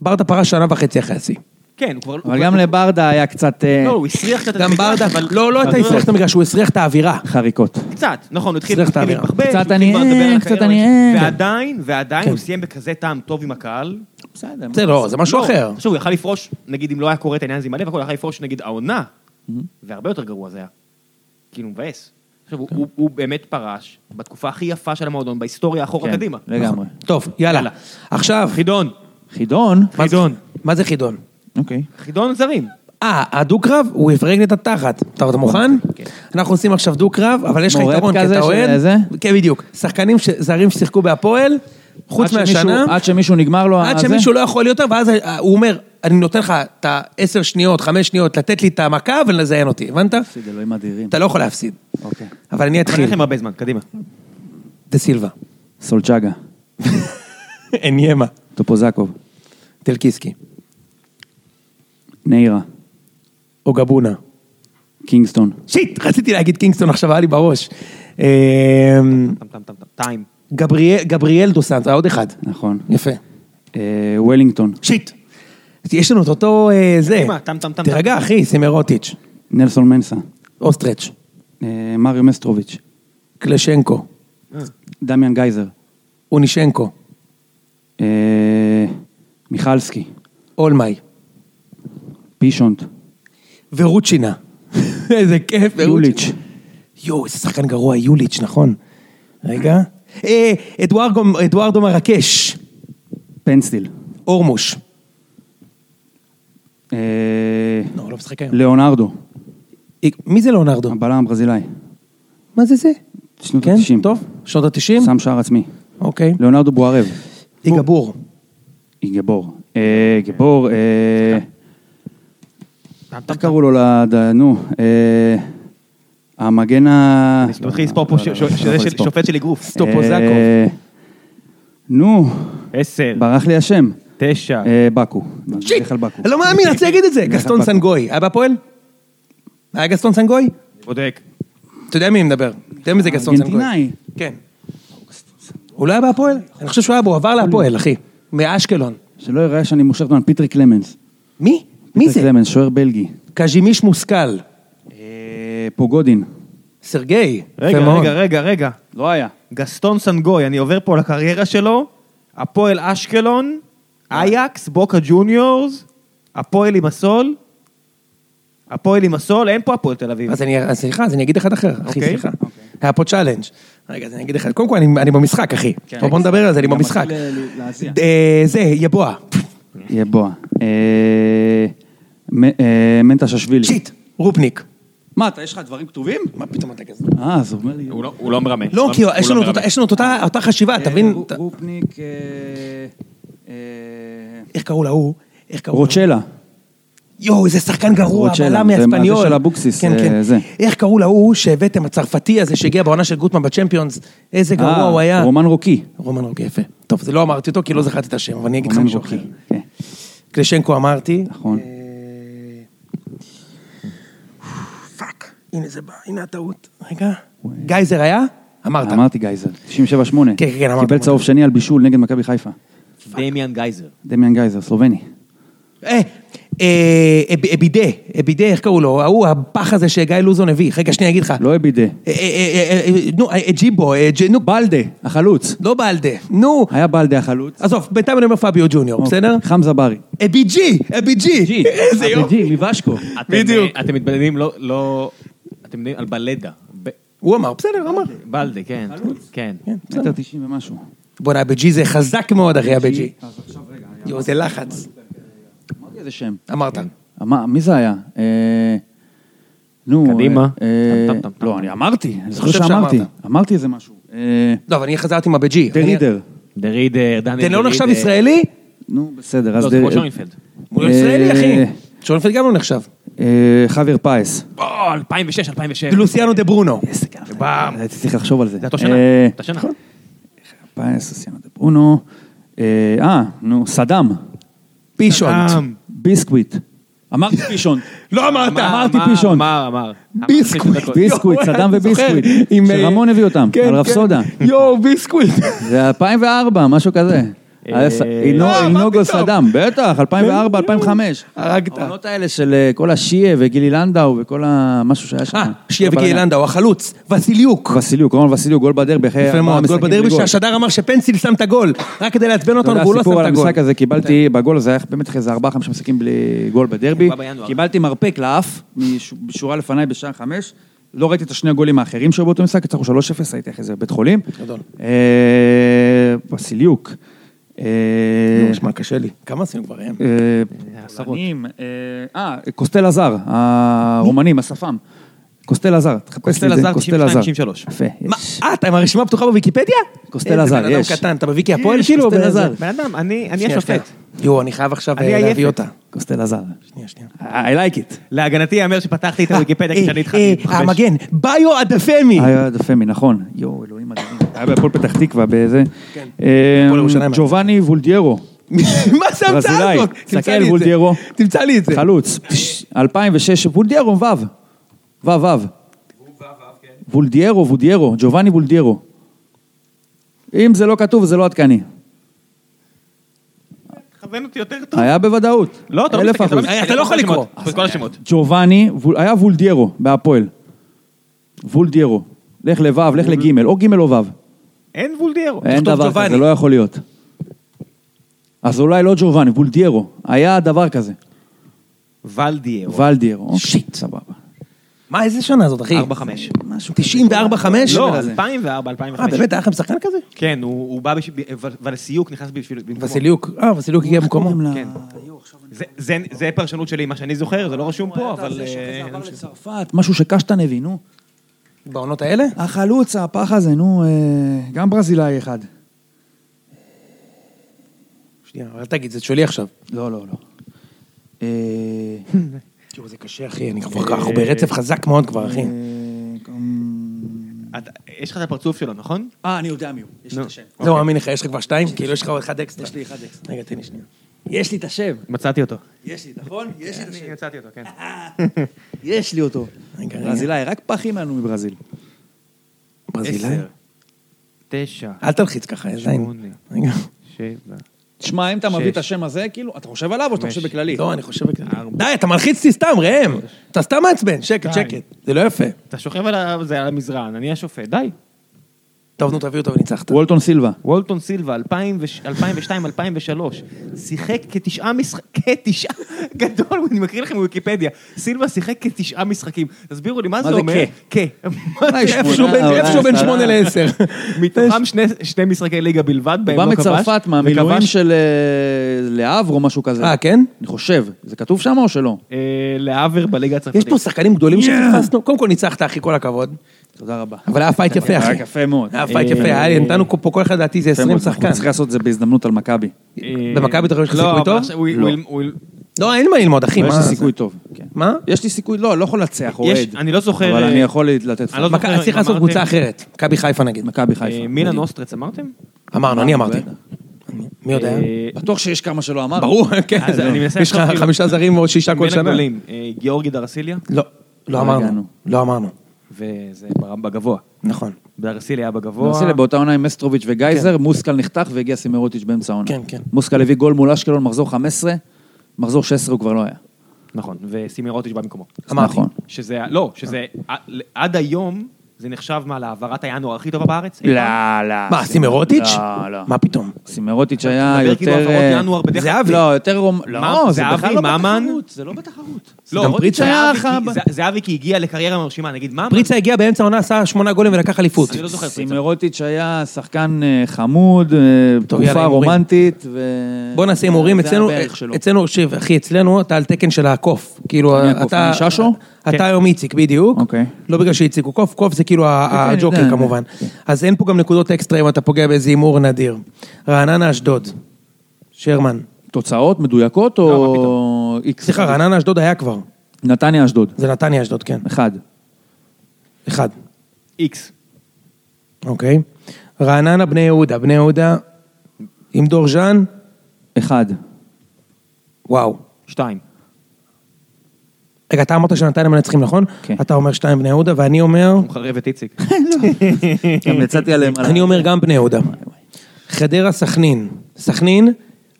S1: ברדה פרש שנה וחצי אחרי השיא.
S2: כן, הוא כבר...
S3: אבל גם לברדה היה קצת אה,
S2: לא, הוא הסריח קצת את
S1: גם
S2: המגרש,
S1: ברדה,
S2: אבל-
S1: לא, לא את
S2: אבל-
S1: הסריח את המגרש, הוא הסריח את האווירה.
S3: חריקות.
S2: קצת, נכון, הוא התחיל
S1: צריך את
S2: התחיל
S1: האווירה.
S2: להתבחבש,
S3: קצת
S2: הוא התחיל
S3: אני
S2: כבר לדבר על
S3: אין,
S2: הקריירה
S3: קצת
S2: שלו.
S3: אני אין.
S2: ועדיין, ועדיין
S1: כן.
S2: הוא סיים בכזה טעם טוב עם הקהל.
S3: בסדר.
S1: זה לא, זה משהו
S2: לא,
S1: אחר.
S2: עכשיו, הוא יכל לפרוש, נגיד, אם לא היה קורה את העניין הזה עם הלב, הכל, הוא יכל לפרוש, נגיד, העונה,
S3: Mm-hmm.
S2: והרבה יותר גרוע זה היה. כאילו, מבאס. עכשיו,
S3: כן.
S2: הוא- הוא- הוא באמת פרש בתקופה הכי יפה של המועדון, בהיסטוריה אחורה
S3: כן,
S2: קדימה.
S3: לגמרי.
S1: טוב, יאללה.
S2: יאללה.
S1: עכשיו,
S2: חידון,
S3: חידון?
S1: מה זה-
S2: חידון.
S1: מה זה חידון?
S3: אוקיי.
S2: חידון זרים.
S1: אה, הדו-קרב, הוא יפרק לי את התחת. טוב, אתה מוכן? אנחנו עושים עכשיו דו-קרב, אבל יש לך
S3: מורט
S1: יתרון, כי
S3: כן, כזה
S1: אתה
S3: של
S1: אוהד.
S3: זה?
S1: כן, בדיוק. שחקנים ש- זרים ששיחקו בהפועל, חוץ
S3: עד שמישהו-
S1: מהשנה,
S3: עד אה, שמישהו נגמר לו
S1: עד
S3: הזה?
S1: שמישהו לא יכול יותר, ואז אה, הוא אומר, אני נותן לך את העשר שניות, חמש שניות, לתת לי את המכה ולזיין אותי, הבנת?
S3: זה אלוהים אדירים.
S1: אתה לא יכול להפסיד.
S3: אוקיי.
S1: אבל אני
S2: אבל אין
S1: אתחיל.
S2: לכם הרבה זמן, קדימה.
S1: דה סילבה.
S3: סולצ'אגה,
S1: עניימה.
S3: טופוזקוב,
S1: טלקיסקי.
S3: ניירה,
S1: אוגבונה.
S3: קינגסטון,
S1: שיט, רציתי להגיד קינגסטון עכשיו, היה לי בראש. אמ,
S2: טם טם טם טם. טיים.
S3: כן.
S1: גבריאל- גבריאל דו סנטו, היה עוד אחד.
S3: נכון,
S1: יפה.
S3: אה, וולינגטון,
S1: שיט. יש לנו את אותו אה, זה.
S2: קדימה, טם, טם, טם,
S1: תירגע, אחי, סימרוטיץ',
S3: נלסון מנסה,
S1: אוסטרץ',
S3: אה, מריו מסטרוביץ',
S1: קלשנקו,
S2: אה,
S3: דמיאן גייזר,
S1: אונישנקו,
S3: אה, מיכלסקי,
S1: אולמאי
S3: פישונט,
S1: ורוצ'ינה. איזה כיף,
S3: יוליץ',
S1: יואו, איזה שחקן גרוע, יוליץ', נכון. רגע. אה, אדוארגו- אדוארדו מרקש,
S3: פנסטיל,
S1: אורמוש.
S3: אה,
S1: לא, הוא לא משחק היום.
S3: ליאונרדו,
S1: מי זה לאונרדו?
S3: הבלם הברזילאי,
S1: מה זה זה?
S3: שנות לא.
S1: כן,
S3: ה-90,
S1: טוב, שנות ה-90?
S3: שם שער עצמי,
S1: אוקיי.
S3: ליאונרדו בוארב,
S1: איגה בור.
S3: היא גיבור, אה, גיבור, אה,
S2: טם, טם,
S3: איך קראו לו, לד- נו, אה, המגן ה...
S2: אני מתחיל לספור פה ש-
S3: לא, לא,
S2: ש-
S3: לא, לא
S2: שזה
S3: יכול
S2: של-
S3: לספור.
S2: שופט של אגרוף.
S1: סטופוזקוב.
S3: אה, נו,
S2: עשר,
S3: ברח לי השם.
S2: תשע.
S3: אה, באקו.
S1: שיט!
S3: נלך על באקו.
S1: לא מאמין, אני רוצה להגיד את זה.
S3: נלך על
S1: גסטון
S3: באקו.
S1: סנגוי, היה בהפועל? היה גסטון סנגוי?
S2: בודק.
S1: אתה יודע מי אני מדבר. אתה יודע מי זה גסטון סנגוי.
S3: ארגנטינאי.
S1: כן. הוא לא היה בהפועל? אני חושב שהוא היה בו, הוא עבר להפועל, אחי. מאשקלון.
S3: שלא יראה שאני מושך זמן, פיטר קלמנס.
S1: מי? מי
S3: פיטר
S1: זה?
S3: קלמנס, שוער בלגי.
S1: קז'ימיש מושכל.
S3: אה, פוגודין.
S1: סרגי.
S2: רגע,
S1: יפה מאוד.
S2: רגע, רגע, רגע.
S3: לא היה.
S2: גסטון סנגוי, אני עובר פה על הקריירה שלו, הפועל אשקלון, אייקס, בוקה ג'וניורס, הפועל עם הסול, הפועל עם הסול, אין פה הפועל תל אביב.
S1: אז אני, אז סליחה, אז אני אגיד אחד אחר, אחי,
S2: אוקיי.
S1: סליחה. היה פה צ'אלנג'. רגע, אז אני אגיד אחד. קודם כל, אני אני במשחק, אחי.
S3: כן.
S1: בוא נדבר על זה, אני
S3: גם
S1: במשחק.
S3: מתחיל ל- להזיע.
S1: אה, זה, יבואה.
S3: יבוע. אה, מ- אה, מנטה ששווילי.
S1: שיט, רופניק.
S3: מה, אתה, יש לך דברים כתובים?
S1: מה פתאום אתה כזה?
S3: אה, אז הוא אומר לי...
S4: הוא לא- הוא לא מרמה.
S1: לא, כי
S4: הוא
S1: יש לנו את
S4: מרמה.
S1: אותה- יש לנו את אותה- אותה חשיבה, אתה
S3: אה,
S1: מבין?
S3: רו-
S1: אתה-
S3: רופניק... אה, אה,
S1: איך קראו להוא? איך קראו?
S3: רוצ'לה.
S1: יואו, איזה שחקן גרוע,
S3: רוצ'לה,
S1: בלם
S3: זה- זה
S1: מאספניול.
S3: של אבוקסיס,
S1: כן,
S3: אה,
S1: כן.
S3: זה.
S1: איך קראו להוא שהבאתם, הצרפתי הזה שהגיע בעונה של גוטמן בצ'מפיונס? איזה גרוע
S3: אה,
S1: הוא היה.
S3: רומן רוקי.
S1: רומן רוקי, יפה. טוב, זה לא אמרתי אותו כי לא זכרתי את השם, אבל אני אגיד לך
S3: רומן
S1: מישהו
S3: רוקי,
S1: אחר.
S3: כן.
S1: קלשנקו אמרתי.
S3: נכון.
S1: אה, פאק, הנה זה בא, הנה הטעות. רגע. גייזר היה? אמרת.
S3: אמרתי גייזר, 97-8.
S1: כן, כן, אמרת.
S3: קיבל צהוב שני על בישול נגד מכבי חיפה.
S4: דמיאן גייזר.
S3: דמיאן גייזר, סלובני.
S1: אה, אה, אב- אבידה, אבידה, איך קראו לו? ההוא, הפח הזה שגיא לוזון הביא. רגע, שנייה, אגיד לך.
S3: לא אבידה.
S1: אה, אה, אה, אה, נו, אה, ג'יבו, אה, ג'- נו,
S3: בלדה, החלוץ.
S1: לא בלדה, נו.
S3: היה בלדה החלוץ.
S1: עזוב, בינתיים אני אומר פביו ג'וניור, אוקיי, בסדר?
S3: חמזה ברי.
S1: אבי ג'י, אבי ג'י. איזה יופי.
S3: אוקיי. אביג'י, מבשקו.
S4: אתם,
S1: בדיוק.
S4: אה, אתם מתבלבלים לא- לא... אתם יודעים על בלדה. ב-
S1: הוא אמר, בסדר, אמר.
S4: בלדה, כן. כן.
S3: מטר תשעים ומשהו.
S1: בוא'נה, אבי ג'י זה חזק מאוד, אחי, אבי ג'י. יואו, זה לחץ.
S3: אמרתי איזה שם.
S1: אמרת.
S3: אה, מה- מי זה היה? אה, נו.
S4: קדימה.
S3: אה,
S4: טם, טם, טם,
S3: לא,
S4: טם.
S3: אני אמרתי, אני זוכר
S1: חושב שאמרת.
S3: שאמרתי. אמרתי איזה משהו. אה,
S1: לא, אבל אני חזרתי עם אבי ג'י.
S3: דה רידר.
S4: דה רידר, דני
S1: זה
S4: דה
S1: לא נחשב
S4: רידר.
S1: ישראלי?
S3: נו, בסדר. אז
S4: לא, זה
S3: דה-
S4: כמו שוינפלד.
S1: הוא לא ישראלי,
S3: אה,
S1: אחי. שונפלד גם לא נחשב.
S3: אה, חבר פייס.
S2: אה,
S4: או, 2006, 2007.
S1: ולוסיאנו דה ברונו.
S3: אה.
S4: פעם.
S3: הייתי צריך לחשוב על זה.
S4: זה אותו שנה.
S3: אה,
S4: אותה שנה.
S3: פייס, סיימנו דה ברונו. אה, אה, נו, סדאם.
S1: פישונט.
S3: אה.
S2: אמ.
S4: סדאם.
S3: ביסקוויט. אמרתי פישון.
S1: לא אמרת.
S4: אמר,
S3: אמרתי
S4: אמר,
S3: פישון.
S4: אמר, אמר. אמר.
S1: ביסקוויט.
S3: ביסקוויט,
S1: יואו,
S3: סדאם
S1: אני זוכר.
S3: וביסקוויט,
S1: עם,
S3: שרמון
S1: אה,
S3: הביא אותם,
S1: כן,
S3: על
S1: כן.
S3: רפסודה.
S1: יואו, ביסקוויט.
S3: זה 2004, משהו כזה.
S4: אה,
S3: אלף- אינו-
S1: אה, מה פתאום?
S3: אילנוגו סדאם, בטח, 2004, 2005.
S1: הרגת.
S3: העונות האלה של אה, כל השיה וגילי לנדאו וכל המשהו שהיה שם. לא
S1: אה, שיהיה וגיל לנדאו, החלוץ, וסיליוק.
S3: וסיליוק, רומן וסיליוק, גול בדרבי, אחרי
S1: יפה
S3: ארבעה
S1: מאוד, גול
S3: משחקים
S1: בדרבי
S3: בלי גול.
S1: שהשדר אמר שפנסיל שם את הגול, רק כדי לעצבן
S3: אתה
S1: אותנו
S3: יודע,
S1: והוא לא שם
S3: הסיפור על
S1: את הגול.
S3: המשחק הזה,
S1: כן.
S3: קיבלתי בגול הזה, היה באמת אחרי איזה ארבעה, חמישה משחקים בלי גול בדרבי.
S4: הוא בא בינואר.
S3: קיבלתי מרפק לאף, מש- בשורה לפניי בשעה חמש. לא ראיתי את השני הגולים האחרים שהיו באותו משחק, הצלחנו 3-0, הייתי אחרי זה בבית חולים.
S1: גדול.
S3: אה, בסיליוק. אה,
S1: נשמע קשה לי. כמה עשינו כבר הם?
S3: אה, פולנים, אה, אה, קוסטל עזר, הרומנים, השפם. קוסטל עזר, תחפש לי את זה,
S4: עזר, 92, 93.
S3: יפה,
S1: מה,
S3: יש.
S1: אה, אתה עם הרשימה הפתוחה בוויקיפדיה?
S3: קוסטל
S1: איזה
S3: עזר,
S1: בן אדם
S3: יש.
S1: קטן, אתה בוויקי הפועל
S3: יש,
S1: כאילו?
S3: קוסטל
S1: בזה?
S3: עזר.
S2: בן אדם, אני אני
S1: שנייה,
S2: השופט.
S1: שנייה. יואו, אני חייב עכשיו
S2: אני
S1: אה, להביא
S2: עייפת.
S1: אותה.
S3: קוסטל עזר.
S1: שנייה, שנייה.
S3: I like it.
S2: להגנתי ייאמר שפתחתי את הוויקיפדיה
S1: אה,
S2: כשאני
S1: אה,
S2: התחלתי. להתחבש.
S1: המגן, ביו עדפמי.
S3: היה עד הפמי, נכון. יואו, אלוהים מדהים. היה בהפועל פתח תקווה באיזה...
S1: כן.
S3: אה,
S1: הפועל ירושלים.
S3: ג'ובאני וולדיירו,
S1: מה זה ההמצאה
S3: ברזילאי.
S1: הזאת? תמצא
S3: סתכל,
S1: לי את זה.
S3: וולדיירו.
S1: תמצא לי את זה.
S3: חלוץ. 2006, וולדיירו, וו. וו, וו. וולדיירו, וולדיירו, ג'ובאני וולדיירו. אם זה לא כתוב, זה לא עדכני.
S2: כוון אותי יותר טוב.
S3: היה בוודאות.
S2: לא, אתה לא
S3: אלף
S2: מסתכל, אתה לא
S3: אחוז.
S2: מסתכל.
S1: אה, אתה לא יכול לקרוא. אה,
S2: את כל השמות.
S3: ג'ובאני, וול- היה וולדיירו בהפועל. וולדיירו. לך לוו, לך לגימל, או גימל או וו.
S1: אה.
S2: אין וולדיירו.
S3: אין
S1: תכתוב
S3: דבר
S1: ג'ובאני.
S3: כזה, לא יכול להיות. אז אולי לא ג'ובאני, וולדיירו. היה דבר כזה.
S1: לא-
S2: ולדיירו.
S3: ולדיירו. אוקיי, סבבה.
S1: מה, איזה שנה זאת, אחי?
S2: 4-5.
S1: 94-5?
S2: לא, 2004, 2005.
S1: אה, באמת, היה לכם שחקן כזה?
S2: כן, הוא הוא בא בשביל... ולסיוק נכנס בשביל... במקומו.
S1: וסיליוק. אה, וסיליוק הגיע במקומו.
S2: כן. זה- זה- זה פרשנות שלי, מה שאני זוכר, זה לא רשום פה, אבל... אה,
S3: עבר לצרפת, משהו שקשטן הביא, נו.
S1: בעונות האלה?
S3: החלוץ, הפח הזה, נו, אה, גם ברזילאי אחד.
S1: שנייה, אל תגיד, זה שלי עכשיו.
S3: לא, לא, לא. אה,
S1: תראו, זה קשה, אחי, אני כבר ככה, אנחנו ברצף חזק מאוד כבר, אחי.
S3: אה,
S2: אתה- יש לך את הפרצוף שלו, נכון?
S3: אה, אני יודע מי הוא, יש לי את השם.
S1: זהו, מאמין לך, אוקיי. יש לך כבר שתיים? כאילו, יש לך עוד אחד אקסטרה. יש לי אחד אקסטרה. רגע, תן לי שנייה.
S3: יש לי את השם.
S2: מצאתי אותו.
S3: יש לי, נכון? יש לי את השם.
S2: אני מצאתי אותו, כן.
S3: יש לי אותו.
S1: רגע, רגע.
S3: ברזילאי, רק פחים לנו מברזיל.
S1: ברזילאי?
S2: עשר, תשע,
S1: אל תלחיץ ככה, איזה
S2: שמונה.
S1: עין. רגע.
S2: שבע.
S3: תשמע, אם אתה מביא
S2: שש.
S3: את השם הזה, כאילו, אתה חושב עליו או שאתה חושב בכללי?
S1: לא, אני חושב בכלל. די, אתה מלחיץ אותי סתם, ראם. אתה סתם מעצבן, שקט,
S2: די.
S1: שקט. זה לא יפה.
S2: אתה שוכב על ה- זה, על המזרן, אני השופט, די.
S1: טוב, נו, תביאו אותו וניצחת.
S3: וולטון סילבה.
S2: וולטון סילבה, 2002-2003, שיחק כתשעה משחקים, כתשעה, גדול, אני מקריא לכם מוויקיפדיה, סילבה שיחק כתשעה משחקים, תסבירו לי, מה זה
S3: זה
S2: אומר? כ. מה זה
S3: שמונה?
S2: איפשהו בין-
S3: אולי
S1: איפשהו בין
S3: עשרה.
S1: שמונה לעשר.
S2: מתוכם שני- שני משחקי ליגה בלבד,
S3: הוא
S2: בהם
S3: בא
S2: לא כבש.
S3: מצרפת, מהמילואים
S2: וכבש,
S3: של אה, להב או משהו כזה.
S1: אה, כן?
S3: אני חושב. זה כתוב שם או שלא?
S2: אה, להאבר בליגה הצרפתית.
S1: יש פה שחקנים גדולים שפספסנו? קודם כל ניצחת, אחי, כל הכבוד.
S3: תודה רבה.
S1: אבל היה פייט יפה, אחי.
S3: היה יפה מאוד. אה,
S1: היה פייט יפה, היה לי- נתנו פה כל אחד לדעתי זה
S3: יפה מאוד.
S1: 20
S3: אנחנו
S1: שחקן.
S3: צריכים לעשות את זה בהזדמנות על מכבי.
S2: אה,
S1: במכבי אתה חושב שיש לך
S2: לא,
S1: סיכוי
S2: אבל
S1: טוב?
S2: עכשיו הוא- הוא- הוא- אה,
S1: לא, אין מה ללמוד, אחי,
S3: אבל
S1: מה
S3: יש לי
S1: זה?
S3: סיכוי טוב. כן.
S1: מה?
S3: יש לי סיכוי, לא, לא יכול לנצח, אוהד.
S2: אני לא זוכר,
S3: אבל
S2: אה,
S3: אני יכול לתת
S2: אני לא
S3: פייט.
S1: מכ-
S2: זוכר אם
S1: צריך לעשות
S2: אמרתם-
S1: קבוצה אחרת, מכבי חיפה נגיד.
S3: מכבי
S2: אה,
S3: חיפה.
S2: מילן
S3: בדיוק.
S2: אוסטרץ אמרתם?
S1: אמרנו, אני אמרתי.
S3: בטח.
S1: מי לא יודע?
S2: אה,
S3: בטוח שיש כמה שלא אמרנו.
S1: ברור, כן.
S2: אז אני מנסה
S1: יש לך
S2: לחשוב, כאילו,
S1: חמישה זרים או שישה כל
S2: בין
S1: שנה.
S2: הגדולים, אה, גיאורגי דרסיליה,
S1: לא, לא
S3: לא
S1: אמרנו.
S3: הגענו.
S1: לא אמרנו.
S2: וזה בגבוה.
S1: נכון.
S2: אה, דרסיליה היה בגבוה.
S3: נעשה לי באותה עונה עם מסטרוביץ' וגייזר, מוסקל נחתך והגיע סימרוטיץ' באמצע העונה.
S1: כן, כן.
S3: מוסקל הביא גול מול אשקלון, מחזור 15, מחזור 16 הוא כבר לא היה.
S2: נכון, וסימירוטיץ' בא במקומו.
S1: אמרתי.
S3: נכון.
S2: שזה, לא, שזה, עד היום, זה נחשב מה, להעברת הינואר הכי טובה בארץ?
S3: לא, לא.
S1: מה, סימרוטיץ'?
S3: לא, לא.
S1: מה פתאום?
S3: סימרוטיץ' היה
S2: מדבר כאילו
S3: יותר...
S2: העברות
S3: אה,
S2: ינואר בדרך כלל.
S3: זהבי. לא, יותר רום...
S2: מה,
S3: לא, זה
S2: זהבי,
S3: בכלל לא
S2: ממן?
S3: בתחרות. זה לא בתחרות.
S2: לא,
S3: גם
S2: רותי
S3: פריצה היה
S2: זהבי,
S3: אחר...
S2: כי- זה- זהבי כי הגיע לקריירה מרשימה, נגיד, מה?
S1: פריצה הגיע באמצע העונה, עשה שמונה גולים ולקח אליפות.
S2: אני לא זוכר פריצה.
S3: סימרוטיץ' היה שחקן אה, חמוד, אה,
S1: טוב, יאללה,
S3: תקופה
S1: הימורים.
S3: רומנטית, ו... אה,
S1: בוא נעשה הימורים,
S3: זה
S1: אצלנו,
S3: הבערך שלו.
S1: אצלנו, תקשיב, אחי, אצלנו אתה על תקן של הקוף.
S3: אני
S1: כאילו,
S3: הקוף,
S1: אתה...
S3: אני ששו? כן.
S1: אתה היום איציק, בדיוק.
S3: אוקיי.
S1: לא בגלל שאיציק הוא קוף, קוף זה כאילו ה-
S3: כן, אני
S1: הג'וקר
S3: יודע.
S1: כמובן. אז אין פה גם נקודות אקסטרה אם אתה פוגע באיזה הימור נדיר. רעננה אשדוד. שרמן.
S3: תוצאות מדויקות או... איקס?
S1: לא, סליחה, רעננה אשדוד היה כבר.
S3: נתניה אשדוד.
S1: זה נתניה אשדוד, כן.
S3: אחד.
S1: אחד.
S2: איקס.
S1: אוקיי. רעננה בני יהודה. בני יהודה עם דור ז'אן,
S3: אחד.
S1: וואו.
S2: שתיים.
S1: רגע, אתה אמרת שנתניה מנצחים, נכון?
S3: כן.
S1: אתה אומר שתיים בני יהודה, ואני אומר...
S2: הוא מחרב את איציק.
S3: גם יצאתי עליהם. על ה-
S1: אני אומר גם בני יהודה. חדרה סכנין. סכנין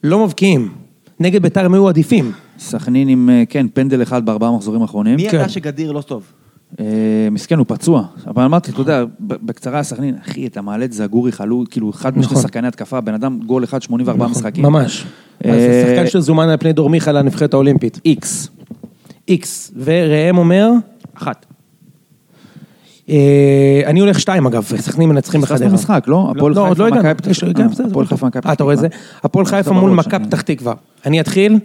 S1: לא מבקיעים. נגד ביתר הם היו עדיפים.
S3: סכנין עם, אה, כן, פנדל אחד בארבעה מחזורים האחרונים.
S2: מי
S1: כן.
S2: ידע שגדיר לא טוב?
S3: אה, מסכן, הוא פצוע. אבל אמרתי, אתה יודע, ב- בקצרה, סכנין, אחי, אתה מעלה את זגורי חלול, כאילו, אחד משני
S1: נכון.
S3: שחקני התקפה, בן אדם גול אחד, 84 משחקים.
S1: ממש. אז זה
S3: אה,
S1: שחקן שזומן על פני דור מיכה לנבחרת האולימפית.
S3: איקס.
S1: איקס. וראם אומר,
S2: אחת.
S1: אה, אני הולך שתיים אגב, סכנין מנצחים בחדרה.
S3: פספסנו משחק, לא? הפועל
S1: לא, עוד
S3: חיפה,
S1: לא הגענו.
S3: מכבי פתח-
S1: יש- כן,
S3: אה,
S1: בסדר.
S3: הפועל חיפה, מכבי
S1: אה, אתה רואה את
S3: פתח
S1: זה?
S3: תקווה.
S1: הפועל
S3: עכשיו
S1: חיפה
S3: בראש,
S1: מול
S3: אני-
S1: מכבי פתח תקווה. אני אתחיל?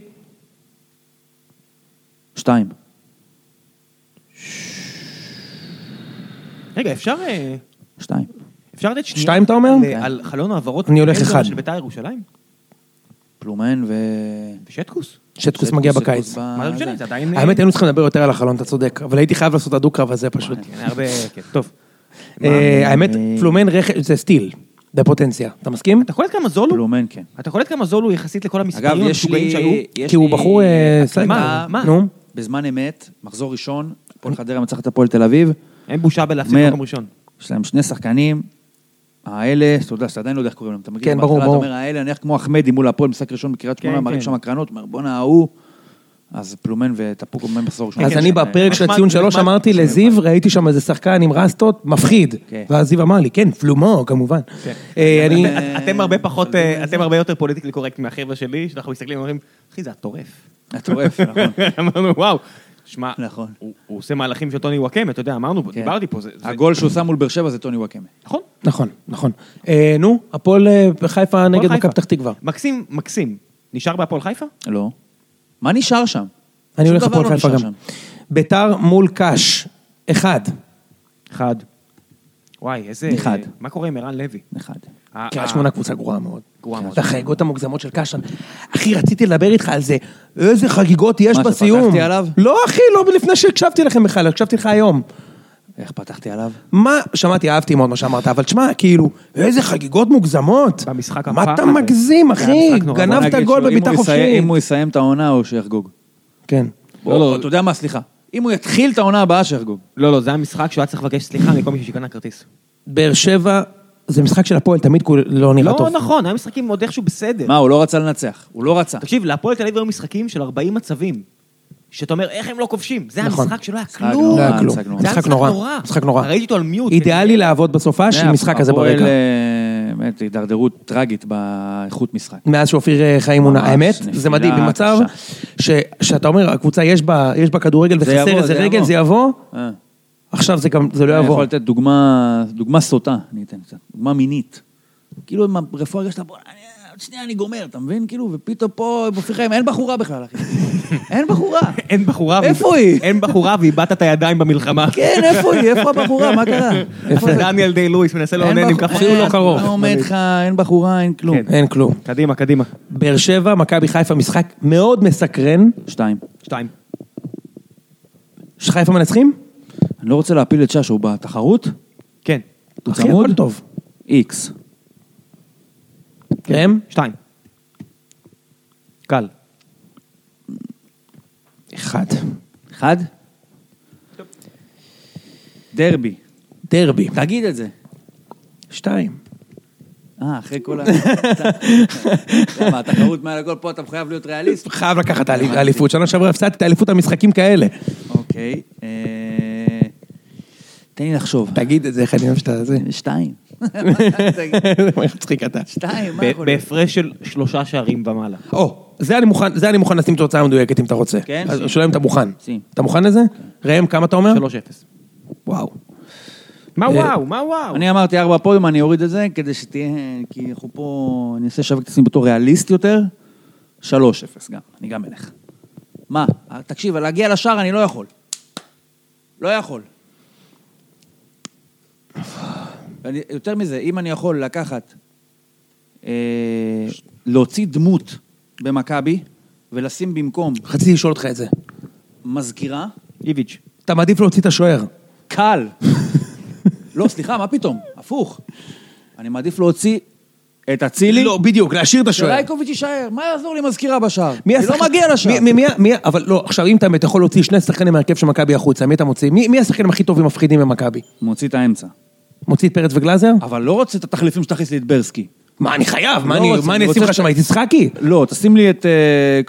S3: שתיים.
S2: רגע, אפשר... אה,
S3: שתיים.
S2: אפשר לתת שנייה?
S1: שתיים, אתה אומר?
S2: על-
S3: כן.
S2: על חלון העברות?
S1: אני הולך
S2: עזרא
S1: אחד.
S2: של ביתר ירושלים?
S3: פלומן ו...
S2: ושטקוס?
S3: אה,
S1: שטקוס מגיע
S3: שטקוס
S1: בקיץ.
S3: ב-
S2: מה זה משנה? זה עדיין... אה,
S1: האמת, היינו צריכים לדבר יותר על החלון, אתה צודק, אבל הייתי חייב לעשות את הדו-קרב הזה פשוט.
S2: כן, הרבה... כן, טוב.
S1: אה, האמת, פלומן רכש, זה סטיל, בפוטנציה. אתה מסכים?
S2: אתה קולט כמה זול הוא?
S3: פלומן, כן.
S2: אתה קולט כמה זול הוא יחסית לכל
S3: אגב,
S2: המספרים
S3: יש
S2: המשוגעים שהיו?
S3: לי... יש
S1: כי הוא
S3: לי
S1: בחור, אה,
S3: הקלטה
S1: סייבר.
S2: מה? מה?
S1: נו.
S3: בזמן אמת, מחזור ראשון, הפועל חדרה מצחת את הפועל תל אביב.
S2: אין בושה בלהפסיד
S3: אומר,
S2: מקום ראשון.
S3: יש להם שני שחקנים, האלה, אתה יודע, שאתה עדיין לא יודע איך קוראים להם, אתה מגיע
S1: כן, ברור,
S3: בהתחלה,
S1: ברור.
S3: אתה אומר, האלה, נניח כמו אחמדי מול הפועל משחק ראשון בקריית שמונה,
S2: כן,
S3: מרים
S2: כן.
S3: שם הקרנות, אומר, בואנה, ההוא, אז פלומן ותפוק אומרים מחזור ראשון.
S1: אז
S3: כן,
S1: אני
S3: שם,
S1: בפרק של
S2: נחמד,
S1: הציון
S2: נחמד.
S1: שלוש אמרתי לזיו, ראיתי שם איזה שחקן עם רסטות, מפחיד.
S3: כן.
S1: ואז זיו אמר לי, כן, פלומו, כמובן. אה, אני...
S2: את- אתם הרבה פחות, אה, אתם הרבה יותר פוליטיקלי קורקט מהחבר'ה שלי, שאנחנו מסתכלים ואומרים, אחי, זה הטורף.
S3: אה, מטורף, נכון.
S2: אמרנו, וואו. שמע,
S3: נכון.
S2: הוא הוא עושה מהלכים של טוני וואקמה, אתה יודע, אמרנו,
S3: כן.
S2: דיברתי פה, זה... זה-
S3: הגול שהוא שם מול באר שבע זה טוני וואקמה.
S2: נכון.
S1: נכון, נכון. אה, נו, הפועל אה, חיפה
S2: הפועל
S1: נגד
S2: חיפה.
S1: מכבי פתח תקווה.
S2: מקסים, מקסים. נשאר בהפועל חיפה?
S3: לא. מה נשאר שם?
S1: אני
S3: שום
S1: הולך
S3: דבר
S1: לפועל
S3: לא
S1: חיפה
S3: נשאר
S1: גם. ביתר מול קאש, אחד.
S2: אחד. וואי, איזה...
S3: אחד.
S2: מה קורה עם ערן לוי?
S3: שם. אחד.
S2: ה- ה-
S1: קריית שמונה קבוצה גרועה מאוד.
S2: אה,
S1: כן.
S2: גרועה מאוד.
S1: את החגיגות המוגזמות של קאש. אחי, רציתי לדבר איתך על זה. איזה חגיגות יש
S3: מה,
S1: בסיום.
S3: שפתחתי עליו?
S1: לא, אחי, לא לפני שהקשבתי לכם בכלל, הקשבתי לך היום.
S3: איך פתחתי עליו?
S1: מה, שמעתי, אהבתי מאוד מה שאמרת, אבל תשמע, כאילו, איזה חגיגות מוגזמות.
S2: במשחק
S1: מה
S2: הפח
S1: אתה
S2: הזה.
S1: מגזים,
S2: זה היה
S1: אחי?
S2: משחק נורא. בוא
S1: גנבת
S3: נגיד
S1: גול
S3: שהוא- אם
S1: בביתה
S3: הוא יסיים-
S1: חופשית.
S3: אם הוא יסיים את העונה או שיחגוג.
S1: כן.
S3: לא, לא, אתה יודע מה, סליחה. אם הוא יתחיל את העונה הבאה, שיחגוג.
S2: לא, לא, זה היה משחק שהוא היה צריך לבקש סליחה מכל מי שקנה כרטיס.
S1: באר שבע, זה משחק של הפועל, תמיד כול- לא נראה
S2: לא
S1: טוב.
S2: נכון, היה משחקים עוד איכשהו בסדר.
S3: מה, הוא לא רצה לנצח. הוא לא רצה.
S2: תקשיב, להפועל תל אביב היו משחקים של 40 מצבים. שאתה אומר, איך הם לא כובשים? זה
S1: נכון.
S2: המשחק שלא היה
S3: משחק
S2: כלום.
S1: לא היה
S3: נורא,
S1: כלום.
S3: משחק נורא.
S2: זה היה
S1: משחק נורא. משחק נורא.
S2: ראיתי אותו על מיוט.
S1: אידיאלי לעבוד בסופש עם אה, משחק כזה
S3: הפועל,
S1: ברקע.
S3: אה, באמת, הידרדרות טראגית באיכות משחק.
S1: מאז שאופיר אה, חיים מונה,
S3: ממש,
S1: האמת,
S3: נפילה
S1: זה מדהים, במצב ש- שאתה אומר, הקבוצה יש בה יש בה כדורגל
S3: זה
S1: וחסר
S3: יבוא,
S1: איזה
S3: זה
S1: רגל,
S3: יבוא.
S1: זה יבוא,
S3: אה.
S1: לא עכשיו זה גם, זה לא
S3: אני
S1: יבוא.
S3: יכול לתת דוגמה, דוגמה סוטה, אני אתן קצת, דוגמה מינית. כאילו עם הרפואה הרגשת, בוא, אני- עוד שנייה אני גומר, אתה מבין? כאילו, ופתאום פה, בפי חיים, אין בחורה בכלל, אחי. אין בחורה.
S2: אין בחורה.
S3: איפה היא?
S2: אין בחורה ואיבדת את הידיים במלחמה.
S3: כן, איפה היא? איפה הבחורה? מה קרה? איפה זה?
S2: דניאל דיי לואיס מנסה
S3: אין
S2: לעונן עם
S3: בחורה,
S2: כף...
S1: אפילו לא קרוב.
S3: מה עומד לך, אין בחורה, אין כלום.
S2: כן.
S1: אין כלום.
S2: קדימה, קדימה.
S1: באר שבע, מכבי חיפה, משחק מאוד מסקרן.
S3: שתיים.
S2: שתיים.
S1: שחיפה מנצחים?
S3: אני לא רוצה להפיל את שש, הוא בתחרות?
S2: כן.
S3: הוא
S1: אחי,
S3: צמוד?
S1: הכל טוב.
S3: איקס.
S1: ראם?
S2: שתיים. קל.
S1: אחד.
S3: אחד? דרבי.
S1: דרבי.
S3: תגיד את זה.
S1: שתיים.
S3: אה, אחרי כל ה... למה, התחרות מעל הכל פה, אתה חייב להיות ריאליסט?
S1: חייב לקחת את האלי- האליפות. שנה שעברה הפסדתי את האליפות על משחקים כאלה.
S3: אוקיי. אה, תן לי לחשוב.
S1: תגיד את זה, איך אני אוהב שאתה זה.
S3: שתיים.
S1: מצחיק אתה.
S3: שתיים, מה
S2: ב-
S3: יכול להיות? אה,
S2: בהפרש של שלושה שערים ומעלה.
S1: או, זה אני מוכן, זה אני מוכן לשים תוצאה מדויקת אם אתה רוצה.
S3: כן,
S1: אז
S3: שים.
S1: שואלים אם אתה מוכן.
S3: שים.
S1: אתה מוכן לזה? ראם, כמה אתה אומר?
S2: 3-0.
S1: וואו.
S2: מה
S1: אה,
S2: וואו? מה וואו?
S3: אני אמרתי ארבע פודיום, אני אוריד את זה כדי שתהיה... כי אנחנו פה... אני אנסה לשווק את עצמי בתור ריאליסט יותר. שלוש אפס גם, אני גם אלך. מה? תקשיב, להגיע לשער אני לא יכול. לא יכול. ואני, יותר מזה, אם אני יכול לקחת, אה, להוציא דמות במכבי ולשים במקום
S1: רציתי לשאול אותך את זה.
S3: מזכירה,
S2: איביץ'.
S1: אתה מעדיף להוציא את השוער.
S3: קל. לא, סליחה, מה פתאום? הפוך. אני מעדיף להוציא את אצילי.
S1: לא, בדיוק, להשאיר את השוער.
S3: שרייקוביץ' יישאר, מה יעזור לי מזכירה בשער?
S1: מי
S3: אני לא
S1: השחקן-
S3: מגיע לשער.
S1: מי- מי- מי- מי- אבל לא, עכשיו אם אתה באמת יכול להוציא שני שחקנים מהרכב של מכבי החוצה, מי אתה מוציא? מי מי השחקנים הכי טובים מפחידים במכבי?
S3: מוציא את האמצע.
S1: מוציא את פרץ וגלאזר?
S3: אבל לא רוצה את התחליפים שתכניס לי את ברסקי.
S1: מה, אני חייב, מה
S3: לא
S1: אני-
S3: רוצה,
S1: מה
S3: אני
S1: אני אשים
S3: רוצה
S1: לך
S3: ש-
S1: שם? הייתי יצחקי?
S3: לא, תשים לי את... אה,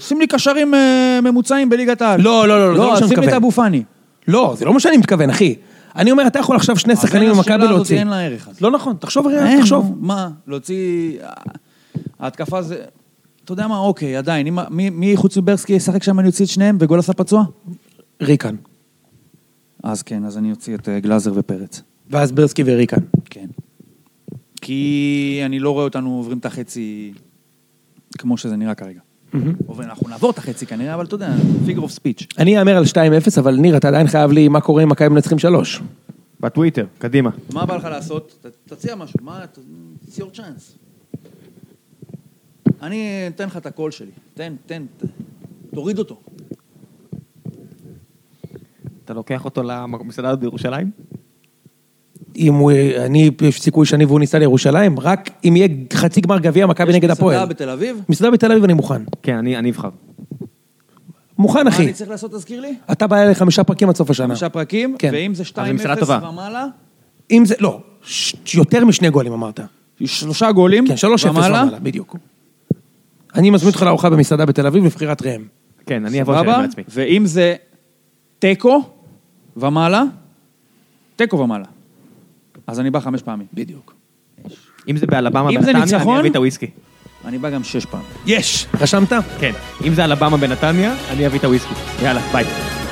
S3: שים לי קשרים אה, ממוצעים בליגת העל.
S1: לא, לא, לא, לא, זה לא מה שאני
S3: לא, שים לי את
S1: מתכוון.
S3: אבו פאני.
S1: לא, זה לא מה שאני מתכוון, אחי. אני אומר, אתה יכול עכשיו שני
S3: אבל
S1: שחקנים
S3: השאלה
S1: ממכבי
S3: הזאת,
S1: להוציא.
S3: אין לה ערך אז.
S1: לא נכון, תחשוב רגע,
S3: אין,
S1: תחשוב.
S3: נו, מה, להוציא... אה, ההתקפה זה... אתה יודע מה, אוקיי, עדיין. אם- מי- מי חוץ מברסקי ישחק שם אני אוציא את שניהם וגול עשה פצוע?
S1: ריקן.
S3: אז כן, אז אני אוציא את אה, גלאזר ופרץ.
S1: ואז ברסקי וריקן.
S3: כן. כי אני לא רואה אותנו עוברים את החצי כמו שזה נראה כרגע. אבל אנחנו נעבור את החצי כנראה, אבל אתה יודע, figure of speech.
S1: אני אאמר על 2-0, אבל ניר, אתה עדיין חייב לי מה קורה אם מכבי מנצחים 3.
S2: בטוויטר. קדימה.
S3: מה בא לך לעשות? ת- תציע משהו, מה, ת- it's your chance. אני אתן לך את הקול שלי, תן, תן, ת- תוריד אותו.
S2: אתה לוקח אותו למסעדה הזאת בירושלים?
S1: אם הוא... אה, אני, יש סיכוי שאני והוא ניסע לירושלים, רק אם יהיה חצי גמר גביע מכבי נגד הפועל.
S3: יש מסעדה בתל אביב?
S1: מסעדה בתל אביב אני מוכן.
S2: כן, אני אני אבחר.
S1: מוכן,
S3: מה
S1: אחי.
S3: אני צריך לעשות, תזכיר לי?
S1: אתה בא אליי חמישה פרקים עד סוף השנה.
S3: חמישה פרקים,
S1: כן.
S3: ואם זה
S2: אבל עם סדרה
S3: 2-0
S2: טובה.
S3: ומעלה,
S1: אם זה... לא, ש- יותר משני גולים אמרת.
S3: שלושה גולים,
S1: כן, 3-0 ומעלה, בדיוק. אני מזמין אותך לארוחה במסעדה בתל אביב לבחירת ראם.
S2: כן, אני אבוא לשלם בעצמי.
S3: ואם זה תיקו ומעלה, תיקו ומעלה. אז אני בא חמש פעמים.
S1: בדיוק.
S2: אם זה באלבמה
S3: אם זה
S2: בנתניה,
S3: ניצחון-
S2: אני אביא את הוויסקי.
S3: אני בא גם שש פעמים.
S1: יש! רשמת?
S2: כן. אם זה אלבמה בנתניה, אני אביא את הוויסקי. יאללה, ביי.